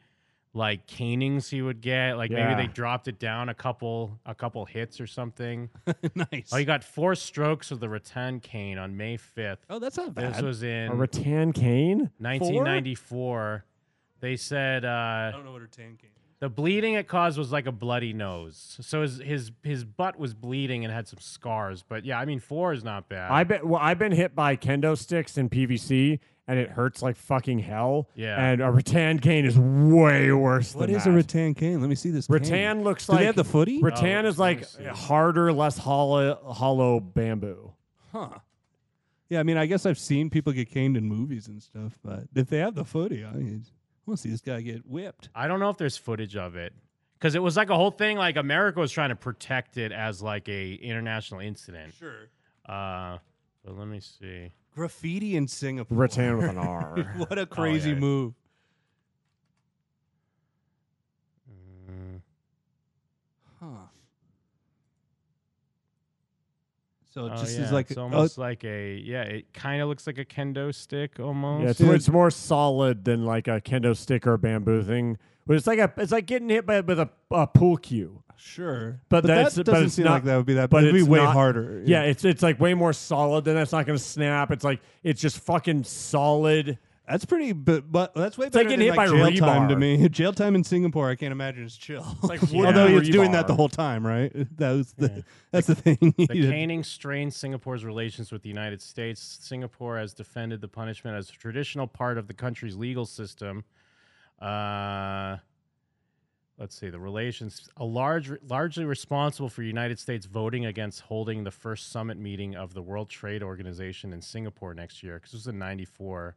S7: like canings he would get. Like
S6: Yeah.
S7: maybe they dropped it down a couple a couple hits or something.
S6: nice.
S7: Oh, he got four strokes of the rattan cane on May fifth.
S6: Oh, that's not
S7: This
S6: bad.
S7: was in
S5: a rattan cane.
S7: 1994. They said uh, I don't
S6: know what her tan cane.
S7: The bleeding it caused was like a bloody nose. So his his his butt was bleeding and had some scars. But yeah, I mean four is not bad.
S5: I bet. Well, I've been hit by kendo sticks and PVC, and it hurts like fucking hell.
S7: Yeah.
S5: And a rattan cane is way worse
S6: What
S5: than
S6: is
S5: that.
S6: a rattan cane? Let me see this. cane.
S5: rattan? Looks
S6: Do
S5: like
S6: they have the footy? Oh.
S5: Rattan is like harder, less hollow, hollow bamboo.
S6: Huh. Yeah, I mean, I guess I've seen people get caned in movies and stuff, but if they have the footy, I mean, I want to see this guy get whipped.
S7: I don't know if there's footage of it because it was like a whole thing. Like America was trying to protect it as like a international incident.
S6: Sure.
S7: Uh, but let me see.
S6: Graffiti in Singapore.
S5: Rattan with an R.
S6: what a
S7: Oh,
S6: crazy
S7: yeah.
S6: move.
S7: Mm.
S6: Huh. So it
S7: Oh,
S6: just
S7: yeah,
S6: is like
S7: it's
S6: oh,
S7: almost like a yeah. It kind of looks like a kendo stick almost.
S5: Yeah, it's, it's more solid than like a kendo stick or bamboo thing. But it's like a, it's like getting hit by with a, a pool cue.
S6: Sure,
S5: But,
S6: But
S5: that's
S6: that
S5: but
S6: doesn't
S5: it's
S6: seem
S5: not,
S6: like that would be that-
S5: But
S6: it'd be
S5: it's
S6: way
S5: not-
S6: harder,
S5: Yeah.
S6: yeah.
S5: it's it's like way more solid. Then that's not going to snap. It's like it's just fucking solid.
S6: That's pretty, but, but that's way
S5: It's like
S6: better
S5: getting hit
S6: than,
S5: by
S6: jail time
S5: rebar.
S6: to me. Jail time in Singapore, I can't imagine it's chill.
S5: like wood
S6: Although
S5: and
S6: it's doing that
S5: rebar.
S6: the whole time, right? That was the that's the thing.
S7: The
S6: You-
S7: caning strained Singapore's relations with the United States. Singapore has defended the punishment as a traditional part of the country's legal system. Uh, let's see the relations a large largely responsible for United States voting against holding the first summit meeting of the World Trade Organization in Singapore next year because this was in '94.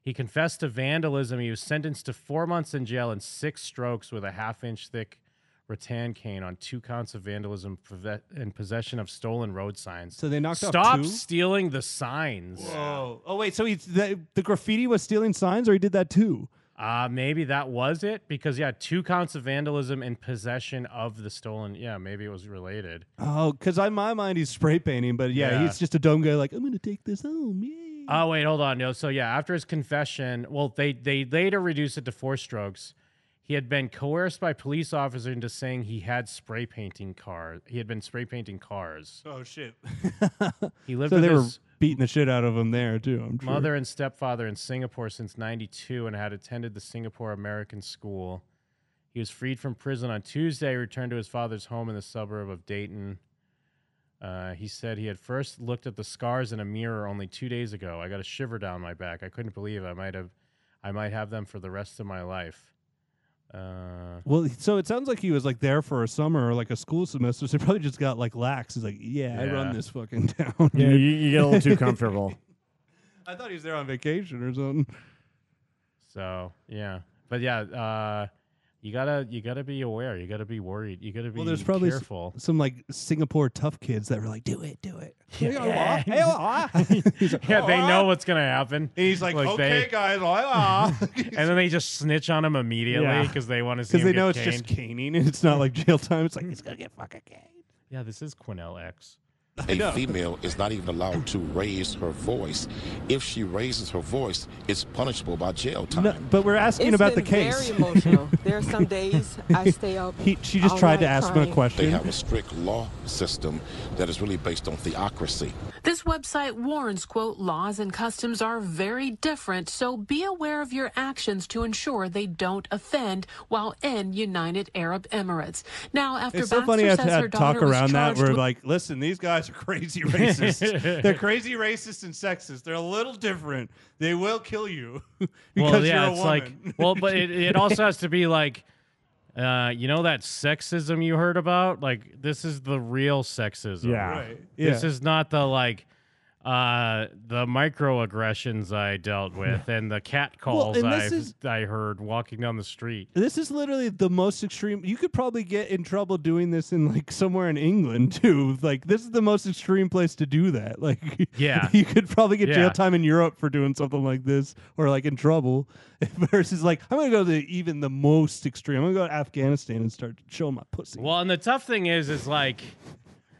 S7: He confessed to vandalism. He was sentenced to four months in jail and six strokes with a half-inch thick rattan cane on two counts of vandalism prove- and possession of stolen road signs.
S6: So they knocked off
S7: Stop
S6: two?
S7: stealing the signs.
S6: Oh, Whoa. Oh wait, so he's the, the graffiti was stealing signs, or he did that too?
S7: Uh, maybe that was it because yeah, two counts of vandalism and possession of the stolen. Yeah, maybe it was related.
S6: Oh, because in my mind he's spray painting, but yeah,
S7: Yeah.
S6: he's just a dumb guy. Like I'm gonna take this home. Yeah.
S7: Oh wait, hold on. No, so yeah, after his confession, well, they they later reduced it to four strokes. He had been coerced by police officers into saying he had spray painting cars. He had been spray painting cars.
S6: Oh shit.
S7: he lived
S6: so
S7: with
S6: they were
S7: his
S6: beating the shit out of him there too. I'm sure.
S7: mother and stepfather in Singapore since 92 and had attended the Singapore American School. He was freed from prison on Tuesday, returned to his father's home in the suburb of Dayton. Uh, he said he had first looked at the scars in a mirror only two days ago. I got a shiver down my back. I couldn't believe I might have, I might have them for the rest of my life. Uh,
S6: Well, so it sounds like he was like there for a summer or like a school semester. So he probably just got like lax. He's like, yeah, I
S7: Yeah.
S6: run this fucking town.
S5: Yeah,
S6: dude."
S5: you, you get a little too comfortable.
S6: I thought he was there on vacation or something.
S7: so yeah, but yeah, uh, you gotta you gotta be aware. You gotta be worried. You gotta be
S6: Well, there's probably s-
S7: careful.
S6: some like Singapore tough kids that were like, do it, do it.
S7: Yeah.
S6: Hey, ah, hey, ah. He's like,
S7: Yeah, they
S6: "Ah."
S7: know what's gonna happen.
S6: He's like, okay, guys, ah, ah."
S7: and then they just snitch on him immediately
S6: Yeah.
S7: because they want to see.
S6: Because they
S7: him
S6: know
S7: get
S6: it's just
S7: caned.
S6: caning. and It's not like jail time. It's like it's gonna get fucking caned.
S7: Yeah, this is Quinnell X.
S1: A female is not even allowed to raise her voice. If she raises her voice, it's punishable by jail time.
S6: No, but we're asking
S21: It's
S6: about the
S21: been
S6: case.
S21: Very emotional. there are some days I stay up.
S6: He- she just
S21: all
S6: tried to
S21: night
S6: ask him a
S21: crying.
S6: question.
S1: They have a strict law system that is really based on theocracy.
S20: This website warns, quote, laws and customs are very different, so be aware of your actions to ensure they don't offend while in United Arab Emirates. Now, after
S6: It's
S20: Baxter
S6: so funny how
S20: says
S6: to
S20: her daughter
S6: talk
S20: was
S6: around that.
S20: charged
S6: We're
S20: with-
S6: like, listen, these guys are crazy racist. They're crazy racist and sexist. They're a little different. They will kill you because
S7: well, yeah,
S6: you're a
S7: it's
S6: woman.
S7: like well, but it, it also has to be like, uh, you know that sexism you heard about? Like this is the real sexism.
S5: Yeah. Right,
S7: This
S5: yeah.
S7: is not the like. Uh, the microaggressions I dealt with and the cat
S6: Well,
S7: calls
S6: and
S7: I
S6: this is-
S7: I heard walking down the street.
S6: This is literally the most extreme. You could probably get in trouble doing this in like somewhere in England too. Like this is the most extreme place to do that. Like
S7: Yeah.
S6: you could probably get
S7: Yeah.
S6: jail time in Europe for doing something like this or like in trouble. Versus like I'm gonna go to even the most extreme. I'm gonna go to Afghanistan and start showing my pussy.
S7: Well, and the tough thing is, is like,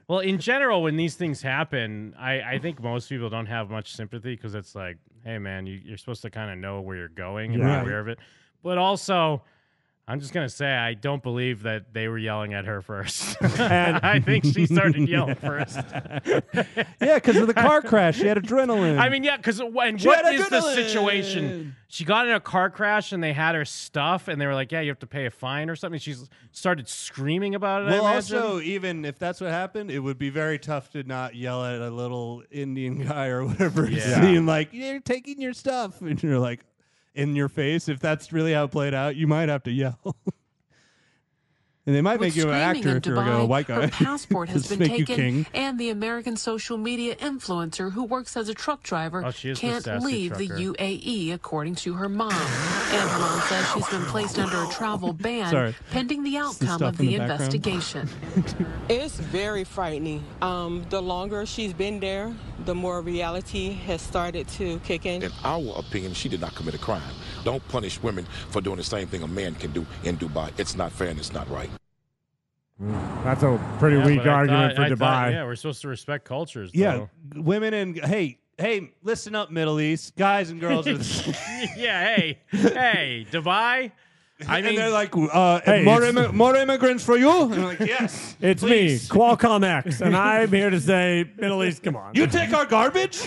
S7: well, in general, when these things happen, I, I think most people don't have much sympathy because it's like, hey, man, you, you're supposed to kind of know where you're going and
S5: Yeah.
S7: be aware of it. But also, I'm just gonna say I don't believe that they were yelling at her first.
S5: And-
S7: I think she started yelling first.
S6: yeah, because of the car crash, she had adrenaline.
S7: I mean, yeah, because and what is
S6: She had
S7: the
S6: adrenaline.
S7: situation? She got in a car crash and they had her stuff and they were like, yeah, you have to pay a fine or something. She started screaming about it. I
S6: Well,
S7: imagine.
S6: also, even if that's what happened, it would be very tough to not yell at a little Indian guy or whatever, is
S7: Yeah.
S6: being like, "You're taking your stuff," and you're like, in your face. If that's really how it played out, you might have to yell. and they might
S20: with
S6: make you an
S20: screaming
S6: actor
S20: in
S6: if you're a
S20: Dubai,
S6: white guy.
S20: Her passport has
S6: Just
S20: been
S6: make you
S20: taken,
S6: king.
S20: and the American social media influencer who works as a truck driver
S7: Oh, she is the
S20: can't
S7: sassy
S20: leave
S7: trucker.
S20: the UAE, according to her mom. And her mom says she's been placed under a travel ban
S21: Sorry.
S20: pending the
S21: It's the
S20: outcome
S21: stuff
S20: of
S21: in
S20: the,
S21: the background.
S20: investigation.
S21: It's very frightening. Um, the longer she's been there, the more reality has started to kick in.
S1: In our opinion, she did not commit a crime. Don't punish women for doing the same thing a man can do in Dubai. It's not fair and it's not right.
S5: That's a pretty
S7: Yeah,
S5: weak
S7: but I
S5: argument
S7: thought-
S5: for
S7: I
S5: Dubai.
S7: thought, yeah, we're supposed to respect cultures.
S6: Yeah,
S7: though.
S6: g- women and hey, hey, listen up, Middle East guys and girls. Are the same.
S7: yeah. Hey, hey, Dubai. I mean,
S6: and they're like, uh,
S5: Hey,
S6: more,
S5: it's-
S6: immi- more immigrants for you. And I'm like, yes,
S5: It's
S6: please.
S5: me, Qualcomm X, and I'm here to say, Middle East, come on.
S6: You take our garbage?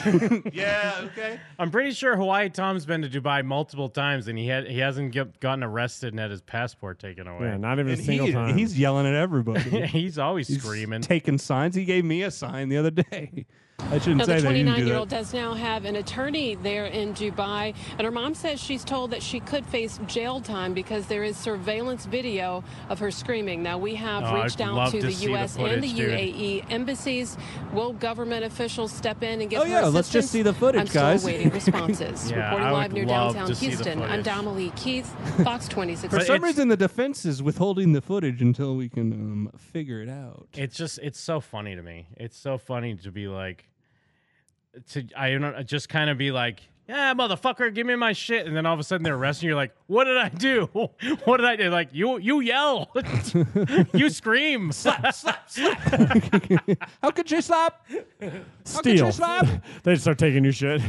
S6: yeah, okay.
S7: I'm pretty sure Hawaii Tom's been to Dubai multiple times, and he had he hasn't get, gotten arrested and had his passport taken away.
S5: Yeah, not even a
S6: And
S5: single
S6: he-
S5: time.
S6: He's yelling at everybody.
S7: He's always
S6: He's
S7: screaming.
S6: taking signs. He gave me a sign the other day. I shouldn't
S20: Now,
S6: say
S20: the
S6: that. You
S20: 29
S6: can do
S20: year
S6: that.
S20: old does now have an attorney there in Dubai, and her mom says she's told that she could face jail time because there is surveillance video of her screaming. Now, we have
S7: Oh,
S20: reached
S7: I'd
S20: out
S7: love
S20: to,
S7: to
S20: the
S7: see the
S20: U.S. and
S7: footage,
S20: the E
S7: dude.
S20: UAE embassies. Will government officials step in and give
S6: Oh,
S20: her
S6: yeah, let's just
S20: assistance?
S6: see the footage,
S20: I'm
S6: guys.
S20: still awaiting responses.
S6: Yeah,
S20: Reporting
S6: I
S20: live
S6: would
S20: near
S6: love
S20: downtown
S6: to see the
S20: Houston, I'm
S6: footage.
S20: Dominique Keith, Fox 26.
S6: For some reason, the defense is withholding the footage until we can um, figure it out.
S7: It's just it's so funny to me. It's so funny to be like, to I don't know, just kind of be like, yeah, motherfucker, give me my shit. And then all of a sudden they're arresting you. You're like, what did I do? What did I do? Like, you you yell, you scream, slap, slap, slap.
S6: How could you slap?
S5: Steal.
S6: slap?
S5: they start taking your shit.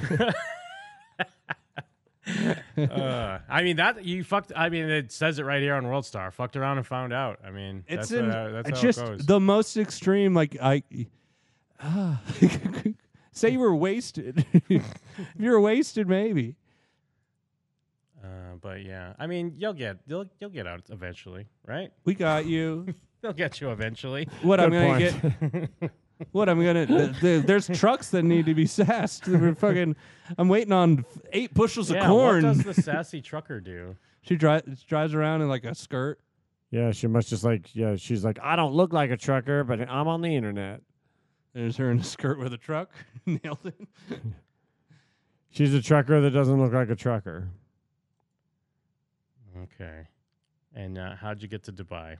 S7: uh, I mean that you fucked. I mean it says it right here on World Star. Fucked around and found out. I mean
S6: It's
S7: that's,
S6: in,
S7: how, that's how
S6: just
S7: it goes.
S6: the most extreme. Like I, ah, say you were wasted. if you were wasted, maybe.
S7: Uh, but yeah, I mean you'll get you'll you'll get out eventually, right?
S6: We got you.
S7: They'll get you eventually.
S6: What I'm gonna get? what I'm gonna? th- th- there's trucks that need to be sassed. We're fucking. I'm waiting on eight bushels
S7: yeah,
S6: of corn.
S7: What does the sassy trucker do?
S6: she dri- drives around in like a skirt.
S5: yeah, she must just like, yeah, she's like, I don't look like a trucker, but I'm on the internet.
S6: There's her in a skirt with a truck. Nailed it.
S5: She's a trucker that doesn't look like a trucker.
S7: Okay. And uh, how'd you get to Dubai?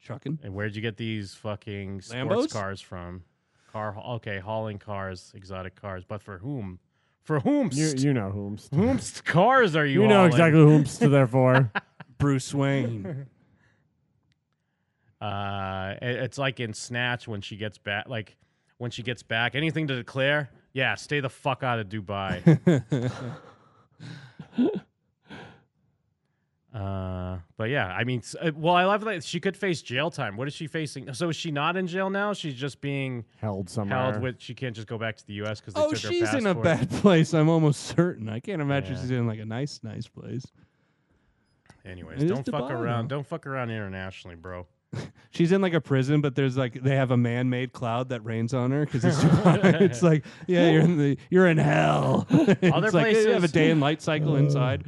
S6: Trucking.
S7: And where'd you get these fucking
S6: Lambos?
S7: sports cars from? Car, okay, hauling cars, exotic cars, but for whom? For whom?
S5: You, you know whomst.
S7: Whomst cars are you?
S5: You know
S7: hauling?
S5: exactly whomst they're for.
S6: Bruce Wayne.
S7: Uh, it- it's like in Snatch when she gets back. Like when she gets back, anything to declare? Yeah, stay the fuck out of Dubai. uh, but yeah, I mean, s- uh, well, I love that she could face jail time. What is she facing? So is she not in jail now? She's just being
S5: Held somewhere.
S7: held with. She can't just go back to the U.S. because
S6: Oh,
S7: took
S6: she's
S7: her
S6: in a
S7: passport.
S6: bad place. I'm almost certain. I can't imagine
S7: Yeah.
S6: she's in like a nice, nice place.
S7: Anyways,
S6: It is
S7: don't fuck
S6: Dubai
S7: around.
S6: now.
S7: Don't fuck around internationally, bro.
S6: She's in like a prison, but there's like they have a man-made cloud that rains on her because it's Dubai. it's like yeah, you're in the you're in hell. Other it's like, they have a
S7: places-
S6: day and light cycle inside.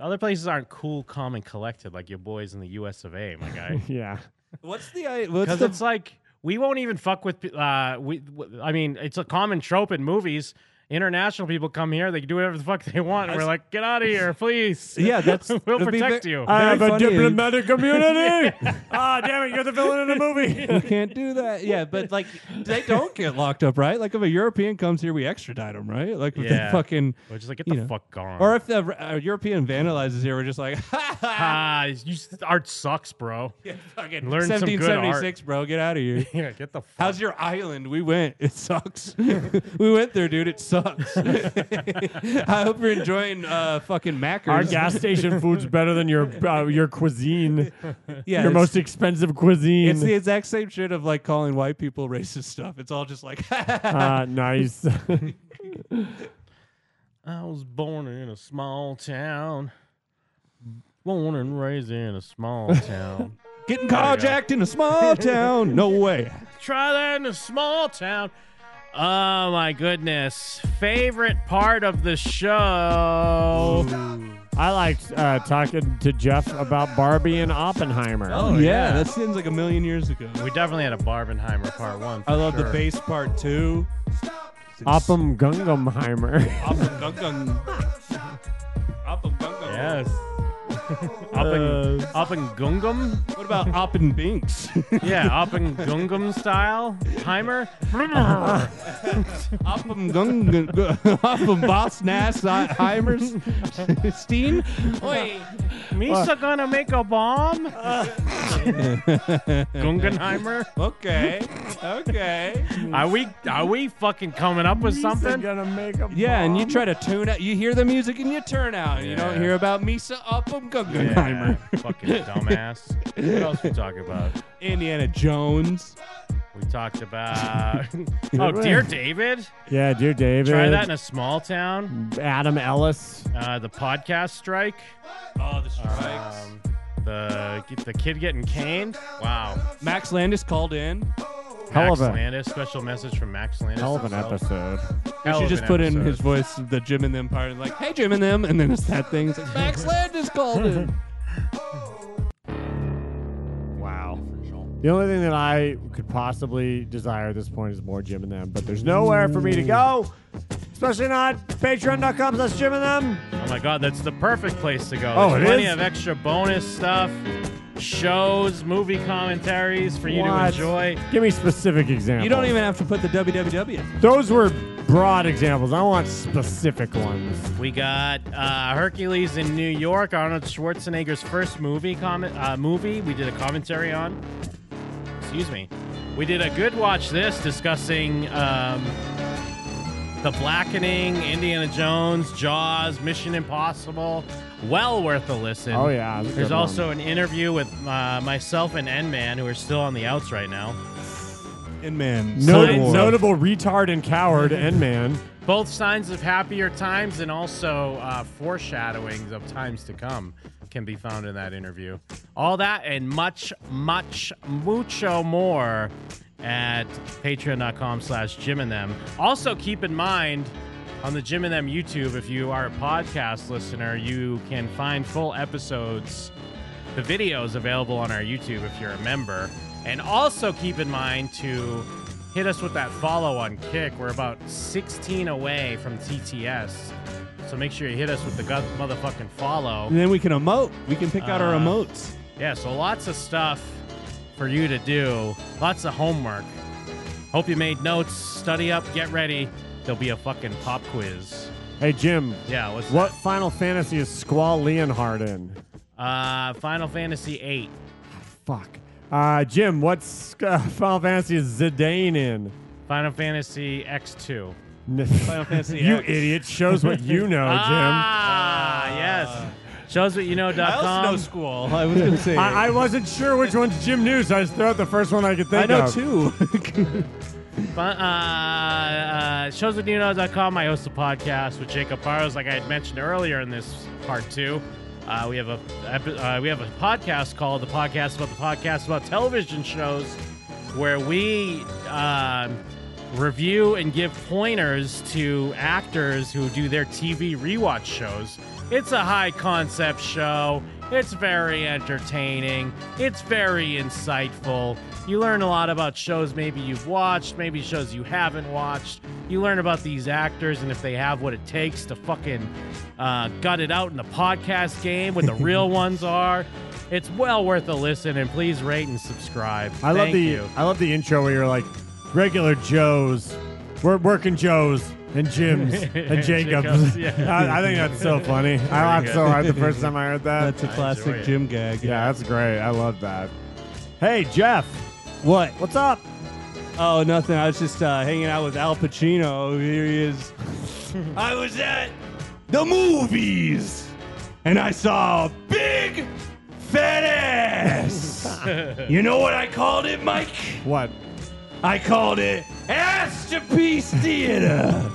S7: Other places aren't cool, calm, and collected like your boys in the U.S. of A. My guy.
S5: yeah.
S6: What's the I- what's
S7: Because
S6: the
S7: it's like we won't even fuck with. pe- Uh, we, w- I mean, it's a common trope in movies. International people come here; they can do whatever the fuck they want. and we're like, get out of here, please.
S6: Yeah, that's-
S7: we'll
S6: it'd be
S7: protect
S6: ve-
S7: you.
S5: I have a
S6: funny.
S5: diplomatic community. ah, damn it, you're the villain in the
S6: we
S5: movie.
S6: can't do that. Yeah, but like they don't get locked up, right? Like if a European comes here, we extradite them, right? Like with
S7: Yeah.
S6: the fucking
S7: We're just like, get
S6: you
S7: the
S6: know.
S7: fuck gone.
S6: Or if the uh, European vandalizes here, we're just like,
S7: ah, you, s- art sucks, bro. Yeah,
S6: fucking
S7: learn some good art.
S6: 1776, bro. Get out of here.
S7: Yeah, get the fuck.
S6: How's your island? We went. It sucks. we went there, dude. It sucks. I hope you're enjoying uh, fucking Macca's.
S5: Our gas station food's better than your uh, your cuisine.
S6: Yeah,
S5: your
S6: it's-
S5: most expensive cuisine.
S6: It's the exact same shit of like calling white people racist stuff. It's all just like,
S5: Ah, nice.
S7: I was born in a small town. Born and raised in a small town.
S6: getting
S7: There you go.
S6: carjacked in a small town. No way.
S7: Try that in a small town. Oh my goodness. Favorite part of the show.
S5: I liked uh, talking to Jeff about Barbie and Oppenheimer.
S6: Oh, yeah. That seems like a million years ago.
S7: We definitely had a Barbenheimer part one. for
S6: I love the
S7: sure.
S6: bass part too.
S5: Oppum Gungamheimer.
S7: Yes. up
S5: Uh,
S7: and up and gungum?
S6: What about Oppen Binks?
S7: Yeah, up and gungum style. Timer.
S6: Oppen Gungan, Oppen Boss Nass Heimers, Steen. Oi.
S5: Uh.
S7: Misa gonna make a bomb? Gungenheimer?
S6: Okay. Okay.
S7: Are we are we fucking coming up with something?
S5: gonna make a
S6: Yeah, and you try to tune out. You hear the music and you turn out. and You
S7: Yeah.
S6: don't hear about Misa Oppen
S7: Yeah,
S6: Gungenheimer.
S7: fucking dumbass. What else we talk about?
S6: Indiana Jones.
S7: We talked about oh, dear David.
S5: Yeah, dear David.
S7: Try that in a small town.
S5: Adam Ellis.
S7: Uh, the podcast strike.
S6: Oh, the strikes.
S7: Um, the the kid getting caned. Wow.
S6: Max Landis called in.
S5: Hell
S7: Max
S5: of a-
S7: Landis. Special message from Max Landis.
S5: Hell of an
S7: himself.
S5: episode.
S6: We
S7: Hell
S6: should
S7: of
S6: just
S7: an
S6: put in
S7: episode.
S6: his voice, the Jim and them part, and like, hey, Jim and them, and then it's that thing. It's like, Max Landis called in.
S5: Wow. The only thing that I could possibly desire at this point is more Jim and them, but there's nowhere for me to go, especially not patreon.com slash Jim and them.
S7: Oh my God, that's the perfect place to go.
S5: Oh,
S7: There's
S5: it
S7: plenty
S5: is?
S7: of extra bonus stuff. shows, movie commentaries for you to
S5: What?
S7: enjoy.
S5: Give me specific examples.
S7: You don't
S5: even
S7: have to put the WWW.
S5: Those were broad examples. I want specific ones.
S7: We got uh, Hercules in New York, Arnold Schwarzenegger's first movie comment uh, movie. We did a commentary on. Excuse me. We did a good watch this discussing um, the Blackening, Indiana Jones, Jaws, Mission Impossible. Well worth a listen.
S5: Oh, yeah, it was a
S7: There's
S5: good one.
S7: also an interview with uh, myself and N Man, who are still on the outs right now.
S6: And man,
S5: No-
S6: Civil War.
S5: notable retard and coward and man.
S7: Both signs of happier times and also uh, foreshadowings of times to come can be found in that interview. All that and much, much, mucho more at patreon.com slash Jim and Them. Also, keep in mind on the Jim and Them YouTube, if you are a podcast listener, you can find full episodes the video is available on our YouTube if you're a member. And also keep in mind to hit us with that follow on Kick. We're about 16 away from TTS. So make sure you hit us with the gut motherfucking follow.
S6: And then we can emote. We can pick out our
S7: Uh,
S6: emotes.
S7: Yeah, so lots of stuff for you to do, lots of homework. Hope you made notes, study up, get ready. There'll be a fucking pop quiz.
S5: Hey Jim.
S7: Yeah, what's
S5: what Final Fantasy is Squall Leonhard in?
S7: Uh, Final Fantasy VIII.
S5: Fuck. Uh, Jim, what's uh, Final Fantasy is Zidane in?
S7: Final Fantasy X2.
S5: Final
S7: Fantasy
S5: You
S7: X.
S5: idiot. Shows what you know, Jim.
S7: Ah, yes. Shows what you know.
S5: I also know
S7: school.
S6: I was gonna say.
S5: I, I wasn't sure which one's Jim News. I just threw out the first one I could think
S6: I know
S5: of.
S6: two.
S7: Fun, uh, uh, showswithnuno.com. I host a podcast with Jacob Barros, like I had mentioned earlier in this part two. Uh, we have a epi- uh, we have a podcast called the podcast about the podcast about television shows, where we um review and give pointers to actors who do their TV rewatch shows. It's a high concept show. It's very entertaining. It's very insightful. You learn a lot about shows maybe you've watched, maybe shows you haven't watched. You learn about these actors and if they have what it takes to fucking uh, gut it out in the podcast game, what the real ones are. It's well worth a listen, and please rate and subscribe.
S5: I love
S7: Thank
S5: the
S7: you.
S5: I love the intro where you're like regular Joes, we're working Joes and Jims and Jacobs.
S7: Jacobs, yeah.
S5: I, I think that's so funny.
S7: Very
S5: I laughed so
S7: good.
S5: hard the first time I heard that.
S6: That's a I classic enjoy it. Jim gag.
S5: Yeah, that's great. I love that. Hey Jeff,
S6: what?
S5: What's up?
S6: Oh, nothing. I was just uh, hanging out with Al Pacino. Here he is. I was at the movies, and I saw a big fat ass. you know what I called it, Mike?
S5: What?
S6: I called it Masterpiece Theater.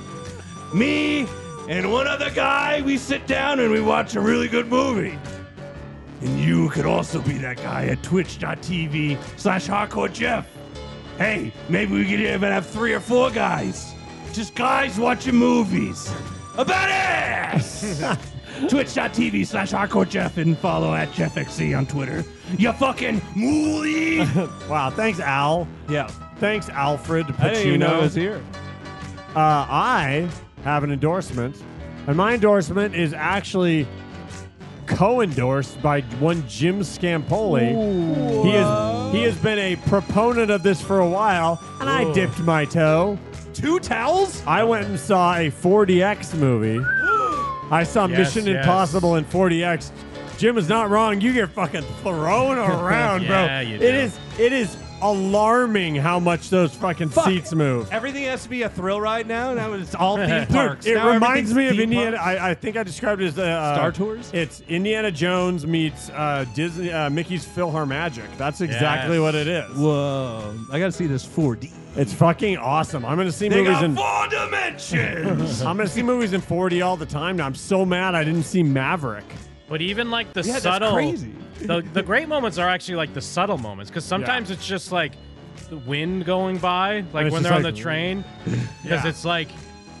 S6: Me and one other guy, we sit down and we watch a really good movie. And you could also be that guy at twitch.tv slash hardcore Jeff. Hey, maybe we could even have three or four guys. Just guys watching movies. About ass! twitch.tv slash hardcore Jeff and follow at JeffXC on Twitter. You fucking moolie!
S5: wow, thanks Al.
S6: Yeah.
S5: Thanks Alfred Pacino.
S6: I didn't even know it was here.
S5: Uh, I have an endorsement, and my endorsement is actually co-endorsed by one Jim Scampoli. He has he has been a proponent of this for a while, and I
S6: Whoa.
S5: dipped my toe.
S6: Two towels?
S5: I went and saw a 40x movie. I saw
S6: Yes,
S5: Mission
S6: yes.
S5: Impossible in 40x. Jim is not wrong. You get fucking thrown around,
S6: Yeah,
S5: bro.
S6: you
S5: It
S6: do.
S5: is it is alarming how much those fucking
S6: Fuck.
S5: seats move.
S6: Everything has to be a thrill ride now. Now it's all theme
S5: Dude,
S6: parks.
S5: it
S6: Now
S5: reminds
S6: everything's
S5: me of
S6: theme
S5: Indiana.
S6: parks.
S5: I, I think I described it as uh, uh,
S6: Star Tours?
S5: It's Indiana Jones meets uh, Disney, uh, Mickey's PhilharMagic. That's exactly
S6: Yes.
S5: what it is.
S6: Whoa! I gotta see this 4D.
S5: It's fucking awesome. I'm gonna see
S6: They
S5: movies
S6: got
S5: in
S6: four dimensions.
S5: I'm gonna see movies in 40 all the time now. I'm so mad I didn't see Maverick.
S7: But even like the
S5: Yeah, that's
S7: subtle,
S5: crazy.
S7: the the great moments are actually like the subtle moments because sometimes it's just like the wind going by, like
S5: it's just
S7: when they're on
S5: like-
S7: the train, because
S5: Yeah.
S7: it's like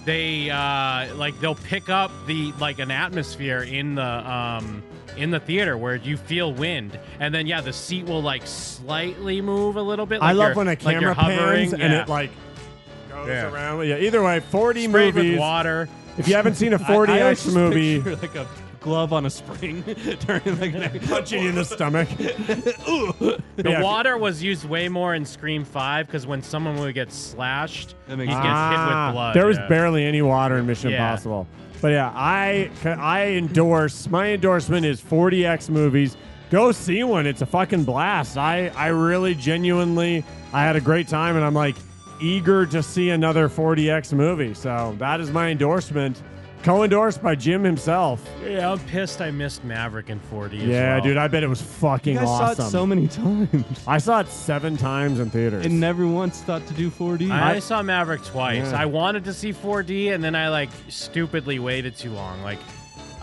S7: they uh like they'll pick up the like an atmosphere in the um in the theater where you feel wind and then yeah the seat will like slightly move a little bit like
S5: I love
S7: you're-
S5: when a
S7: like
S5: camera
S7: you're hovering,
S5: pans and
S7: yeah.
S5: it like goes
S7: Yeah.
S5: around. Yeah. Either way, 40
S7: Sprayed with
S5: movies.
S7: water.
S5: If you haven't seen a
S7: I- I always
S5: 40x
S7: just
S5: movie,
S7: picture, like, a
S6: glove on a spring, during like an
S5: punching you in the stomach.
S7: the
S6: Yeah.
S7: water was used way more in Scream Five because when someone would get slashed, he gets hit
S5: Ah,
S7: with blood.
S5: There was
S7: yeah.
S5: barely any water in Mission
S7: Yeah.
S5: Impossible. But yeah, I I endorse. My endorsement is 40x movies. Go see one. It's a fucking blast. I I really genuinely I had a great time, and I'm like eager to see another 40x movie. So that is my endorsement, co-endorsed by Jim himself.
S7: Yeah, I'm pissed. I missed Maverick in 40. as
S5: Yeah,
S7: well.
S5: dude, I bet it was fucking
S6: You guys saw it
S5: awesome.
S6: so many times.
S5: I saw it seven times in theaters.
S6: and never once thought to do 4D.
S7: I, only saw Maverick twice.
S5: Yeah.
S7: I wanted to see 4D, and then I like stupidly waited too long. Like,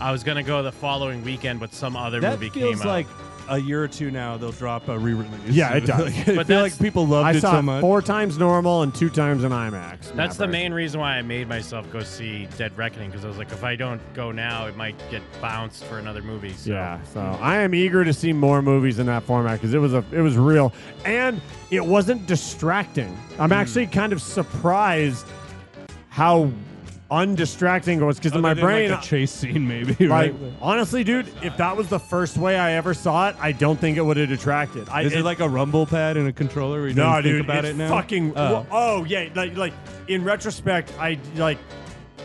S7: I was gonna go the following weekend, but some other
S6: that
S7: movie
S6: feels
S7: came out.
S6: like a year or two now they'll drop a re-release.
S5: Yeah, it does.
S6: Like, I feel like people loved
S5: I
S6: it
S5: saw
S6: so much.
S5: four times normal and two times in IMAX.
S7: That's the main reason why I made myself go see Dead Reckoning because I was like, if I don't go now, it might get bounced for another movie. So.
S5: Yeah, so I am eager to see more movies in that format because it was a it was real and it wasn't distracting.
S6: Hmm.
S5: I'm actually kind of surprised how undistracting it was because in my
S6: Other than,
S5: brain
S6: like, a chase scene, maybe right.
S5: Like, honestly, dude, if that was the first way I ever saw it, I don't think it would have detracted. I,
S6: Is it, like a rumble pad and a controller? Where you
S5: no,
S6: don't
S5: dude,
S6: think about
S5: it's
S6: it now.
S5: fucking.
S6: Oh.
S5: well, Oh. yeah, like like in retrospect, I like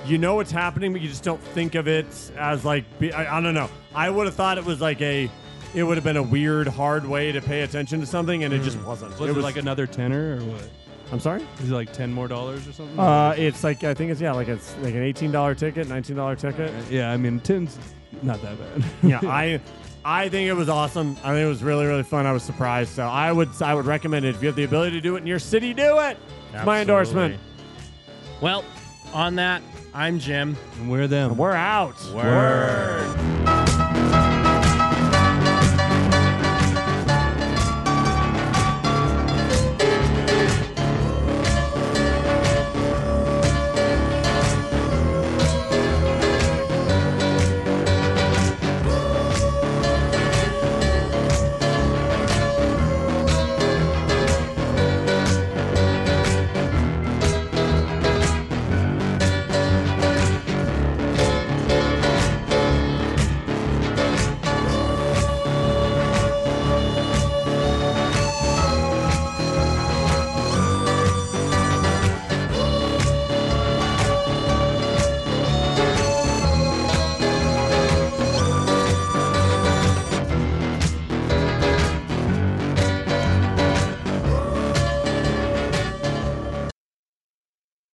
S5: you know what's happening, but you just don't think of it as like be, I, I don't know. I would have thought it was like a. It would have been a weird, hard way to pay attention to something, and Hmm. it just
S6: Mm.
S5: wasn't.
S6: Was it, like another tenner or what?
S5: I'm sorry.
S6: Is it like ten more dollars or something?
S5: Uh, it's like I think it's yeah, like it's like an eighteen dollar ticket, nineteen dollar ticket.
S6: yeah, I mean ten's not that bad.
S5: yeah, I I think it was awesome. I think it was really really fun. I was surprised. So I would I would recommend it if you have the ability to do it in your city, do it. It's my
S7: Absolutely.
S5: endorsement.
S7: Well, on that, I'm Jim.
S6: And we're them.
S5: We're out.
S7: Word.